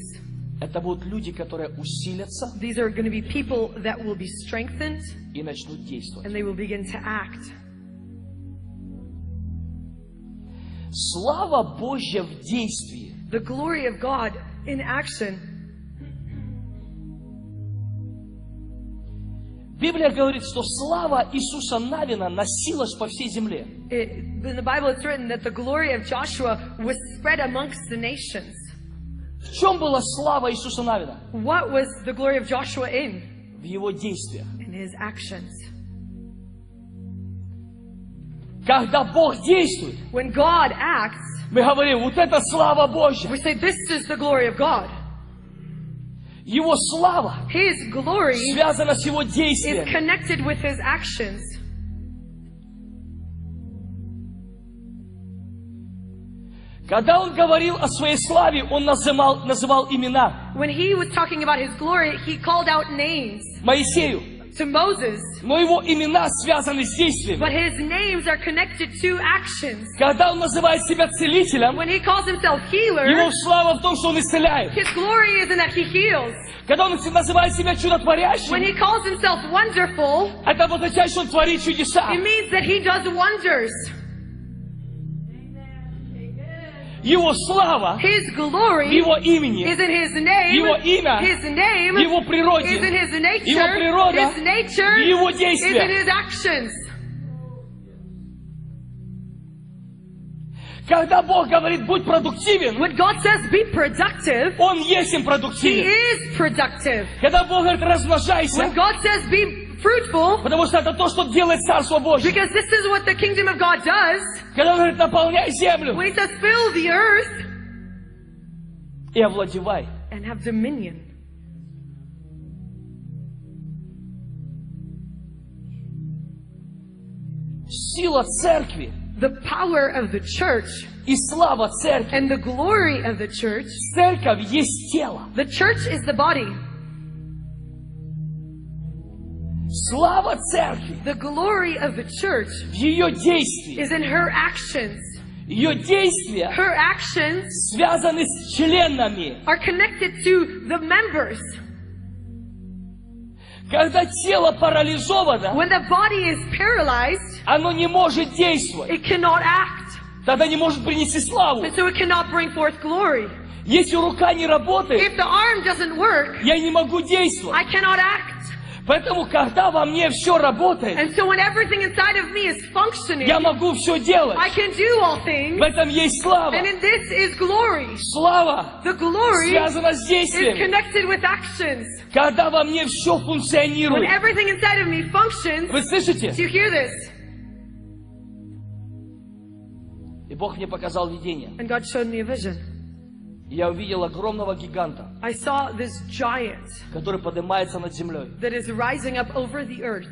Speaker 2: это будут люди, которые усилятся
Speaker 5: these are going to be people that will be strengthened
Speaker 2: и начнут действовать.
Speaker 5: and they will begin to act.
Speaker 2: Слава Божья в действии.
Speaker 5: The glory of God in action.
Speaker 2: Библия говорит, что слава Иисуса Навина носилась по всей земле.
Speaker 5: It, in the Bible, it's written that the glory of Joshua was spread amongst the nations.
Speaker 2: В чем была слава Иисуса Навина?
Speaker 5: What was the glory of Joshua in?
Speaker 2: В его действиях.
Speaker 5: In his actions.
Speaker 2: Когда Бог действует,
Speaker 5: When God acts,
Speaker 2: мы говорим, вот это слава Божья.
Speaker 5: we say, This is the glory of God.
Speaker 2: Его слава
Speaker 5: His glory
Speaker 2: связана с его
Speaker 5: is
Speaker 2: действием.
Speaker 5: connected with his actions.
Speaker 2: Когда он говорил о своей славе, он называл, называл имена
Speaker 5: When he was talking about his glory, he called out names
Speaker 2: Моисею.
Speaker 5: to Moses,
Speaker 2: Но его имена связаны с действием.
Speaker 5: but his names are connected to actions.
Speaker 2: Когда он называет себя целителем,
Speaker 5: When he calls himself healer,
Speaker 2: его слава в том, что он исцеляет.
Speaker 5: his glory is in that he heals.
Speaker 2: Когда он называет себя
Speaker 5: When
Speaker 2: чудотворящим,
Speaker 5: he calls himself wonderful,
Speaker 2: это означает, что он творит чудеса.
Speaker 5: it means that he does wonders.
Speaker 2: Его слава
Speaker 5: His
Speaker 2: в
Speaker 5: glory
Speaker 2: его имени,
Speaker 5: is in his name.
Speaker 2: Его имя,
Speaker 5: His name
Speaker 2: в его
Speaker 5: is in
Speaker 2: природе,
Speaker 5: his nature.
Speaker 2: Его природа,
Speaker 5: his nature
Speaker 2: в его
Speaker 5: is in
Speaker 2: действиях.
Speaker 5: his actions.
Speaker 2: Когда Бог говорит, будь продуктивен,
Speaker 5: When God says be productive,
Speaker 2: Он есть им
Speaker 5: He
Speaker 2: продуктивен.
Speaker 5: is productive.
Speaker 2: Когда Бог говорит,
Speaker 5: When
Speaker 2: размножайся,
Speaker 5: God says be fruitful,
Speaker 2: потому что это то, что делает Царство Божье.
Speaker 5: because this is what the kingdom of God does,
Speaker 2: Когда он говорит, наполняй землю
Speaker 5: when He says fill the earth
Speaker 2: и овладевай.
Speaker 5: and have dominion,
Speaker 2: Сила церкви
Speaker 5: the power of the church
Speaker 2: и слава церкви.
Speaker 5: and the glory of the church,
Speaker 2: Церковь есть тело.
Speaker 5: the church is the body.
Speaker 2: Слава церкви
Speaker 5: The glory of the church
Speaker 2: в ее действии.
Speaker 5: is in her actions.
Speaker 2: Ее действия
Speaker 5: Her actions
Speaker 2: связаны с членами.
Speaker 5: are connected to the members.
Speaker 2: Когда тело парализовано,
Speaker 5: When the body is paralyzed,
Speaker 2: оно не может действовать.
Speaker 5: it cannot act,
Speaker 2: Тогда не может принести славу.
Speaker 5: and so it cannot bring forth glory.
Speaker 2: Если рука не работает,
Speaker 5: If the arm doesn't work,
Speaker 2: я не могу
Speaker 5: I
Speaker 2: действовать.
Speaker 5: cannot act.
Speaker 2: Поэтому, когда во мне все работает,
Speaker 5: And so when everything inside of me is functioning,
Speaker 2: я могу все делать.
Speaker 5: I can do all things.
Speaker 2: В этом есть слава.
Speaker 5: And in this is glory.
Speaker 2: Слава
Speaker 5: The glory is
Speaker 2: связана с действием.
Speaker 5: connected with actions.
Speaker 2: Когда во мне все
Speaker 5: When
Speaker 2: функционирует.
Speaker 5: everything inside of me functions,
Speaker 2: Вы слышите?
Speaker 5: do you hear this?
Speaker 2: И Бог мне показал видение.
Speaker 5: And God showed me a vision.
Speaker 2: И я увидел огромного гиганта,
Speaker 5: I saw this giant
Speaker 2: который поднимается над землей.
Speaker 5: that is rising up over the earth.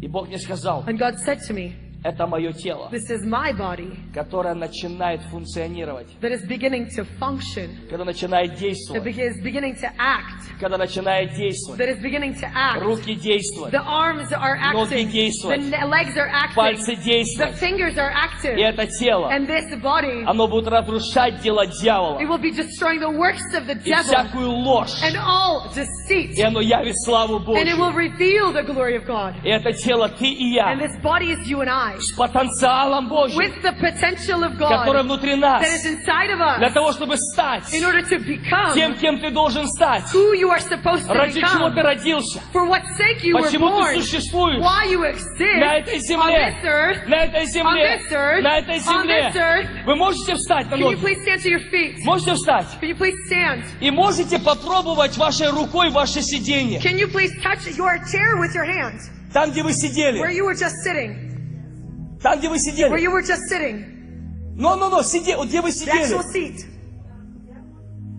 Speaker 2: И Бог мне сказал,
Speaker 5: And God said to me,
Speaker 2: это мое тело,
Speaker 5: This is my body
Speaker 2: которое начинает функционировать,
Speaker 5: that is beginning to function,
Speaker 2: когда начинает
Speaker 5: that
Speaker 2: действовать,
Speaker 5: be- is beginning to act,
Speaker 2: когда начинает действовать,
Speaker 5: that is beginning to act.
Speaker 2: руки действовать,
Speaker 5: The arms are acting. The
Speaker 2: действовать.
Speaker 5: ne- legs are acting.
Speaker 2: пальцы
Speaker 5: The
Speaker 2: действовать.
Speaker 5: fingers are
Speaker 2: И
Speaker 5: active.
Speaker 2: это тело,
Speaker 5: And this body,
Speaker 2: оно будет разрушать дела дьявола
Speaker 5: it will be destroying the works of the
Speaker 2: и
Speaker 5: devil
Speaker 2: всякую ложь.
Speaker 5: and all
Speaker 2: И
Speaker 5: deceit.
Speaker 2: оно явит славу
Speaker 5: And it
Speaker 2: Божью.
Speaker 5: will reveal the glory of God.
Speaker 2: И это тело ты и я.
Speaker 5: And this body is you and I. life
Speaker 2: с потенциалом Божьим,
Speaker 7: with the potential of
Speaker 2: который
Speaker 7: God
Speaker 2: внутри
Speaker 7: that
Speaker 2: нас,
Speaker 7: is inside of
Speaker 2: для
Speaker 7: us
Speaker 2: того, чтобы стать
Speaker 7: in order to
Speaker 2: тем,
Speaker 7: become
Speaker 2: kем ты должен стать,
Speaker 7: who you are supposed to
Speaker 2: ради чего ты
Speaker 7: become.
Speaker 2: родился,
Speaker 7: For what sake you were
Speaker 2: почему
Speaker 7: born,
Speaker 2: ты существуешь
Speaker 7: why you
Speaker 2: на
Speaker 7: exist
Speaker 2: этой
Speaker 7: on
Speaker 2: земле,
Speaker 7: this earth.
Speaker 2: на этой
Speaker 7: on
Speaker 2: земле,
Speaker 7: this earth,
Speaker 2: на этой
Speaker 7: on this
Speaker 2: земле.
Speaker 7: earth.
Speaker 2: Вы можете встать на
Speaker 7: Can you
Speaker 2: ноги?
Speaker 7: please stand to your feet?
Speaker 2: Можете встать?
Speaker 7: Can you please stand?
Speaker 2: И можете попробовать вашей рукой ваше сиденье.
Speaker 7: Can you please touch your chair with your hands?
Speaker 2: Там, где вы
Speaker 7: Where
Speaker 2: сидели.
Speaker 7: you were just sitting.
Speaker 2: Там, где вы
Speaker 7: Where
Speaker 2: сидели.
Speaker 7: you were just sitting.
Speaker 2: Но-но-но, сиди, вот где вы
Speaker 7: The
Speaker 2: сидели.
Speaker 7: actual seat.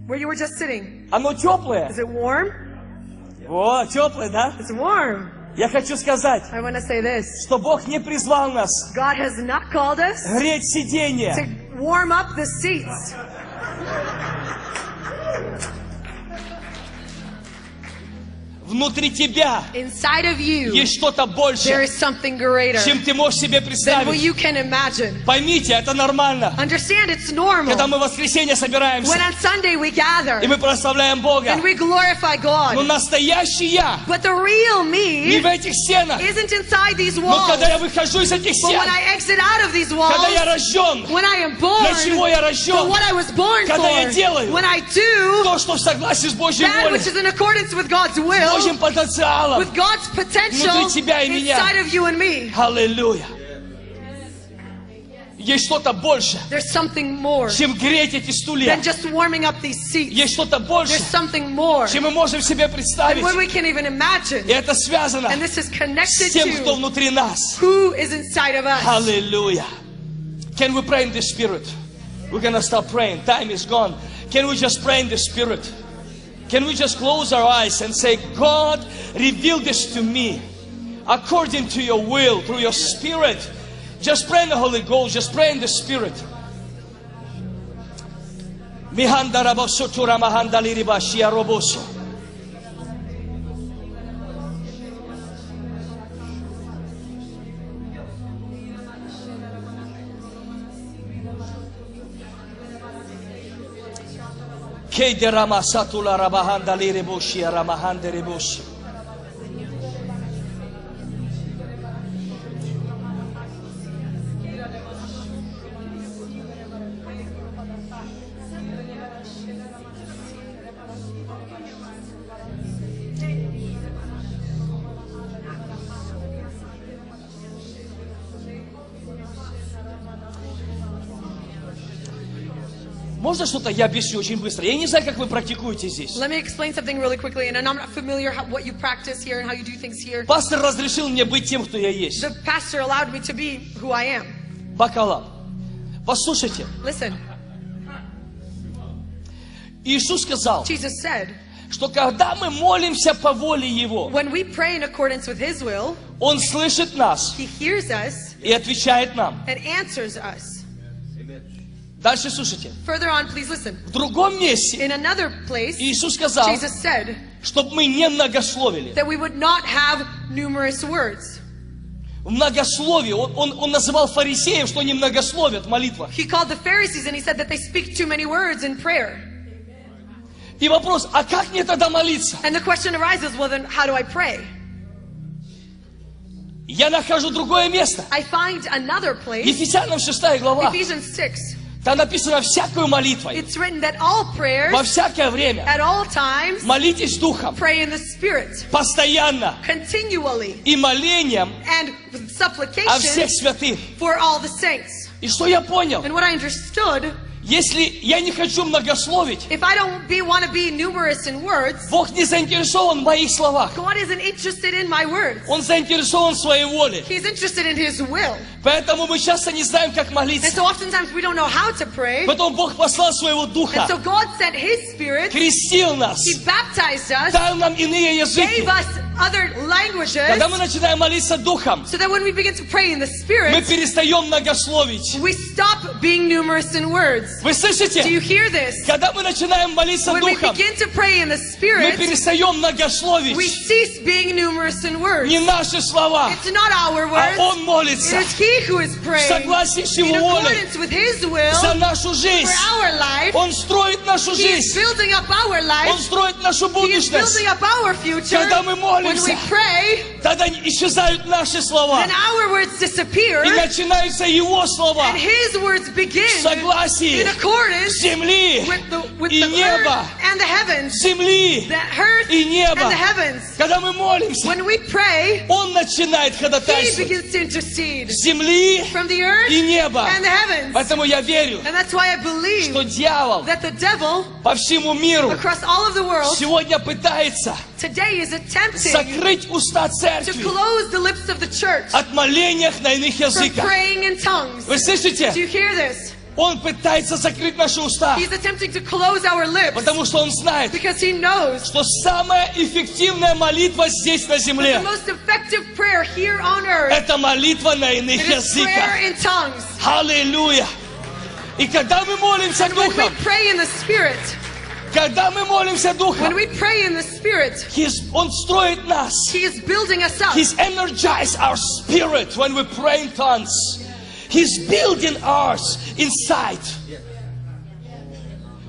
Speaker 7: Where you were just sitting.
Speaker 2: Оно теплое.
Speaker 7: Is it warm?
Speaker 2: О, теплое, да?
Speaker 7: It's warm.
Speaker 2: Я хочу сказать,
Speaker 7: I want to say this.
Speaker 2: что Бог не призвал нас
Speaker 7: God has not called us
Speaker 2: греть сиденье.
Speaker 7: to warm up the seats.
Speaker 2: Внутри тебя
Speaker 5: inside of you.
Speaker 2: есть что-то
Speaker 5: There
Speaker 2: большее,
Speaker 5: is something greater
Speaker 2: чем ты можешь себе
Speaker 5: than what
Speaker 2: представить.
Speaker 5: you can imagine.
Speaker 2: Поймите, это нормально.
Speaker 5: Understand it's normal.
Speaker 2: Когда мы в воскресенье
Speaker 5: When
Speaker 2: собираемся,
Speaker 5: on Sunday we
Speaker 2: и
Speaker 5: gather
Speaker 2: мы прославляем Бога.
Speaker 5: and we glorify
Speaker 2: Но
Speaker 5: God,
Speaker 2: настоящий я
Speaker 5: but the real
Speaker 2: не
Speaker 5: me
Speaker 2: в этих стенах.
Speaker 5: isn't inside these
Speaker 2: Но
Speaker 5: walls.
Speaker 2: когда я выхожу из этих
Speaker 5: But
Speaker 2: стен,
Speaker 5: when I exit out of these
Speaker 2: когда я
Speaker 5: walls,
Speaker 2: рожден,
Speaker 5: when I am
Speaker 2: для чего
Speaker 5: born,
Speaker 2: я
Speaker 5: for
Speaker 2: рожден,
Speaker 5: what I was born
Speaker 2: Когда я
Speaker 5: for,
Speaker 2: делаю
Speaker 5: when I do
Speaker 2: то, что в согласии с Божьей
Speaker 5: that
Speaker 2: волей,
Speaker 5: which is in accordance with God's
Speaker 2: с
Speaker 5: will,
Speaker 2: Божьим потенциалом.
Speaker 5: with God's potential
Speaker 2: Внутри тебя и меня.
Speaker 5: inside of you and me,
Speaker 2: Аллилуйя. Есть что-то больше,
Speaker 5: there's something more
Speaker 2: чем греть эти стулья.
Speaker 5: than just warming up these seats.
Speaker 2: Есть что-то больше,
Speaker 5: There's something more
Speaker 2: чем мы можем себе
Speaker 5: than what
Speaker 2: представить.
Speaker 5: we can even imagine.
Speaker 2: И это связано
Speaker 5: And this is
Speaker 2: с
Speaker 5: connected
Speaker 2: тем, кто
Speaker 5: to
Speaker 2: внутри нас.
Speaker 5: who is inside of us.
Speaker 2: Hallelujah. Can we pray in the Spirit? We're gonna stop praying. Time is gone. Can we just pray in the Spirit? Can we just close our eyes and say, God, reveal this to me according to your will, through your Spirit? Just pray in the Holy Ghost. Just pray in the Spirit. Mihanda raboso tura mahanda liribashi aroboso. Кейде рама сатула рабаханда лирибуши арамаханда рибуши. Можно что-то я объясню очень быстро? Я не знаю, как вы практикуете здесь.
Speaker 5: Let me explain something really quickly, and I'm not familiar how, what you practice here and how you do things here.
Speaker 2: Пастор разрешил мне быть тем, кто я есть.
Speaker 5: The pastor allowed me to be who I am.
Speaker 2: Бакалаб. Послушайте,
Speaker 5: Listen,
Speaker 2: Иисус сказал,
Speaker 5: Jesus said,
Speaker 2: что когда мы молимся по воле Его,
Speaker 5: when we pray in accordance with His will,
Speaker 2: Он слышит нас
Speaker 5: He hears us
Speaker 2: и отвечает нам.
Speaker 5: and answers us.
Speaker 2: Дальше слушайте.
Speaker 5: Further on, please listen.
Speaker 2: В другом месте
Speaker 5: In another place,
Speaker 2: Иисус сказал,
Speaker 5: Jesus said
Speaker 2: чтобы мы не многословили.
Speaker 5: that we would not have numerous words.
Speaker 2: Многословие, он, он, он называл фарисеев, что они многословят в молитвах.
Speaker 5: He called the Pharisees and he said that they speak too many words in prayer.
Speaker 2: И вопрос, а как мне тогда молиться?
Speaker 5: And the question arises well, then, how do I pray?
Speaker 2: Я нахожу другое место.
Speaker 5: I find another place,
Speaker 2: Ефесянам 6 глава.
Speaker 5: Ephesians 6.
Speaker 2: Там написано всякую молитвой,
Speaker 5: It's written that all prayers
Speaker 2: во всякое время.
Speaker 5: at all times
Speaker 2: Молитесь Духом,
Speaker 5: pray in the Spirit,
Speaker 2: постоянно
Speaker 5: continually,
Speaker 2: и молением
Speaker 5: and with
Speaker 2: о всех
Speaker 5: supplication
Speaker 2: святых.
Speaker 5: for all the saints.
Speaker 2: И что я понял?
Speaker 5: And what I understood,
Speaker 2: Если я не хочу многословить,
Speaker 5: if I don't be want to be numerous in words,
Speaker 2: Бог не заинтересован в моих словах.
Speaker 5: God isn't interested in my words.
Speaker 2: Он заинтересован в своей воле.
Speaker 5: He's interested in His will.
Speaker 2: Поэтому мы часто не знаем, как
Speaker 5: And
Speaker 2: молиться.
Speaker 5: so oftentimes we don't know how to pray.
Speaker 2: Потом Бог послал своего
Speaker 5: And
Speaker 2: Духа,
Speaker 5: so God sent His Spirit,
Speaker 2: крестил нас,
Speaker 5: He baptized us,
Speaker 2: дал нам иные
Speaker 5: gave
Speaker 2: языки.
Speaker 5: us other languages,
Speaker 2: Когда мы начинаем молиться Духом,
Speaker 5: so that when we begin to pray in the
Speaker 2: мы
Speaker 5: Spirit,
Speaker 2: перестаем многословить.
Speaker 5: we stop being numerous in words.
Speaker 2: Вы
Speaker 5: Do you
Speaker 2: слышите?
Speaker 5: hear this?
Speaker 2: Когда мы начинаем молиться
Speaker 5: When we
Speaker 2: Духом,
Speaker 5: begin to pray in the
Speaker 2: мы
Speaker 5: Spirit,
Speaker 2: перестаем
Speaker 5: we
Speaker 2: многословить.
Speaker 5: cease being numerous in words.
Speaker 2: Не наши слова,
Speaker 5: It's not our
Speaker 2: а
Speaker 5: words.
Speaker 2: Он молится.
Speaker 5: It is He He who is praying
Speaker 2: согласии с
Speaker 5: in
Speaker 2: Его волей,
Speaker 5: accordance with His will
Speaker 2: за нашу жизнь.
Speaker 5: for our life,
Speaker 2: Он строит нашу
Speaker 5: He is
Speaker 2: жизнь.
Speaker 5: building up our
Speaker 2: Он
Speaker 5: life,
Speaker 2: строит нашу
Speaker 5: He is
Speaker 2: будущность.
Speaker 5: building up our future.
Speaker 2: Когда мы
Speaker 5: When we
Speaker 2: молимся,
Speaker 5: pray,
Speaker 2: тогда исчезают наши слова.
Speaker 5: then our words disappear
Speaker 2: И начинаются Его слова.
Speaker 5: and His words begin
Speaker 2: В согласии
Speaker 5: in accordance
Speaker 2: земли
Speaker 5: with the, with
Speaker 2: и
Speaker 5: the
Speaker 2: неба.
Speaker 5: earth and the heavens.
Speaker 2: Земли
Speaker 5: The earth
Speaker 2: и
Speaker 5: and
Speaker 2: неба.
Speaker 5: the heavens.
Speaker 2: Когда мы молимся,
Speaker 5: When we pray,
Speaker 2: Он начинает
Speaker 5: He
Speaker 2: ходатайствовать.
Speaker 5: begins to intercede
Speaker 2: Земли
Speaker 5: from the earth
Speaker 2: и неба.
Speaker 5: and the heavens.
Speaker 2: Поэтому я верю,
Speaker 5: And that's why I believe
Speaker 2: что дьявол
Speaker 5: that the devil
Speaker 2: по всему миру
Speaker 5: across all of the world
Speaker 2: сегодня пытается
Speaker 5: today is attempting
Speaker 2: закрыть уста
Speaker 5: to
Speaker 2: церкви
Speaker 5: close the lips of the church
Speaker 2: от молениях на иных
Speaker 5: from
Speaker 2: языках.
Speaker 5: praying in tongues.
Speaker 2: Вы
Speaker 5: Do
Speaker 2: слышите?
Speaker 5: you hear this?
Speaker 2: Он пытается закрыть наши уста,
Speaker 5: He's attempting to close our lips
Speaker 2: потому что он знает,
Speaker 5: because he knows
Speaker 2: что самая эффективная молитва здесь на
Speaker 5: the
Speaker 2: земле
Speaker 5: most effective prayer here on earth
Speaker 2: это молитва на иных
Speaker 5: it is prayer
Speaker 2: языках.
Speaker 5: in tongues.
Speaker 2: Аллилуйя! И когда мы молимся
Speaker 5: When we
Speaker 2: Духом,
Speaker 5: pray in the spirit,
Speaker 2: когда мы молимся Духом,
Speaker 5: when we pray in the spirit,
Speaker 2: He's- Он строит нас.
Speaker 5: he is building us up.
Speaker 2: He's energized our spirit when we pray in tongues. He's building ours inside.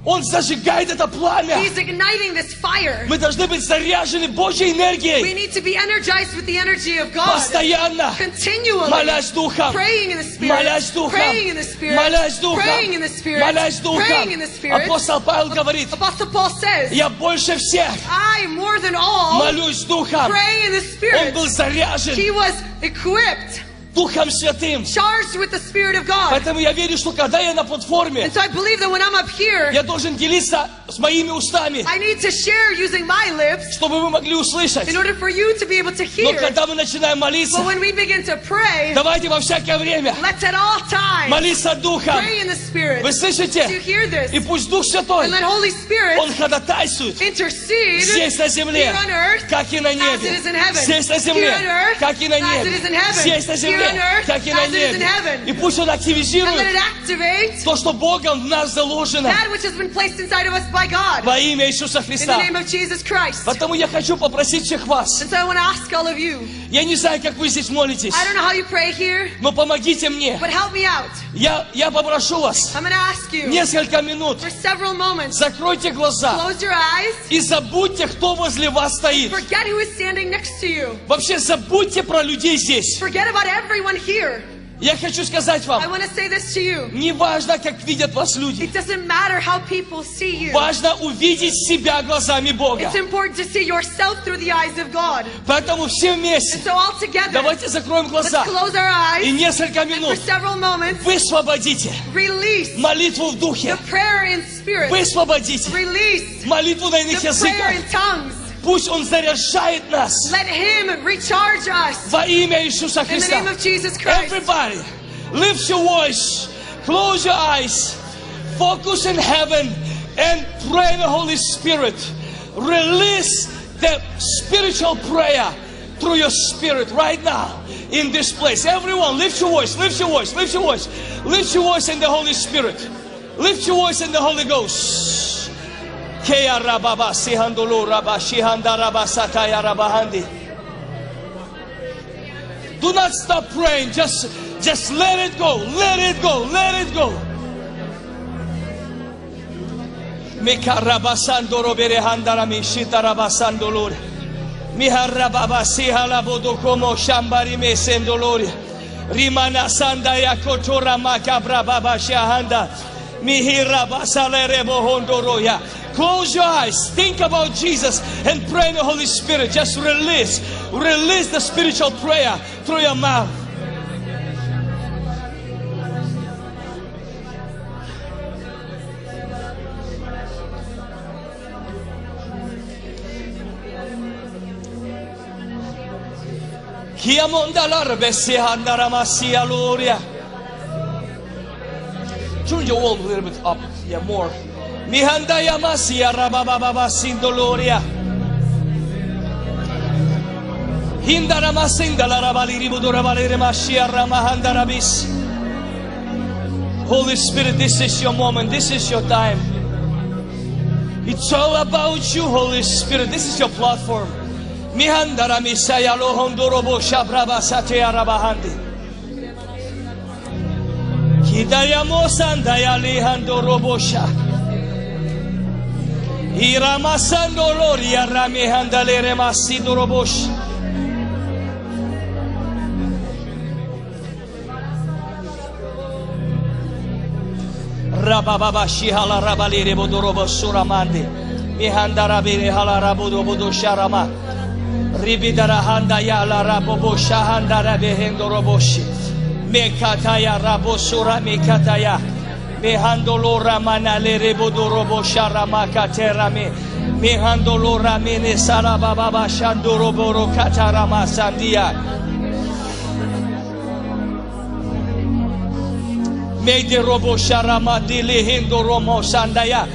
Speaker 2: Он зажигает это пламя.
Speaker 5: He's igniting this fire.
Speaker 2: Мы должны быть заряжены Божьей
Speaker 5: We
Speaker 2: энергией.
Speaker 5: need to be energized with the energy of God.
Speaker 2: Постоянно.
Speaker 5: Continually.
Speaker 2: Молясь Духом.
Speaker 5: Praying in the Spirit.
Speaker 2: Молясь Духом.
Speaker 5: Praying in the Spirit.
Speaker 2: Молясь Духом.
Speaker 5: Praying in the Spirit.
Speaker 2: Молясь
Speaker 5: Praying in the
Speaker 2: Духом.
Speaker 5: Spirit.
Speaker 2: Апостол Павел говорит,
Speaker 5: Apostle Paul says,
Speaker 2: я больше всех
Speaker 5: I more than all
Speaker 2: молюсь Духом.
Speaker 5: pray in the
Speaker 2: Он
Speaker 5: Spirit.
Speaker 2: был
Speaker 5: He
Speaker 2: заряжен
Speaker 5: was equipped,
Speaker 2: Духом Святым.
Speaker 5: charged with the Spirit of God.
Speaker 2: Поэтому я верю, что когда я на платформе,
Speaker 5: And so I believe that when I'm up here,
Speaker 2: я должен делиться с моими устами,
Speaker 5: I need to share using my lips
Speaker 2: чтобы вы могли услышать.
Speaker 5: in order for you to be able to
Speaker 2: Но
Speaker 5: hear.
Speaker 2: когда мы начинаем молиться,
Speaker 5: But when we begin to pray,
Speaker 2: давайте во всякое время
Speaker 5: let's at all times
Speaker 2: молиться Духом.
Speaker 5: pray in the Spirit.
Speaker 2: Вы
Speaker 5: Do you
Speaker 2: слышите?
Speaker 5: hear this?
Speaker 2: И pусть Дух Святой,
Speaker 5: And let Holy Spirit
Speaker 2: Он ходатайствует
Speaker 5: intercede
Speaker 2: здесь на земле,
Speaker 5: here on earth,
Speaker 2: как и на
Speaker 5: as it
Speaker 2: небе.
Speaker 5: is in heaven.
Speaker 2: Здесь на
Speaker 5: Here
Speaker 2: земле,
Speaker 5: on earth,
Speaker 2: как и на
Speaker 5: as it
Speaker 2: небе.
Speaker 5: is in heaven.
Speaker 2: Здесь на земле,
Speaker 5: Here on earth,
Speaker 2: как и на
Speaker 5: as it is in
Speaker 2: небе.
Speaker 5: heaven.
Speaker 2: И пусть Он
Speaker 5: And let it
Speaker 2: активизирует
Speaker 5: activate
Speaker 2: то, что Богом в нас заложено
Speaker 5: that which has been placed inside of us by God.
Speaker 2: во имя Иисуса
Speaker 5: In the
Speaker 2: Христа.
Speaker 5: name of Jesus Christ.
Speaker 2: Поэтому я хочу попросить всех вас,
Speaker 5: And so I want to ask all of you,
Speaker 2: я не знаю, как вы здесь молитесь,
Speaker 5: I don't know how you pray here,
Speaker 2: но помогите мне.
Speaker 5: but help me out.
Speaker 2: Я, я попрошу вас
Speaker 5: I'm going to ask you
Speaker 2: несколько минут,
Speaker 5: for several moments,
Speaker 2: закройте глаза,
Speaker 5: close your eyes,
Speaker 2: И забудьте, кто возле вас стоит.
Speaker 5: forget who is standing next to you.
Speaker 2: Вообще забудьте про людей здесь.
Speaker 5: Forget about everyone here.
Speaker 2: Я хочу сказать
Speaker 5: I
Speaker 2: вам,
Speaker 5: want to say this to you.
Speaker 2: не важно, как видят вас люди.
Speaker 5: It doesn't matter how people see you.
Speaker 2: Важно увидеть себя глазами Бога.
Speaker 5: It's important to see yourself through the eyes of God.
Speaker 2: Поэтому все
Speaker 5: And
Speaker 2: вместе
Speaker 5: so all together,
Speaker 2: давайте закроем
Speaker 5: let's
Speaker 2: глаза
Speaker 5: close our
Speaker 2: и
Speaker 5: eyes
Speaker 2: несколько
Speaker 5: for
Speaker 2: минут
Speaker 5: several moments.
Speaker 2: высвободите
Speaker 5: Release
Speaker 2: молитву в духе.
Speaker 5: the prayer in spirit.
Speaker 2: Высвободите
Speaker 5: Release
Speaker 2: молитву на
Speaker 5: the
Speaker 2: иных
Speaker 5: prayer
Speaker 2: языках.
Speaker 5: in tongues.
Speaker 2: Пусть Он заряжает нас
Speaker 5: Let Him recharge us
Speaker 2: во имя Иисуса
Speaker 5: in the name
Speaker 2: Христа.
Speaker 5: of Jesus Christ.
Speaker 2: Everybody, lift your voice, close your eyes, focus in heaven, and pray in the Holy Spirit. Release the spiritual prayer through your spirit right now in this place. Everyone, lift your voice, lift your voice, lift your voice, lift your voice in the Holy Spirit. Lift your voice in the Holy Ghost. Keya rababa sihandulu raba shihanda raba sataya raba handi. Do not stop praying. Just, just let it go. Let it go. Let it go. Mikarabasando robere handarami shitarabasando lore. Miharababasi halabodo como shambari me sendo lore. Rimana sanda ya kotora makabra baba shahanda. Mihirabasalere bohondo roya. Close your eyes. Think about Jesus and pray in the Holy Spirit. Just release. Release the spiritual prayer through your mouth. Chiamonda l'arbe si andaramassia luria. Turn your wall a little bit up. Yeah, more. Mihanda yamasia rabababa sindoloria. Hindaramasinda larabali ribudura valere mashia ramahanda rabis. Holy Spirit, this is your moment. This is your time. It's all about you, Holy Spirit. This is your platform. Mihandara misaya lohondorobo shabraba satea rabahandi. Hidayamos and Alejandro Robosha. Iramasando Loria Rami Handalere Masido Robosh. Rabababa Shihala Rabalere Bodorobo Suramande. Mihandarabere Halarabudo Bodo Sharama. Ribidarahanda yala rabobo shahanda rabehendo roboshi. Mekataya rabosura mekataya. Mehandolora manale rebodo robo sharama katera me. Mehandolora mene sarababa shando roboro katarama sandia. Meyde robo sharama dili hindo romo sandaya.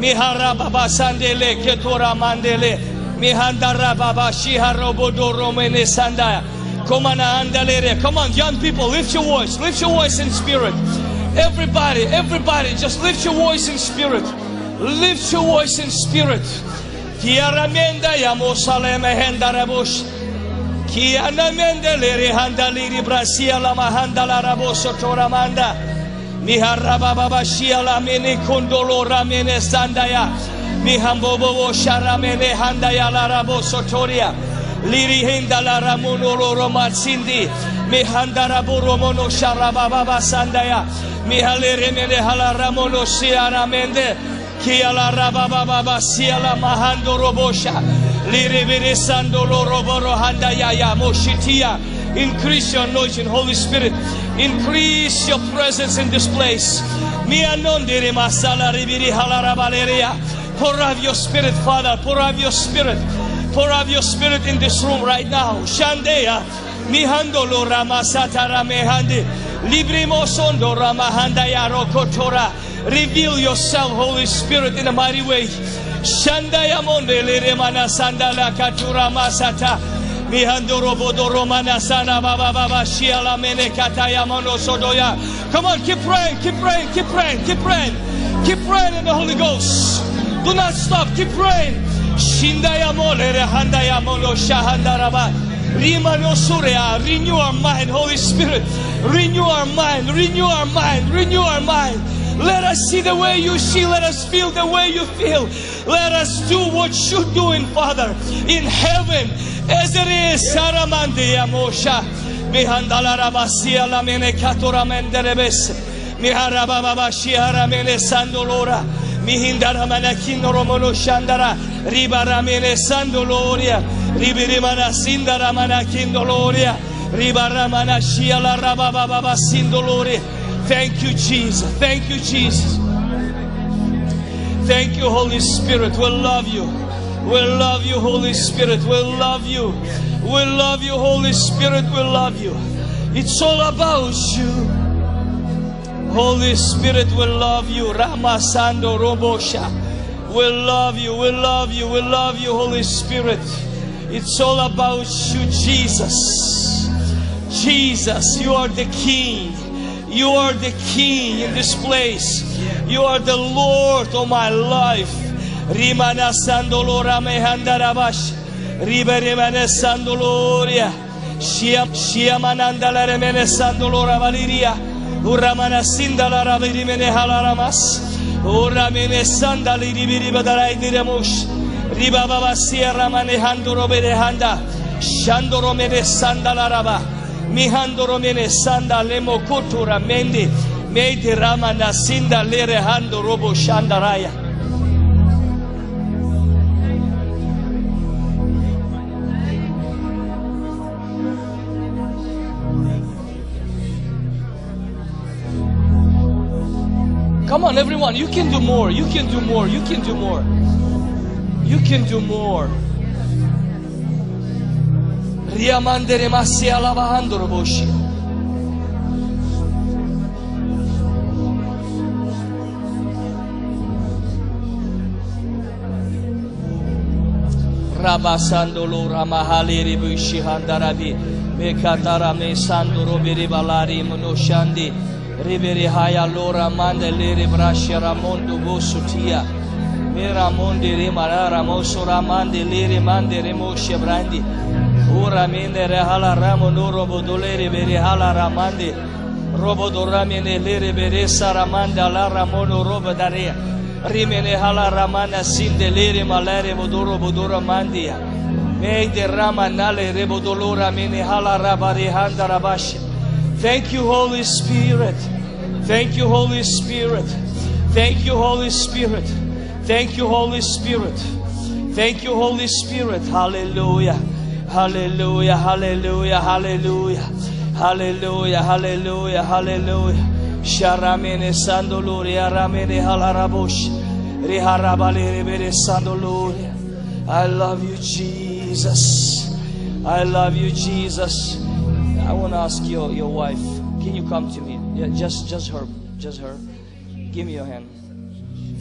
Speaker 2: Mihara baba sandele ketora mandele. Mihandara baba shiha robo do romene sandaya. Komana andalere. Come on, young people, lift your voice. Lift your voice in spirit. Everybody, everybody, just lift your voice in spirit. Lift your voice in spirit. Kiaramenda yamosaleme hendarabush. Kiana mendeleri handaliri brasia la mahandala raboso toramanda. Miharaba baba shia la mene kondolo ramene sandaya. Mihambobo sharamene handaya la raboso toria. Liri hendala ramono loro matsindi. Mihandara boromono sharababa sandaya. Mihalere mene hala ramono siara mende. Kiala rababa baba siala mahando robosha. Liribiri sandolo roboro handa yaya moshitia. Increase your anointing, Holy Spirit. Increase your presence in this place. Mia non dire masala ribiri halarabaleria. Pour out your spirit, Father. Pour out your spirit. Pour out your spirit in this room right now. Shandea. Mihandolo ramasata ramehande. Librimo sondo ramahanda yaro kotora. Reveal yourself, Holy Spirit, in a mighty way. Shandaya monde lere mana sandala katura masata. Mihandoro bodoro mana sana baba baba shiala mene kataya mono sodoya. Come on, keep praying, keep praying, keep praying, keep praying. Keep praying in the Holy Ghost. Do not stop, keep praying. Shindaya mole rehandaya mono shahandaraba. Rimano Surya, renew our mind, Holy Spirit. Renew our mind, renew our mind, renew our mind. Let us see the way you see, let us feel the way you feel. Let us do what you do in Father, in heaven, as it is. Saramandiya Mosha, Mihandala Rabasiya Lamene Katura Menderebes, Miharaba Baba Shihara Mene Sandolora, Mihindara Manakino Romolo Shandara, Ribara Mene Sandoloria, Ribirimana Sindara Manakindoloria, Ribara Manashia La Rababa Baba Sindoloria. Thank you, Jesus. Thank you, Jesus. Thank you, Holy Spirit. We love you. We love you, Holy Spirit. We love you. We love you, Holy Spirit. We love you. It's all about you. Holy Spirit, we love you. Rama Sando Robosha. We love you. We love you. We love you, Holy Spirit. It's all about you, Jesus. Jesus, you are the King. You are the King in this place. You are the Lord of my life. Rimana sandolora mehandarabash. Riberimene sandoloria. Shia- Shiamanandalare mene sandolora valiria. Uramana sindalara virimene halaramas. Uramene sandaliri viribadarai diremush. Ribaba Sierra Manejandoro Berehanda, Shandoro Mene Sandalaraba, Mihandoro Mene Sanda Lemo Kutura Mende, Meite Rama Nasinda Lerehando Robo Shandaraya. Come on, everyone, you can do more, you can do more, you can do more. You can do more. Riamandere massi alabando roboshi. Rabasando lo ramahali ribushi handarabi. Mekatara me sando robiri balari monoshandi. Riberi haya lora mandele ribrashi ramondo bosutia. Mera monde re marara mosura mande lere mande re moshe brandi. Ora mende re hala ramo noro bodolere bere hala ramande. Robo doramene lere bere saramanda la ramono robo darea. Rimene hala ramana sinde lere malere bodoro bodora mandia. Meide ramanale rebo dolora mene hala rabare handa rabashi. Thank you, Holy Spirit. Thank you, Holy Spirit. Thank you, Holy Spirit. Thank you, Holy Spirit. Thank you, Holy Spirit. Hallelujah. Hallelujah. Hallelujah. Hallelujah. Hallelujah, hallelujah, hallelujah. Sharamene sandoluri, aramene halarabosh. Riharabale rebere sandoluri. I love you, Jesus. I love you, Jesus. I want to ask your, your wife, can you come to me? Yeah, just, just her, just her. Give me your hand.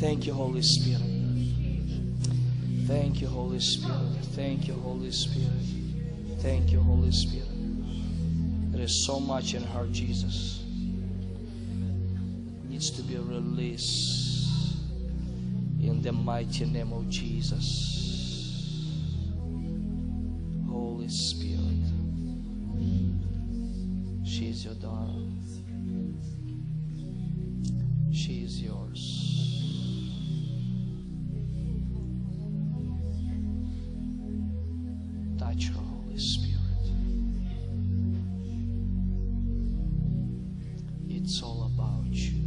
Speaker 2: Thank you, Holy Spirit. Thank you, Holy Spirit. Thank you, Holy Spirit. Thank you, Holy Spirit. There is so much in her, Jesus. Needs to be released in the mighty name of Jesus. Holy Spirit, she is your daughter. She is yours. Touch her, Holy Spirit. It's all about you.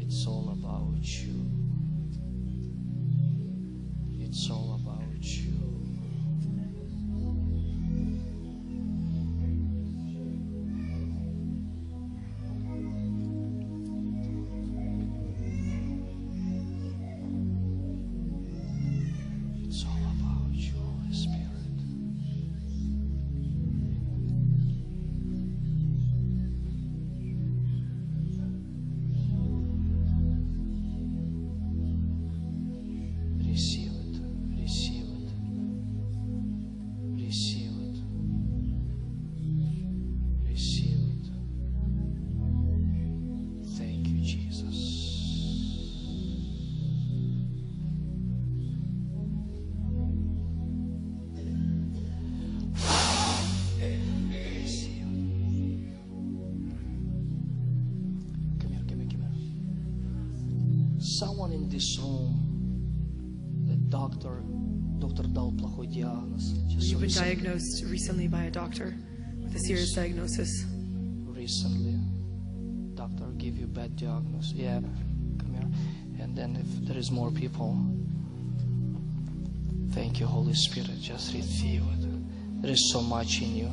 Speaker 2: It's all about you. It's all about you. It's all about you, Holy Spirit. Receive it. Receive it. Receive it. Receive it. Thank you, Jesus. Receive it. Come here, come here, come here. Someone in this room доктор, доктор дал плохой диагноз. Just
Speaker 5: You've been
Speaker 2: recently,
Speaker 5: diagnosed recently by a doctor with a serious diagnosis.
Speaker 2: recently, doctor gave you bad diagnosis. Yeah, come here. And then if there is more people, thank you, Holy Spirit. Just receive it. There is so much in you.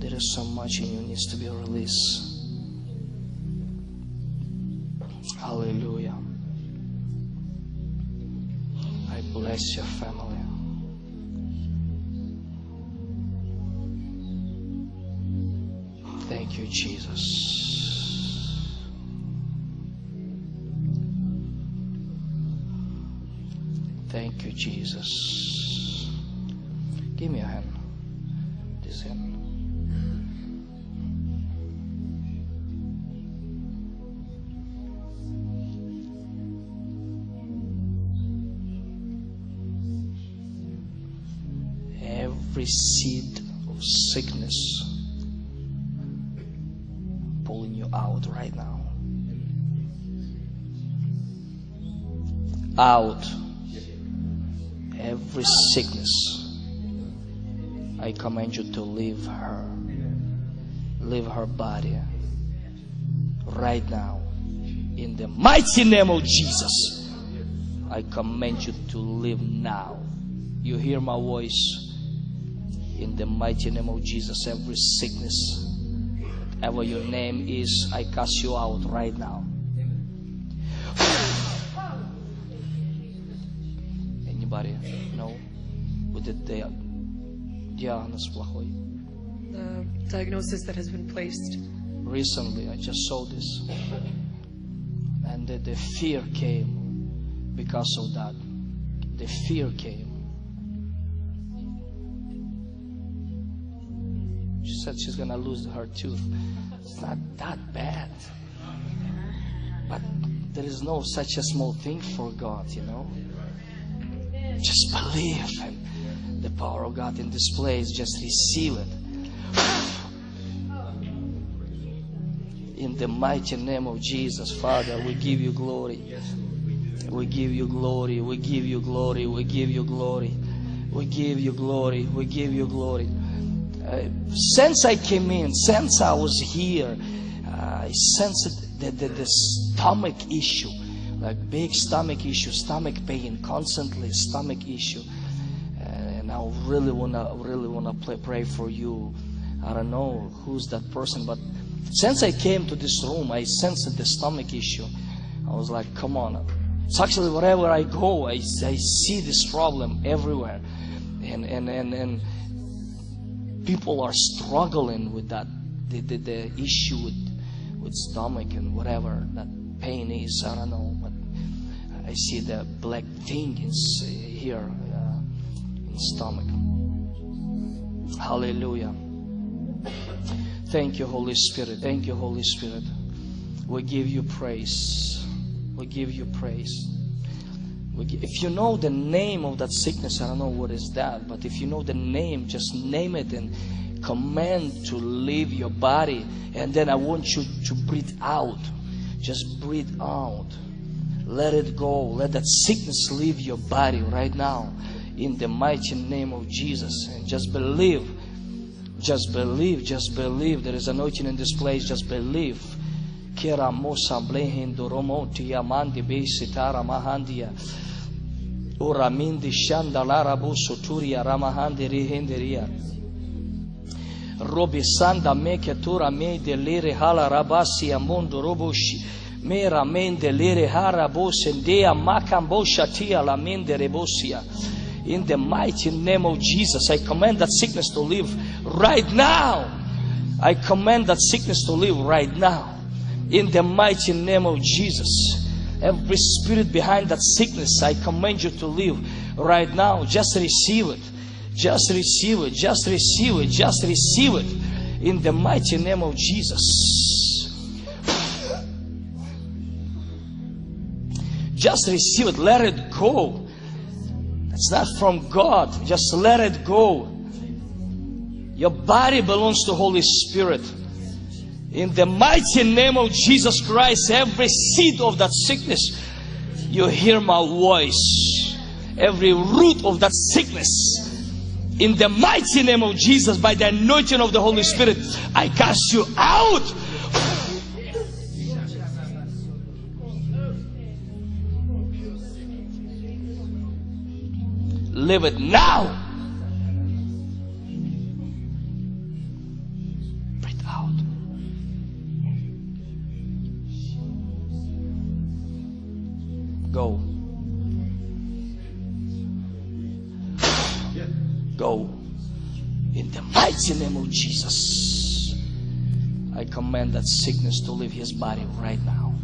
Speaker 2: There is so much in you needs to be released. Hallelujah. I bless your family. Thank you, Jesus. Thank you, Jesus. Give me a hand. This hand. Every seed of sickness pulling you out right now. Out. Every sickness. I command you to leave her. Leave her body. Right now. In the mighty name of Jesus. I command you to leave now. You hear my voice. In the mighty name of Jesus, every sickness whatever your name is, I cast you out right now. Anybody know? With the dia- diagnosis плохой.
Speaker 5: The diagnosis that has been placed.
Speaker 2: Recently, I just saw this, and the, the fear came because of that. The fear came. She said she's gonna lose her tooth. It's not that bad. But there is no such a small thing for God, you know. Just believe in the power of God in this place. Just receive it. In the mighty name of Jesus, Father, we give you glory. We give you glory. We give you glory. We give you glory. We give you glory. We give you glory. Uh, since I came in, since I was here, uh, I sensed the, the, the stomach issue, like big stomach issue, stomach pain, constantly stomach issue. And I really wanna, really wanna play, pray for you. I don't know who's that person, but since I came to this room, I sensed the stomach issue. I was like, come on. It's actually wherever I go, I, I see this problem everywhere. And, and, and, and people are struggling with that the, the, the issue with, with stomach and whatever that pain is i don't know but i see the black thing is uh, here uh, in stomach hallelujah thank you holy spirit thank you holy spirit we give you praise we give you praise we gi- if you know the name of that sickness, I don't know what is that, but if you know the name, just name it and command to leave your body. And then I want you to breathe out. Just breathe out. Let it go. Let that sickness leave your body right now in the mighty name of Jesus. And just believe. Just believe. Just believe. There is anointing in this place. Just believe. Kera mosa blehin doromo tia mandi be sitara mahandia. Ora mindi shanda lara busu turia ramahandi rihendiria. Robi sanda meke tura me delire hala rabasi amundo robushi. Mera mende lire hara bosendea makambosha tia la mende rebosia. In the mighty name of Jesus, I command that sickness to live right now. I command that sickness to live right now. In the mighty name of Jesus. Every spirit behind that sickness, I command you to live right now. Just receive it. Just receive it. Just receive it. Just receive it. In the mighty name of Jesus. Just receive it. Let it go. It's not from God. Just let it go. Your body belongs to Holy Spirit. In the mighty name of Jesus Christ, every seed of that sickness, you hear my voice. Every root of that sickness, in the mighty name of Jesus, by the anointing of the Holy Spirit, I cast you out. Live it now. Breathe out. Go. Go. In the mighty name of Jesus. I command that sickness to leave his body right now.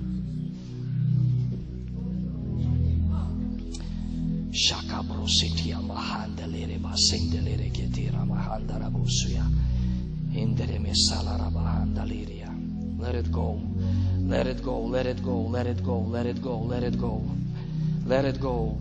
Speaker 2: Shaka brositia mahanda lere basende lere ketira mahanda rabusuya. Indere mesala rabahanda liria. Let it go. Let it go. Let it go. Let it go. Let it go. Let it go. Let it go.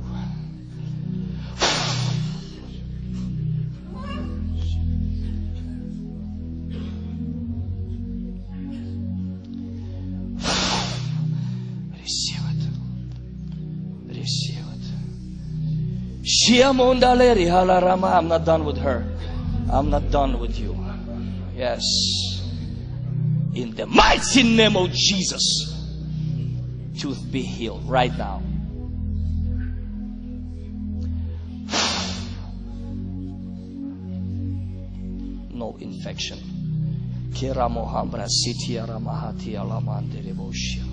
Speaker 2: Receive it. Receive it. Shia Mondaleri Halarama. I'm not done with her. I'm not done with you. Yes. In the mighty name of Jesus. Tooth be healed right now. No infection. Kiramohambra sitia ramahatia lamandereboshia.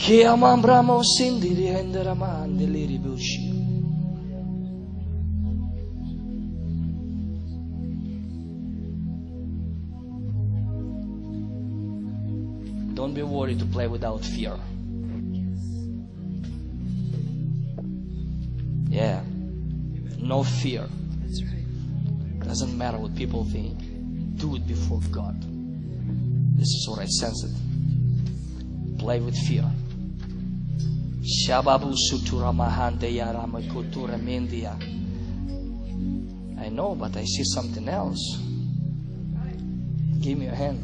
Speaker 2: Kiamambramo sindiri henderamandelibushia. Don't be worried to play without fear. Yeah. No fear.
Speaker 8: That's right.
Speaker 2: Doesn't matter what people think. Do it before God. This is what I sense it. Play with fear. Shababu sutura mahandeya ramakutura mendia. I know, but I see something else. Give me your hand.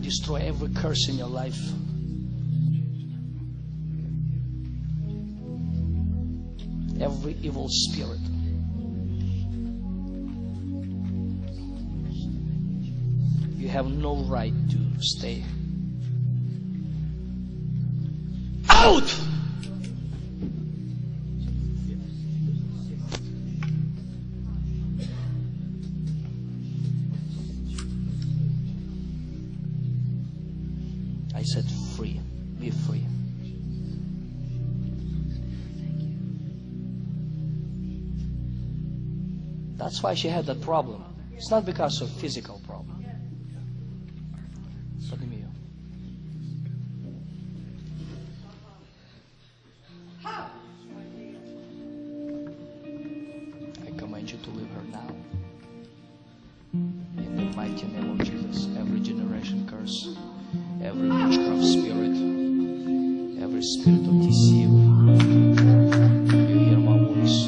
Speaker 2: destroy every curse in your life. Every evil spirit. You have no right to stay. Out! I said, free. Be free. That's why she had that problem. It's not because of physical problem. Look at me. I command you to leave her now. In the mighty name of Jesus, every generation curse, every witchcraft spirit, every spirit of deceit. You hear my voice.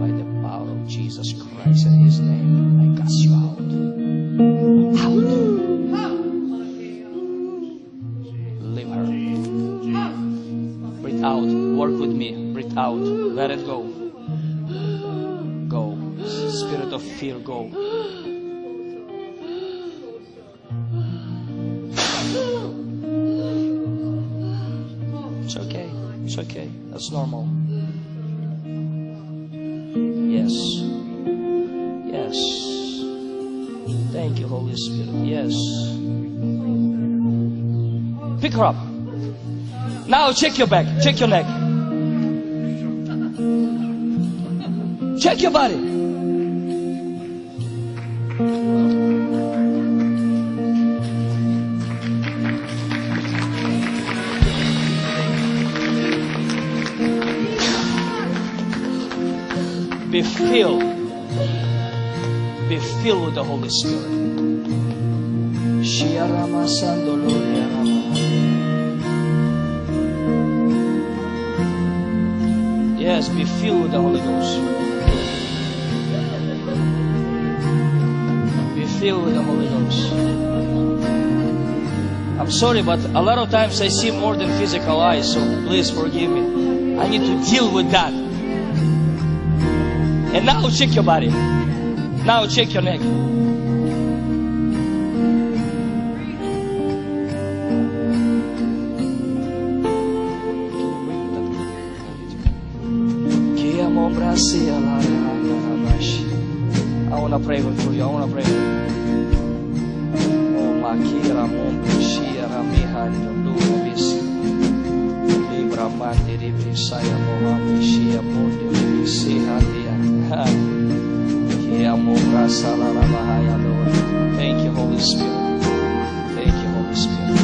Speaker 2: By the power of Jesus Christ and His name, I cast you out. Out. Leave her. Breathe out. Work with me. Breathe out. Let it go. Go. Spirit of fear, go. It's okay. It's okay. That's normal. Yes. Yes. Thank you, Holy Spirit. Yes. Pick her up. Now check your back. Check your neck. Check your body. Be filled. Be filled with the Holy Spirit. Shiarama Sandolo Yarama. Yes, be filled with the Holy Ghost. Be filled with the Holy Ghost. I'm sorry, but a lot of times I see more than physical eyes, so please forgive me. I need to deal with that. And now shake your body. Now shake your neck. né? I wanna pray with you. I wanna pray. With you. Oh, Makira, Mumpushia, Ramiha, Ndodo, Bisi. Libra mandi ribisaya moha mishia mundi ribisiha dia. Ha. Kia mura salara bahaya Lord. Thank you, Holy Spirit. Thank you, Holy Spirit.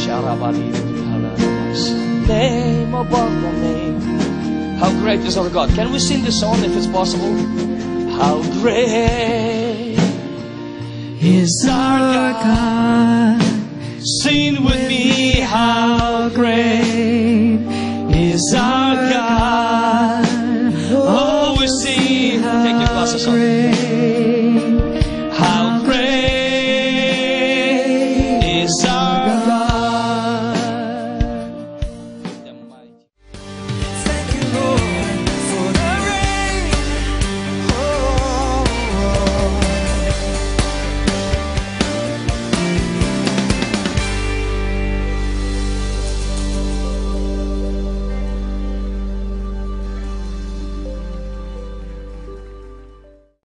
Speaker 2: Sharabari ribihala. Name above the name. How great is our God? Can we sing this song if it's possible? How great is our God. Oh,
Speaker 1: Oh,